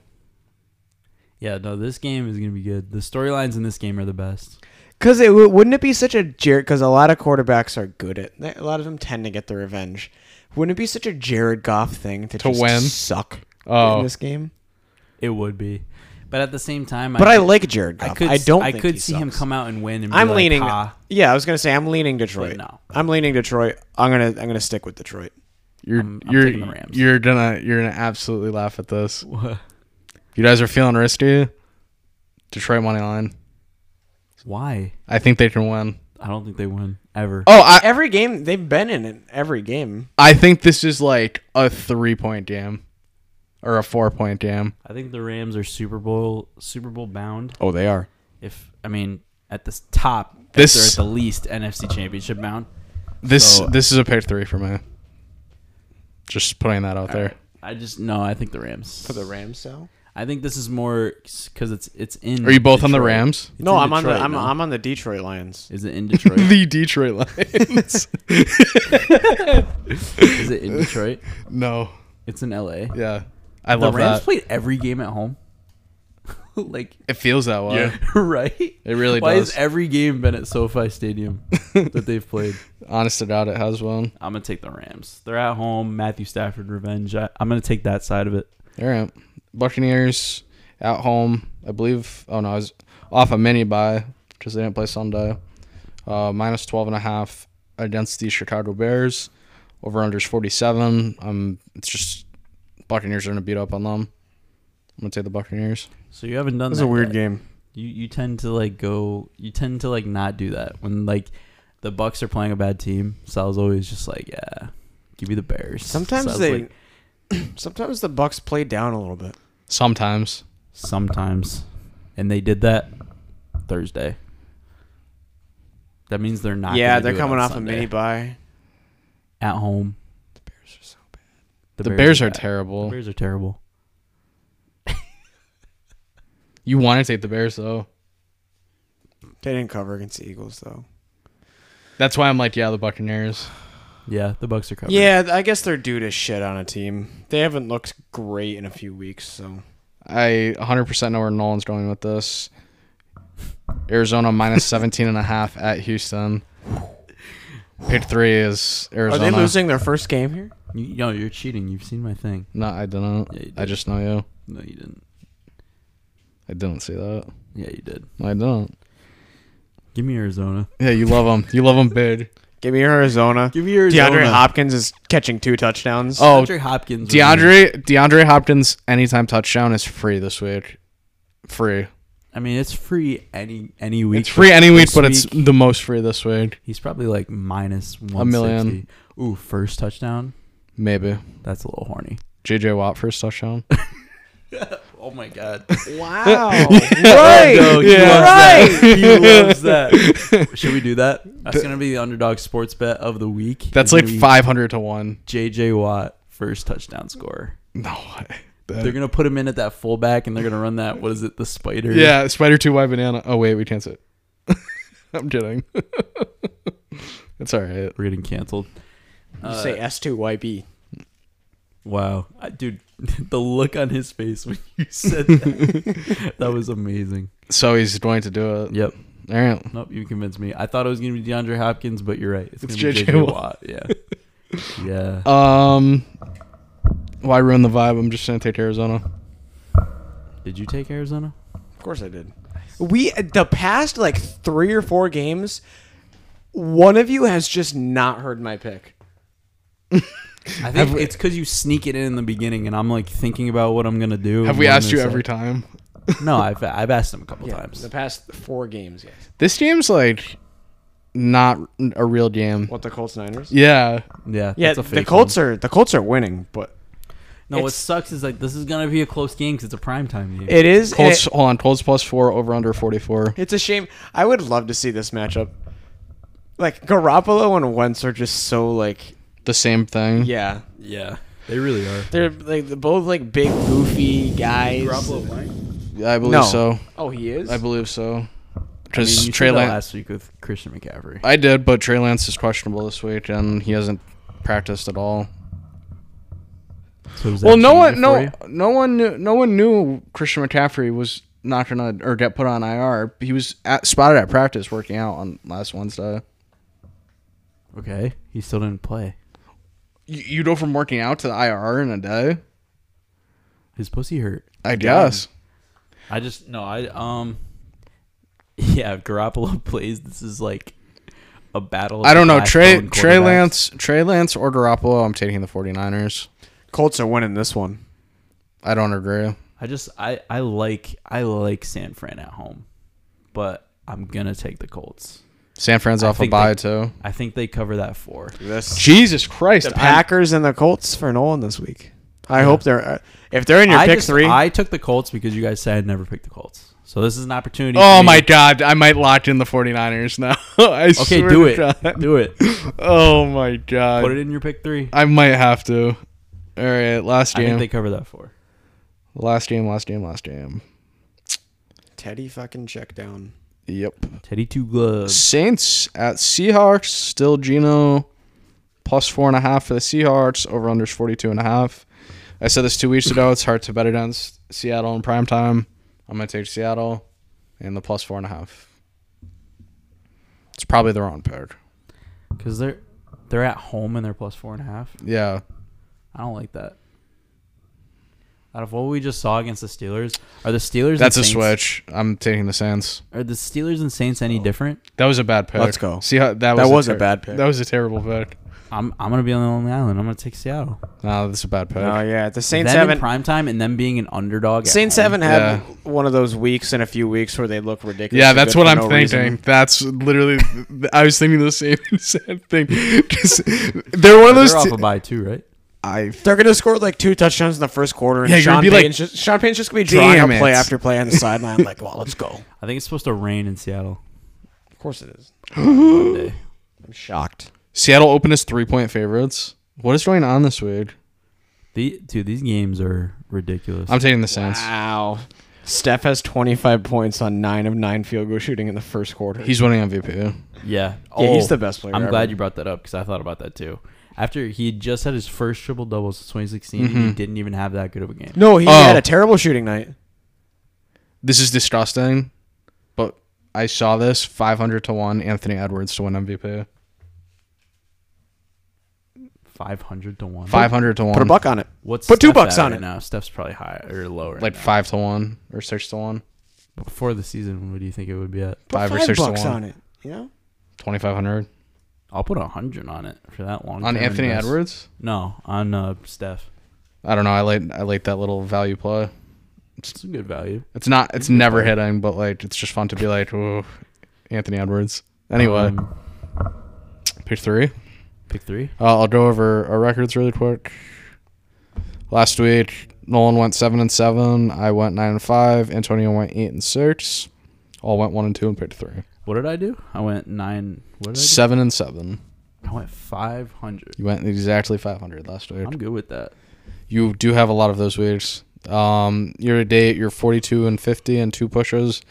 [SPEAKER 2] yeah, no, this game is gonna be good. The storylines in this game are the best.
[SPEAKER 4] Because it w- wouldn't it be such a Jared? Because a lot of quarterbacks are good at a lot of them tend to get the revenge. Wouldn't it be such a Jared Goff thing to, just
[SPEAKER 3] win?
[SPEAKER 4] suck
[SPEAKER 3] Oh.
[SPEAKER 4] in this game?
[SPEAKER 2] It would be, but at the same time,
[SPEAKER 4] But I like Jared Goff. I,
[SPEAKER 2] could,
[SPEAKER 4] don't.
[SPEAKER 2] I
[SPEAKER 4] think
[SPEAKER 2] could
[SPEAKER 4] he
[SPEAKER 2] see him
[SPEAKER 4] sucks.
[SPEAKER 2] come out and win. And be
[SPEAKER 4] I'm
[SPEAKER 2] like,
[SPEAKER 4] leaning. (laughs)
[SPEAKER 2] "Ha."
[SPEAKER 4] Yeah, I was gonna say I'm leaning Detroit.
[SPEAKER 2] no.
[SPEAKER 4] I'm leaning Detroit. I'm gonna I'm gonna stick with Detroit.
[SPEAKER 3] You're
[SPEAKER 2] I'm- I'm
[SPEAKER 3] you're
[SPEAKER 2] taking the Rams.
[SPEAKER 3] you're gonna you're gonna absolutely laugh at this. You guys are feeling risky. Detroit money line.
[SPEAKER 2] Why?
[SPEAKER 3] I think they can win.
[SPEAKER 2] I don't think they win ever.
[SPEAKER 3] Oh, I
[SPEAKER 4] Every game they've been in it. Every game.
[SPEAKER 3] I think this is like a three point game, or a four point game.
[SPEAKER 2] I think the Rams are Super Bowl Super Bowl bound.
[SPEAKER 4] Oh, they are.
[SPEAKER 2] If I mean at the s- top, if
[SPEAKER 3] This-
[SPEAKER 2] they're at the least NFC Championship bound.
[SPEAKER 3] This
[SPEAKER 2] So-
[SPEAKER 3] this is a pick three for me. Just putting that out there.
[SPEAKER 2] I just no. I think the Rams.
[SPEAKER 4] For the Rams, so.
[SPEAKER 2] I think this is more because it's it's in.
[SPEAKER 3] Are you both on the
[SPEAKER 2] Detroit.
[SPEAKER 3] Rams?
[SPEAKER 2] It's
[SPEAKER 4] No,
[SPEAKER 2] in
[SPEAKER 4] I'm on the
[SPEAKER 2] Detroit,
[SPEAKER 4] I'm,
[SPEAKER 2] no?
[SPEAKER 4] I'm on the Detroit Lions.
[SPEAKER 2] Is it in (laughs) Detroit?
[SPEAKER 3] (laughs) The
[SPEAKER 2] (laughs)
[SPEAKER 3] Detroit Lions.
[SPEAKER 2] is it in Detroit?
[SPEAKER 3] no.
[SPEAKER 2] It's in L.A.
[SPEAKER 3] Yeah. I
[SPEAKER 2] The
[SPEAKER 3] love
[SPEAKER 2] Rams
[SPEAKER 3] that.
[SPEAKER 2] played every game at home. (laughs) like
[SPEAKER 3] it feels that way.
[SPEAKER 2] (laughs) right?
[SPEAKER 3] It really
[SPEAKER 2] Why
[SPEAKER 3] does.
[SPEAKER 2] has every game been at SoFi
[SPEAKER 3] (laughs)
[SPEAKER 2] Stadium that they've played?
[SPEAKER 3] Honest to God, it has one.
[SPEAKER 2] I'm gonna take the Rams. They're at home. Matthew Stafford revenge. I, I'm gonna take that side of it.
[SPEAKER 3] All right. Buccaneers at home. I believe. Oh no, I was off a mini buy because they didn't play Sunday. Uh, minus twelve and a half against the Chicago Bears. Over unders forty seven. Um, it's just Buccaneers are gonna beat up on them. I'm gonna take the Buccaneers.
[SPEAKER 2] So you haven't done.
[SPEAKER 4] This is
[SPEAKER 2] that
[SPEAKER 4] a weird
[SPEAKER 2] yet.
[SPEAKER 4] game.
[SPEAKER 2] You you tend to like go. You tend to like not do that when like the Bucks are playing a bad team. Sal's always just like, yeah, give me the Bears.
[SPEAKER 4] Sometimes
[SPEAKER 2] Sal's
[SPEAKER 4] they.
[SPEAKER 2] like,
[SPEAKER 4] sometimes the Bucks play down a little bit.
[SPEAKER 3] Sometimes
[SPEAKER 2] sometimes, and they did that Thursday. That means they're not.
[SPEAKER 4] yeah,
[SPEAKER 2] gonna
[SPEAKER 4] they're
[SPEAKER 2] do it on
[SPEAKER 4] coming off
[SPEAKER 2] Sunday.
[SPEAKER 4] a mini bye.
[SPEAKER 2] (laughs) at home.
[SPEAKER 3] the, Bears, are
[SPEAKER 2] bad.
[SPEAKER 3] terrible.
[SPEAKER 2] The Bears are terrible.
[SPEAKER 3] You want to take the Bears though.
[SPEAKER 4] They didn't cover against the Eagles though.
[SPEAKER 3] That's why I'm like, yeah, the Buccaneers.
[SPEAKER 2] Yeah, the Bucks are covered.
[SPEAKER 4] Yeah, I guess they're due to shit on a team. They haven't looked great in a few weeks, so
[SPEAKER 3] I 100% know where Nolan's going with this. Arizona minus 17 and a half at Houston. Pick three is Arizona.
[SPEAKER 4] are they losing their first game here?
[SPEAKER 2] you, no, you're cheating. You've seen my thing.
[SPEAKER 3] No, I didn't.
[SPEAKER 2] Yeah, you
[SPEAKER 3] I
[SPEAKER 2] did.
[SPEAKER 3] just know you.
[SPEAKER 2] No, you didn't.
[SPEAKER 3] I didn't see that.
[SPEAKER 2] Yeah, you did.
[SPEAKER 3] No, I didn't.
[SPEAKER 2] Give me Arizona.
[SPEAKER 3] Yeah, you love them. You love
[SPEAKER 2] (laughs)
[SPEAKER 3] them big.
[SPEAKER 4] Give me Arizona.
[SPEAKER 2] Give me Arizona.
[SPEAKER 4] DeAndre Hopkins is catching two touchdowns.
[SPEAKER 3] Oh,
[SPEAKER 2] DeAndre Hopkins. was in-
[SPEAKER 3] DeAndre DeAndre Hopkins anytime touchdown is free this week. Free.
[SPEAKER 2] I mean, it's free any any week.
[SPEAKER 3] It's free any week,
[SPEAKER 2] This
[SPEAKER 3] but it's
[SPEAKER 2] week-
[SPEAKER 3] the most free this week.
[SPEAKER 2] He's probably like minus one
[SPEAKER 3] million.
[SPEAKER 2] Ooh, first touchdown.
[SPEAKER 3] Maybe.
[SPEAKER 2] That's a little horny.
[SPEAKER 3] JJ Watt first touchdown.
[SPEAKER 2] Oh my
[SPEAKER 3] (laughs)
[SPEAKER 2] god.
[SPEAKER 4] wow!
[SPEAKER 2] (laughs) Right. No, he
[SPEAKER 3] Yeah.
[SPEAKER 2] loves that. He loves
[SPEAKER 3] (laughs)
[SPEAKER 2] that. Should we do that? That's gonna be the underdog sports bet of the week.
[SPEAKER 3] That's
[SPEAKER 2] It's
[SPEAKER 3] like
[SPEAKER 2] gonna be
[SPEAKER 3] 500 to 1.
[SPEAKER 2] JJ Watt first touchdown score.
[SPEAKER 3] No way.
[SPEAKER 2] They're gonna put him in at that fullback, and they're gonna run that. What is it? The spider.
[SPEAKER 3] Yeah, Spider Two Y Banana. Oh wait, we can't say. it. (laughs) I'm kidding. (laughs) it's all right.
[SPEAKER 2] We're getting canceled. Uh,
[SPEAKER 4] You say S two Y B.
[SPEAKER 2] Wow, I, dude, (laughs) the look on his face when you
[SPEAKER 3] (laughs)
[SPEAKER 2] said that—that was amazing.
[SPEAKER 3] So he's going to do it.
[SPEAKER 2] Yep.
[SPEAKER 3] All right.
[SPEAKER 2] Nope, you convinced me. I thought it was gonna be DeAndre Hopkins, but you're right. It's gonna
[SPEAKER 3] It's
[SPEAKER 2] be
[SPEAKER 3] J.J.
[SPEAKER 2] JJ Watt. Yeah. (laughs) Yeah.
[SPEAKER 3] Um, why ruin the vibe? I'm just gonna take Arizona.
[SPEAKER 2] Did you take Arizona?
[SPEAKER 4] Of course I did. We the past like three or four games, one of you has just not heard my pick.
[SPEAKER 2] I think it's because you sneak it in in the beginning, and I'm like thinking about what I'm gonna do.
[SPEAKER 3] Have
[SPEAKER 2] and
[SPEAKER 3] we
[SPEAKER 2] what I'm
[SPEAKER 3] asked you
[SPEAKER 2] gonna
[SPEAKER 3] every
[SPEAKER 2] say.
[SPEAKER 3] time?
[SPEAKER 2] No, I've I've asked him a couple times.
[SPEAKER 4] The past four games, yes.
[SPEAKER 3] This game's like not a real game.
[SPEAKER 4] What the Colts Niners?
[SPEAKER 3] Yeah.
[SPEAKER 2] Yeah.
[SPEAKER 4] Yeah,
[SPEAKER 2] that's a
[SPEAKER 4] the
[SPEAKER 2] fake
[SPEAKER 4] Colts are the Colts are winning, but
[SPEAKER 2] One. No, what
[SPEAKER 4] it's-
[SPEAKER 2] sucks is like this is gonna be a close game because it's a prime time game.
[SPEAKER 4] it is and
[SPEAKER 3] Colts.
[SPEAKER 4] it-
[SPEAKER 3] Eh. hold on. Colts plus four over under 44.
[SPEAKER 4] it's a shame. I would love to see this matchup. Like Garoppolo and Wentz are just so like
[SPEAKER 3] The same thing.
[SPEAKER 4] yeah.
[SPEAKER 2] yeah. They really are.
[SPEAKER 4] They're like they're both like big goofy guys.
[SPEAKER 3] I believe
[SPEAKER 4] No.
[SPEAKER 3] so.
[SPEAKER 4] Oh, he is.
[SPEAKER 3] I believe so.
[SPEAKER 2] I mean,
[SPEAKER 3] Because
[SPEAKER 2] you
[SPEAKER 3] Trey
[SPEAKER 2] said that
[SPEAKER 3] Lance,
[SPEAKER 2] last week with Christian McCaffrey.
[SPEAKER 3] I did, but Trey Lance is questionable this week, and he hasn't practiced at all.
[SPEAKER 2] So does that
[SPEAKER 3] Well, no
[SPEAKER 2] change
[SPEAKER 3] one,
[SPEAKER 2] it
[SPEAKER 3] no,
[SPEAKER 2] for you?
[SPEAKER 3] no one knew, no one knew Christian McCaffrey was not gonna or get put on IR. He was at, spotted at practice working out on last Wednesday.
[SPEAKER 2] Okay, he still didn't play.
[SPEAKER 3] You, you go from working out to the IR in a day,
[SPEAKER 2] His pussy hurt.
[SPEAKER 3] I guess.
[SPEAKER 2] I just no. I um. (laughs) Yeah, if Garoppolo (laughs) plays. This is like a battle. of
[SPEAKER 3] I don't
[SPEAKER 2] the
[SPEAKER 3] know. Trey,
[SPEAKER 2] backbone
[SPEAKER 3] Trey
[SPEAKER 2] quarterbacks.
[SPEAKER 3] Lance, Trey Lance or Garoppolo. I'm taking the 49ers.
[SPEAKER 4] Colts are winning this one.
[SPEAKER 3] I don't agree.
[SPEAKER 2] I just I I like I like San Fran at home, but I'm gonna take the Colts.
[SPEAKER 3] San Fran's
[SPEAKER 2] I
[SPEAKER 3] off a
[SPEAKER 2] think
[SPEAKER 3] bye
[SPEAKER 2] they-
[SPEAKER 3] too.
[SPEAKER 2] I think they cover that four.
[SPEAKER 4] This
[SPEAKER 3] Jesus Christ!
[SPEAKER 4] the
[SPEAKER 3] I'm-
[SPEAKER 4] Packers and the Colts for Nolan this week. I hope they're uh, if they're in your
[SPEAKER 2] I
[SPEAKER 4] pick
[SPEAKER 2] just-
[SPEAKER 4] three.
[SPEAKER 2] I took the Colts because you guys said I'd never pick the Colts. So this is an opportunity.
[SPEAKER 3] oh
[SPEAKER 2] for me
[SPEAKER 3] my
[SPEAKER 2] to-
[SPEAKER 3] God! I might lock in the 49ers now. (laughs) I
[SPEAKER 2] Okay,
[SPEAKER 3] swear
[SPEAKER 2] do
[SPEAKER 3] to
[SPEAKER 2] it.
[SPEAKER 3] God.
[SPEAKER 2] Do
[SPEAKER 3] (laughs)
[SPEAKER 2] it.
[SPEAKER 3] Oh my God!
[SPEAKER 2] Put it in your pick three.
[SPEAKER 3] I might have to. All right, last
[SPEAKER 2] I
[SPEAKER 3] game.
[SPEAKER 2] think they cover that four.
[SPEAKER 3] Last game, last game, last game.
[SPEAKER 4] Teddy fucking check down.
[SPEAKER 3] Yep.
[SPEAKER 2] Teddy two gloves.
[SPEAKER 3] Saints at Seahawks. Still Gino plus four and a half for the Seahawks. Over unders 42 and a half. I said this two weeks ago. It's hard to bet against Seattle in prime time. I'm going to take Seattle and the plus four and a half. It's probably the wrong pair.
[SPEAKER 2] because they're they're at home and they're plus four and a half.
[SPEAKER 3] Yeah.
[SPEAKER 2] I don't like that. Out of what we just saw against the Steelers, are the Steelers and
[SPEAKER 3] That's a
[SPEAKER 2] Saints-
[SPEAKER 3] switch. I'm taking the Saints.
[SPEAKER 2] Are the Steelers and Saints any different?
[SPEAKER 3] That was a bad pick.
[SPEAKER 4] Let's go.
[SPEAKER 3] See how that was,
[SPEAKER 4] That was a bad pick.
[SPEAKER 3] That was a terrible pick.
[SPEAKER 2] I'm I'm gonna be on the lonely island. I'm gonna take Seattle.
[SPEAKER 3] No, that's a bad pick.
[SPEAKER 4] Oh yeah, the Saints
[SPEAKER 2] them
[SPEAKER 4] haven't
[SPEAKER 2] in prime time and them being an underdog. at
[SPEAKER 4] Saints
[SPEAKER 2] home.
[SPEAKER 4] haven't had
[SPEAKER 3] Yeah.
[SPEAKER 4] one of those weeks in a few weeks where they look ridiculous.
[SPEAKER 3] Yeah,
[SPEAKER 4] and
[SPEAKER 3] that's
[SPEAKER 4] good
[SPEAKER 3] what
[SPEAKER 4] for
[SPEAKER 3] I'm
[SPEAKER 4] no
[SPEAKER 3] thinking.
[SPEAKER 4] reason.
[SPEAKER 3] That's
[SPEAKER 4] (laughs)
[SPEAKER 3] literally. I was thinking the same (laughs) sad thing. 'Cause they're one of those.
[SPEAKER 2] They're off
[SPEAKER 3] t-
[SPEAKER 2] a bye too, right?
[SPEAKER 3] I
[SPEAKER 4] They're gonna score like two touchdowns in the first quarter, and
[SPEAKER 3] Yeah, you're gonna
[SPEAKER 4] Sean,
[SPEAKER 3] be like,
[SPEAKER 4] Payton's just, Sean
[SPEAKER 3] (laughs)
[SPEAKER 4] Payton's just gonna be drawing
[SPEAKER 3] "Damn
[SPEAKER 4] up play
[SPEAKER 3] it."
[SPEAKER 4] after play on the sideline. Like, well, let's go.
[SPEAKER 2] I think it's supposed to rain in Seattle
[SPEAKER 4] (laughs) Of course it is.
[SPEAKER 2] Monday.
[SPEAKER 4] I'm shocked.
[SPEAKER 3] Seattle opened as three point favorites. What is going on this week?
[SPEAKER 2] The dude, these games are ridiculous.
[SPEAKER 3] I'm taking the Saints.
[SPEAKER 4] Wow. Steph has 25 points on nine of nine field goal shooting in the first quarter.
[SPEAKER 3] He's winning MVP.
[SPEAKER 2] yeah, Oh,
[SPEAKER 4] yeah, he's the best player.
[SPEAKER 2] I'm
[SPEAKER 4] ever.
[SPEAKER 2] glad you brought that up because I thought about that too. After he had just had his first triple double since 2016, and
[SPEAKER 3] Mm-hmm.
[SPEAKER 2] he didn't even have that good of a game.
[SPEAKER 4] No, he
[SPEAKER 3] Oh.
[SPEAKER 4] had a terrible shooting night.
[SPEAKER 3] This is disgusting, but I saw this 500 to one Anthony Edwards to win MVP.
[SPEAKER 2] 500 to one.
[SPEAKER 3] 500 to one.
[SPEAKER 4] Put a buck on it.
[SPEAKER 2] What's
[SPEAKER 4] Put two
[SPEAKER 2] Steph
[SPEAKER 4] bucks
[SPEAKER 2] at
[SPEAKER 4] on
[SPEAKER 2] right
[SPEAKER 4] it.
[SPEAKER 2] now. Steph's probably higher or lower.
[SPEAKER 3] Like
[SPEAKER 2] now.
[SPEAKER 3] five to one or six to one.
[SPEAKER 2] But before the season, what do you think it would be at?
[SPEAKER 4] Put
[SPEAKER 3] Five or six to
[SPEAKER 4] bucks
[SPEAKER 3] one.
[SPEAKER 4] on it. You know?
[SPEAKER 3] 2500
[SPEAKER 2] I'll put a hundred on it for that long.
[SPEAKER 3] on Anthony Edwards.
[SPEAKER 2] No, on uh, Steph.
[SPEAKER 3] I don't know. I like I like that little value play.
[SPEAKER 2] It's a good value.
[SPEAKER 3] It's not. It's never hitting, but like it's just fun to be like, ooh, Anthony Edwards. Anyway,
[SPEAKER 2] Um,
[SPEAKER 3] pick three.
[SPEAKER 2] pick three.
[SPEAKER 3] Uh, I'll go over our records really quick. Last week, Nolan went seven and seven. I went nine and five. Antonio went eight and six. All went one and two and picked three.
[SPEAKER 2] What did I do? I went nine. What did I do?
[SPEAKER 3] Seven and seven.
[SPEAKER 2] I went five hundred.
[SPEAKER 3] You went exactly five hundred last week.
[SPEAKER 2] I'm good with that.
[SPEAKER 3] You do have a lot of those weeks. Um, year to date, you're 42 and 50 and two pushes.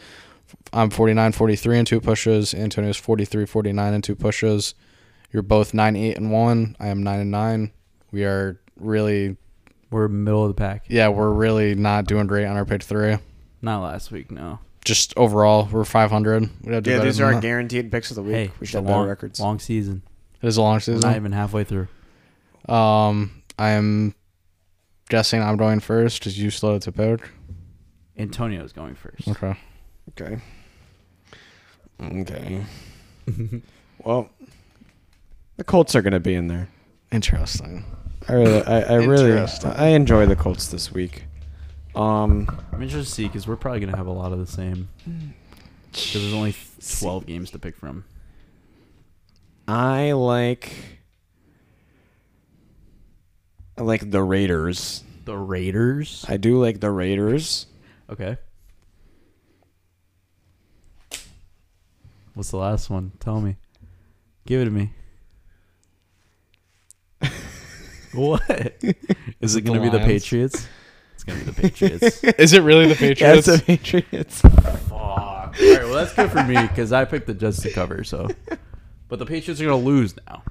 [SPEAKER 3] I'm 49, 43 and two pushes. Antonio's 43, 49 and two pushes. You're both 9, 8 and 1. I am 9 and 9. We are really,
[SPEAKER 2] We're middle of the pack.
[SPEAKER 3] yeah, we're really not doing great on our pick three.
[SPEAKER 2] Not last week. No.
[SPEAKER 3] Just overall, we're 500. We gotta do
[SPEAKER 4] Yeah,
[SPEAKER 3] better
[SPEAKER 4] these
[SPEAKER 3] than
[SPEAKER 4] are our
[SPEAKER 3] that.
[SPEAKER 4] guaranteed picks of the week.
[SPEAKER 2] Hey,
[SPEAKER 4] we
[SPEAKER 2] it's
[SPEAKER 4] should
[SPEAKER 2] a
[SPEAKER 4] have better
[SPEAKER 2] long,
[SPEAKER 4] records.
[SPEAKER 2] Long season.
[SPEAKER 3] It is a
[SPEAKER 2] We're
[SPEAKER 3] long
[SPEAKER 2] not
[SPEAKER 3] season.
[SPEAKER 2] even halfway through.
[SPEAKER 3] Um, I am guessing I'm going first because you slowed to pick.
[SPEAKER 4] (laughs)
[SPEAKER 2] Antonio's going first.
[SPEAKER 3] Okay.
[SPEAKER 4] Okay.
[SPEAKER 2] (laughs)
[SPEAKER 4] Okay. well, the Colts are going to be in there.
[SPEAKER 3] Interesting.
[SPEAKER 4] I really, I, I really,
[SPEAKER 3] Interesting.
[SPEAKER 4] I enjoy the Colts this week. Um,
[SPEAKER 2] I'm interested to see because we're probably gonna have a lot of the same. Because there's only th- 12 games to pick from.
[SPEAKER 4] I like, I like the Raiders.
[SPEAKER 2] The Raiders.
[SPEAKER 4] I do like the Raiders.
[SPEAKER 2] Okay. What's the last one? Tell me. Give it to me. What is it going to be? The
[SPEAKER 3] Lions.
[SPEAKER 2] Patriots. It's going to be the Patriots.
[SPEAKER 3] Is it really the
[SPEAKER 4] (laughs)
[SPEAKER 3] Patriots?
[SPEAKER 4] the Patriots.
[SPEAKER 2] Fuck. All right. Well, that's good for me because I picked the Jets to cover. So, but the Patriots are going to lose now.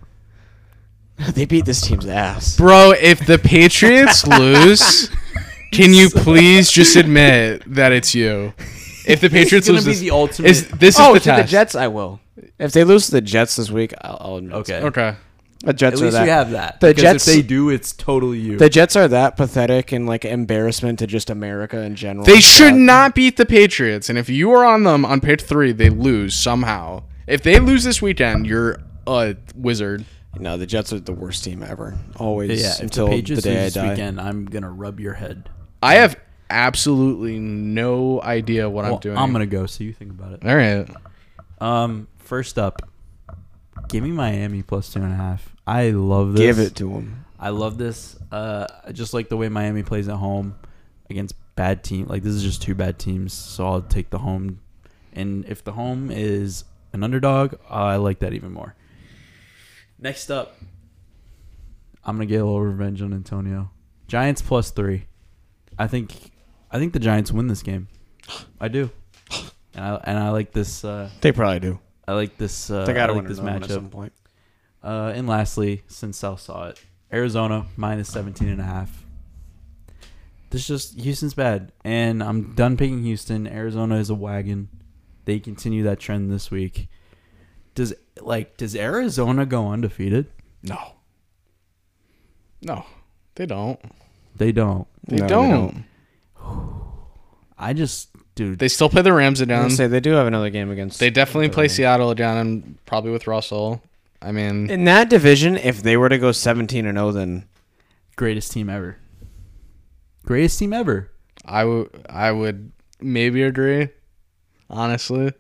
[SPEAKER 4] they beat this team's ass.
[SPEAKER 3] Bro, if the Patriots lose, can you please just admit that it's you? If the Patriots
[SPEAKER 2] gonna
[SPEAKER 3] lose,
[SPEAKER 2] be
[SPEAKER 3] this,
[SPEAKER 2] the ultimate-
[SPEAKER 3] Is, this
[SPEAKER 4] oh,
[SPEAKER 3] is
[SPEAKER 4] to
[SPEAKER 3] the test.
[SPEAKER 4] the Jets, I will. If they lose to the Jets this week, I'll, I'll admit.
[SPEAKER 2] Okay.
[SPEAKER 3] Okay.
[SPEAKER 4] the
[SPEAKER 2] At
[SPEAKER 4] Jets are
[SPEAKER 2] least
[SPEAKER 4] that.
[SPEAKER 2] you have that.
[SPEAKER 4] The
[SPEAKER 2] The because
[SPEAKER 4] Jets-
[SPEAKER 2] If they do, it's totally you.
[SPEAKER 4] the Jets are that pathetic and like embarrassment to just America in general.
[SPEAKER 3] They should
[SPEAKER 4] that-
[SPEAKER 3] not beat the Patriots, and if you are on them on page three, they lose somehow. If they lose this weekend, you're a wizard.
[SPEAKER 4] No, the Jets are the worst team ever. Always
[SPEAKER 2] yeah. If
[SPEAKER 4] until
[SPEAKER 2] the
[SPEAKER 4] the,
[SPEAKER 2] Patriots
[SPEAKER 4] day I
[SPEAKER 2] lose this
[SPEAKER 4] die.
[SPEAKER 2] weekend, I'm going to rub your head.
[SPEAKER 3] I have absolutely no idea what
[SPEAKER 2] Well,
[SPEAKER 3] I'm doing.
[SPEAKER 2] I'm going to go. So you think about it.
[SPEAKER 3] All right.
[SPEAKER 2] Um, first up, give me Miami plus two and a half. I love this.
[SPEAKER 4] Give it to them.
[SPEAKER 2] I love this. Uh, I just like the way Miami plays at home against bad team. Like this is just two bad teams, so I'll take the home. And if the home is an underdog, I like that even more. Next up, I'm gonna get a little revenge on Antonio. Giants plus three. I think, I think the Giants win this game. I do, and I and I like this. Uh,
[SPEAKER 4] They probably do.
[SPEAKER 2] I like this. Uh,
[SPEAKER 4] They gotta
[SPEAKER 2] I
[SPEAKER 4] win
[SPEAKER 2] like this
[SPEAKER 4] another one at some
[SPEAKER 2] matchup.
[SPEAKER 4] point.
[SPEAKER 2] Uh, and lastly, since Sal saw it, Arizona minus 17 and a half. This just Houston's bad, and I'm done picking Houston. Arizona is a wagon. They continue that trend this week. Does like does Arizona go undefeated?
[SPEAKER 3] No. No, they don't.
[SPEAKER 2] They don't.
[SPEAKER 3] They
[SPEAKER 4] No, they
[SPEAKER 3] don't. They
[SPEAKER 4] don't.
[SPEAKER 2] I just dude.
[SPEAKER 3] still play the Rams
[SPEAKER 4] I
[SPEAKER 3] down.
[SPEAKER 4] was gonna say they do have another game against.
[SPEAKER 3] They definitely play Seattle down, and probably with Russell. I mean,
[SPEAKER 4] in that division. If they were to go seventeen and zero, then
[SPEAKER 2] greatest team ever. Greatest team ever.
[SPEAKER 3] I would I would maybe agree. Honestly,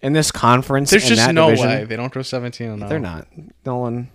[SPEAKER 4] in this conference,
[SPEAKER 3] there's
[SPEAKER 4] in
[SPEAKER 3] just
[SPEAKER 4] that
[SPEAKER 3] no
[SPEAKER 4] division,
[SPEAKER 3] way they don't throw 17. and oh.
[SPEAKER 4] They're not. No one.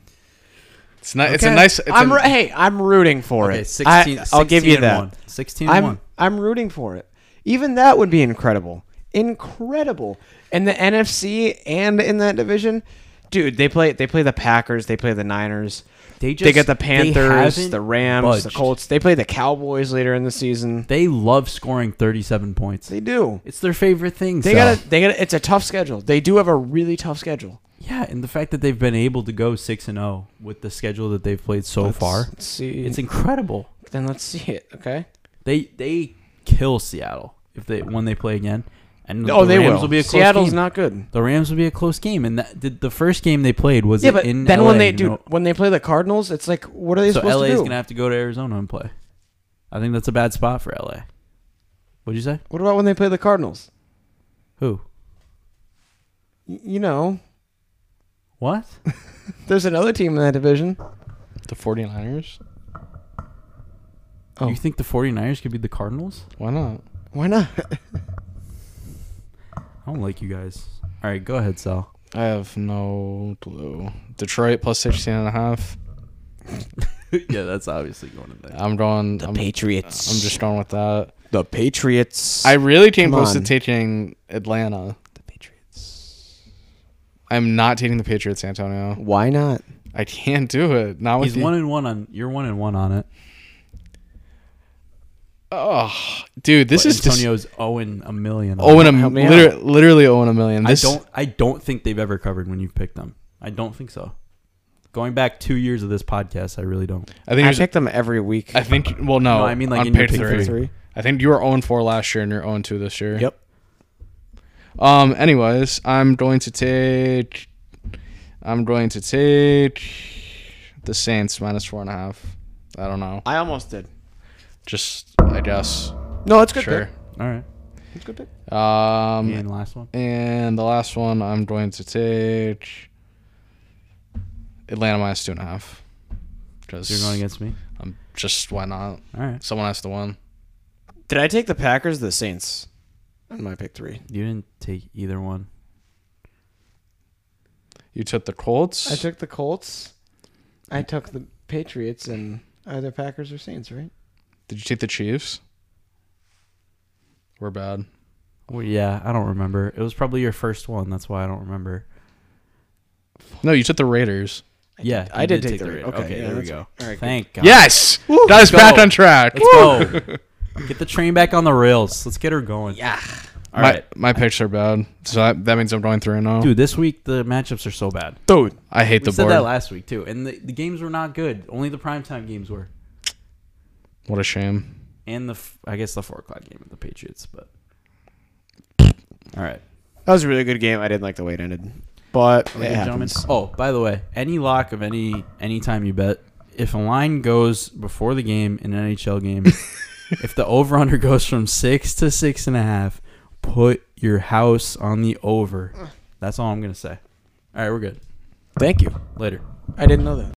[SPEAKER 3] It's not. It's a nice. It's
[SPEAKER 4] I'm
[SPEAKER 3] a-
[SPEAKER 4] ru- hey, I'm rooting for
[SPEAKER 2] Okay,
[SPEAKER 4] it.
[SPEAKER 2] 16,
[SPEAKER 4] I, I'll
[SPEAKER 2] 16
[SPEAKER 4] give you
[SPEAKER 2] and
[SPEAKER 4] that.
[SPEAKER 2] One. 16 and
[SPEAKER 4] I'm
[SPEAKER 2] one.
[SPEAKER 4] I'm rooting for it. Even that would be incredible. Incredible. And the NFC and in that division, dude, they play they play the Packers, they play the Niners.
[SPEAKER 2] They just
[SPEAKER 4] they get the
[SPEAKER 2] they
[SPEAKER 4] Panthers,
[SPEAKER 2] haven't
[SPEAKER 4] the Rams, the
[SPEAKER 2] budged.
[SPEAKER 4] Colts. They play the Cowboys later in the season.
[SPEAKER 2] They love scoring 37 points.
[SPEAKER 4] They do.
[SPEAKER 2] It's their favorite thing.
[SPEAKER 4] They
[SPEAKER 2] Sal.
[SPEAKER 4] got to they got to it's a tough schedule. They do have a really tough schedule.
[SPEAKER 2] Yeah, and the fact that they've been able to go six and zero with the schedule that they've played so far,
[SPEAKER 4] Let's see.
[SPEAKER 2] it's incredible.
[SPEAKER 4] then let's see it, okay?
[SPEAKER 2] They they kill Seattle if they when they play again, and
[SPEAKER 4] Oh,
[SPEAKER 2] the
[SPEAKER 4] they
[SPEAKER 2] Rams
[SPEAKER 4] will.
[SPEAKER 2] be a close
[SPEAKER 4] Seattle's
[SPEAKER 2] game.
[SPEAKER 4] not good.
[SPEAKER 2] the Rams will be a close game, and that did the first game they played was
[SPEAKER 4] Yeah, but
[SPEAKER 2] in
[SPEAKER 4] then
[SPEAKER 2] LA,
[SPEAKER 4] when they
[SPEAKER 2] you
[SPEAKER 4] do
[SPEAKER 2] know?
[SPEAKER 4] when they play the Cardinals, it's like what are they
[SPEAKER 2] so
[SPEAKER 4] supposed
[SPEAKER 2] LA
[SPEAKER 4] to
[SPEAKER 2] is
[SPEAKER 4] do?
[SPEAKER 2] gonna have to go to Arizona and play. I think that's a bad spot for LA. What'd you say?
[SPEAKER 4] what about when they play the Cardinals?
[SPEAKER 2] Who?
[SPEAKER 4] Y- you know,
[SPEAKER 2] What?
[SPEAKER 4] There's another team in that division.
[SPEAKER 3] the 49ers.
[SPEAKER 4] Oh.
[SPEAKER 2] You think the 49ers could be the Cardinals?
[SPEAKER 3] Why not?
[SPEAKER 4] Why not?
[SPEAKER 2] I don't like you guys. All right, go ahead, Sal.
[SPEAKER 3] I have no clue. Detroit plus 16 and a half.
[SPEAKER 2] (laughs) yeah, that's obviously going in there.
[SPEAKER 3] I'm going.
[SPEAKER 4] The
[SPEAKER 3] I'm,
[SPEAKER 4] Patriots.
[SPEAKER 3] I'm just going with that.
[SPEAKER 4] the Patriots.
[SPEAKER 3] I really came
[SPEAKER 4] Come
[SPEAKER 3] close to
[SPEAKER 4] on.
[SPEAKER 3] taking Atlanta.
[SPEAKER 4] the Patriots.
[SPEAKER 3] I'm not taking the Patriots, Antonio.
[SPEAKER 4] Why not?
[SPEAKER 3] I can't do it. Not with
[SPEAKER 2] He's
[SPEAKER 3] you.
[SPEAKER 2] one and one on. You're one and one on it.
[SPEAKER 3] Oh, dude, this
[SPEAKER 2] But
[SPEAKER 3] is just
[SPEAKER 2] Antonio's owing a million. on
[SPEAKER 3] Owen
[SPEAKER 2] it.
[SPEAKER 3] a
[SPEAKER 4] Help me
[SPEAKER 3] literally, literally Owen a million. This,
[SPEAKER 2] I don't. I don't think they've ever covered when you've picked them. I don't think so. Going back two years of this podcast, I really don't.
[SPEAKER 3] I think.
[SPEAKER 4] I
[SPEAKER 3] I,
[SPEAKER 4] pick them every week.
[SPEAKER 3] I think. Well, no.
[SPEAKER 2] No, I mean, like,
[SPEAKER 3] on
[SPEAKER 2] in your
[SPEAKER 3] page
[SPEAKER 2] pick
[SPEAKER 3] three.
[SPEAKER 2] three.
[SPEAKER 3] I think you were 0 4 last year, and you're 0 2 this year.
[SPEAKER 4] Yep.
[SPEAKER 3] Um. Anyways, I'm going to take. I'm going to take the Saints minus four and a half. I don't know.
[SPEAKER 4] I almost did.
[SPEAKER 3] Just I guess.
[SPEAKER 4] No, it's a good
[SPEAKER 3] Sure.
[SPEAKER 2] All right.
[SPEAKER 4] pick. It's a good pick.
[SPEAKER 3] Um.
[SPEAKER 2] and last one.
[SPEAKER 3] And the last one, I'm going to take Atlanta minus two and a half. Because
[SPEAKER 2] You're going against me.
[SPEAKER 3] I'm just why not?
[SPEAKER 2] All right.
[SPEAKER 3] Someone has to win.
[SPEAKER 4] Did I take the Packers, or the Saints? In my pick three.
[SPEAKER 2] You didn't take either one.
[SPEAKER 3] You took the Colts.
[SPEAKER 4] I took the Colts. I took the Patriots and either Packers or Saints, right?
[SPEAKER 3] Did you take the Chiefs? We're bad.
[SPEAKER 2] Well, yeah, I don't remember. It was probably your first one. That's why I don't remember.
[SPEAKER 3] No, you took the Raiders.
[SPEAKER 2] yeah,
[SPEAKER 4] I
[SPEAKER 2] you
[SPEAKER 4] did take the red.
[SPEAKER 2] Okay,
[SPEAKER 4] Okay, yeah,
[SPEAKER 2] there we
[SPEAKER 4] that's-
[SPEAKER 2] go.
[SPEAKER 4] all right,
[SPEAKER 2] Thank God.
[SPEAKER 3] Yes, that is back
[SPEAKER 2] go.
[SPEAKER 3] on track.
[SPEAKER 2] Let's go. Get the train back on the rails. Let's get her going. Yeah. All
[SPEAKER 3] my,
[SPEAKER 2] right.
[SPEAKER 3] my picks are bad, so that, that means I'm going through now.
[SPEAKER 2] Dude, this week the matchups are so bad.
[SPEAKER 4] Dude.
[SPEAKER 3] I hate
[SPEAKER 2] We
[SPEAKER 3] the
[SPEAKER 2] said
[SPEAKER 3] board.
[SPEAKER 2] that last week too, and the, the games were not good. Only the primetime games were,
[SPEAKER 3] what a shame.
[SPEAKER 2] and the f- I guess the four o'clock game with the Patriots. But all right,
[SPEAKER 4] That was a really good game. I didn't like the way it ended. But it
[SPEAKER 2] Ladies and gentlemen.
[SPEAKER 4] happens.
[SPEAKER 2] Oh, by the way, any lock of any any time you bet, if a line goes before the game in an NHL game, if the over under goes from six to six and a half, put your house on the over. That's all I'm gonna say. All right, we're good.
[SPEAKER 4] Thank you.
[SPEAKER 2] Later.
[SPEAKER 4] I didn't know that.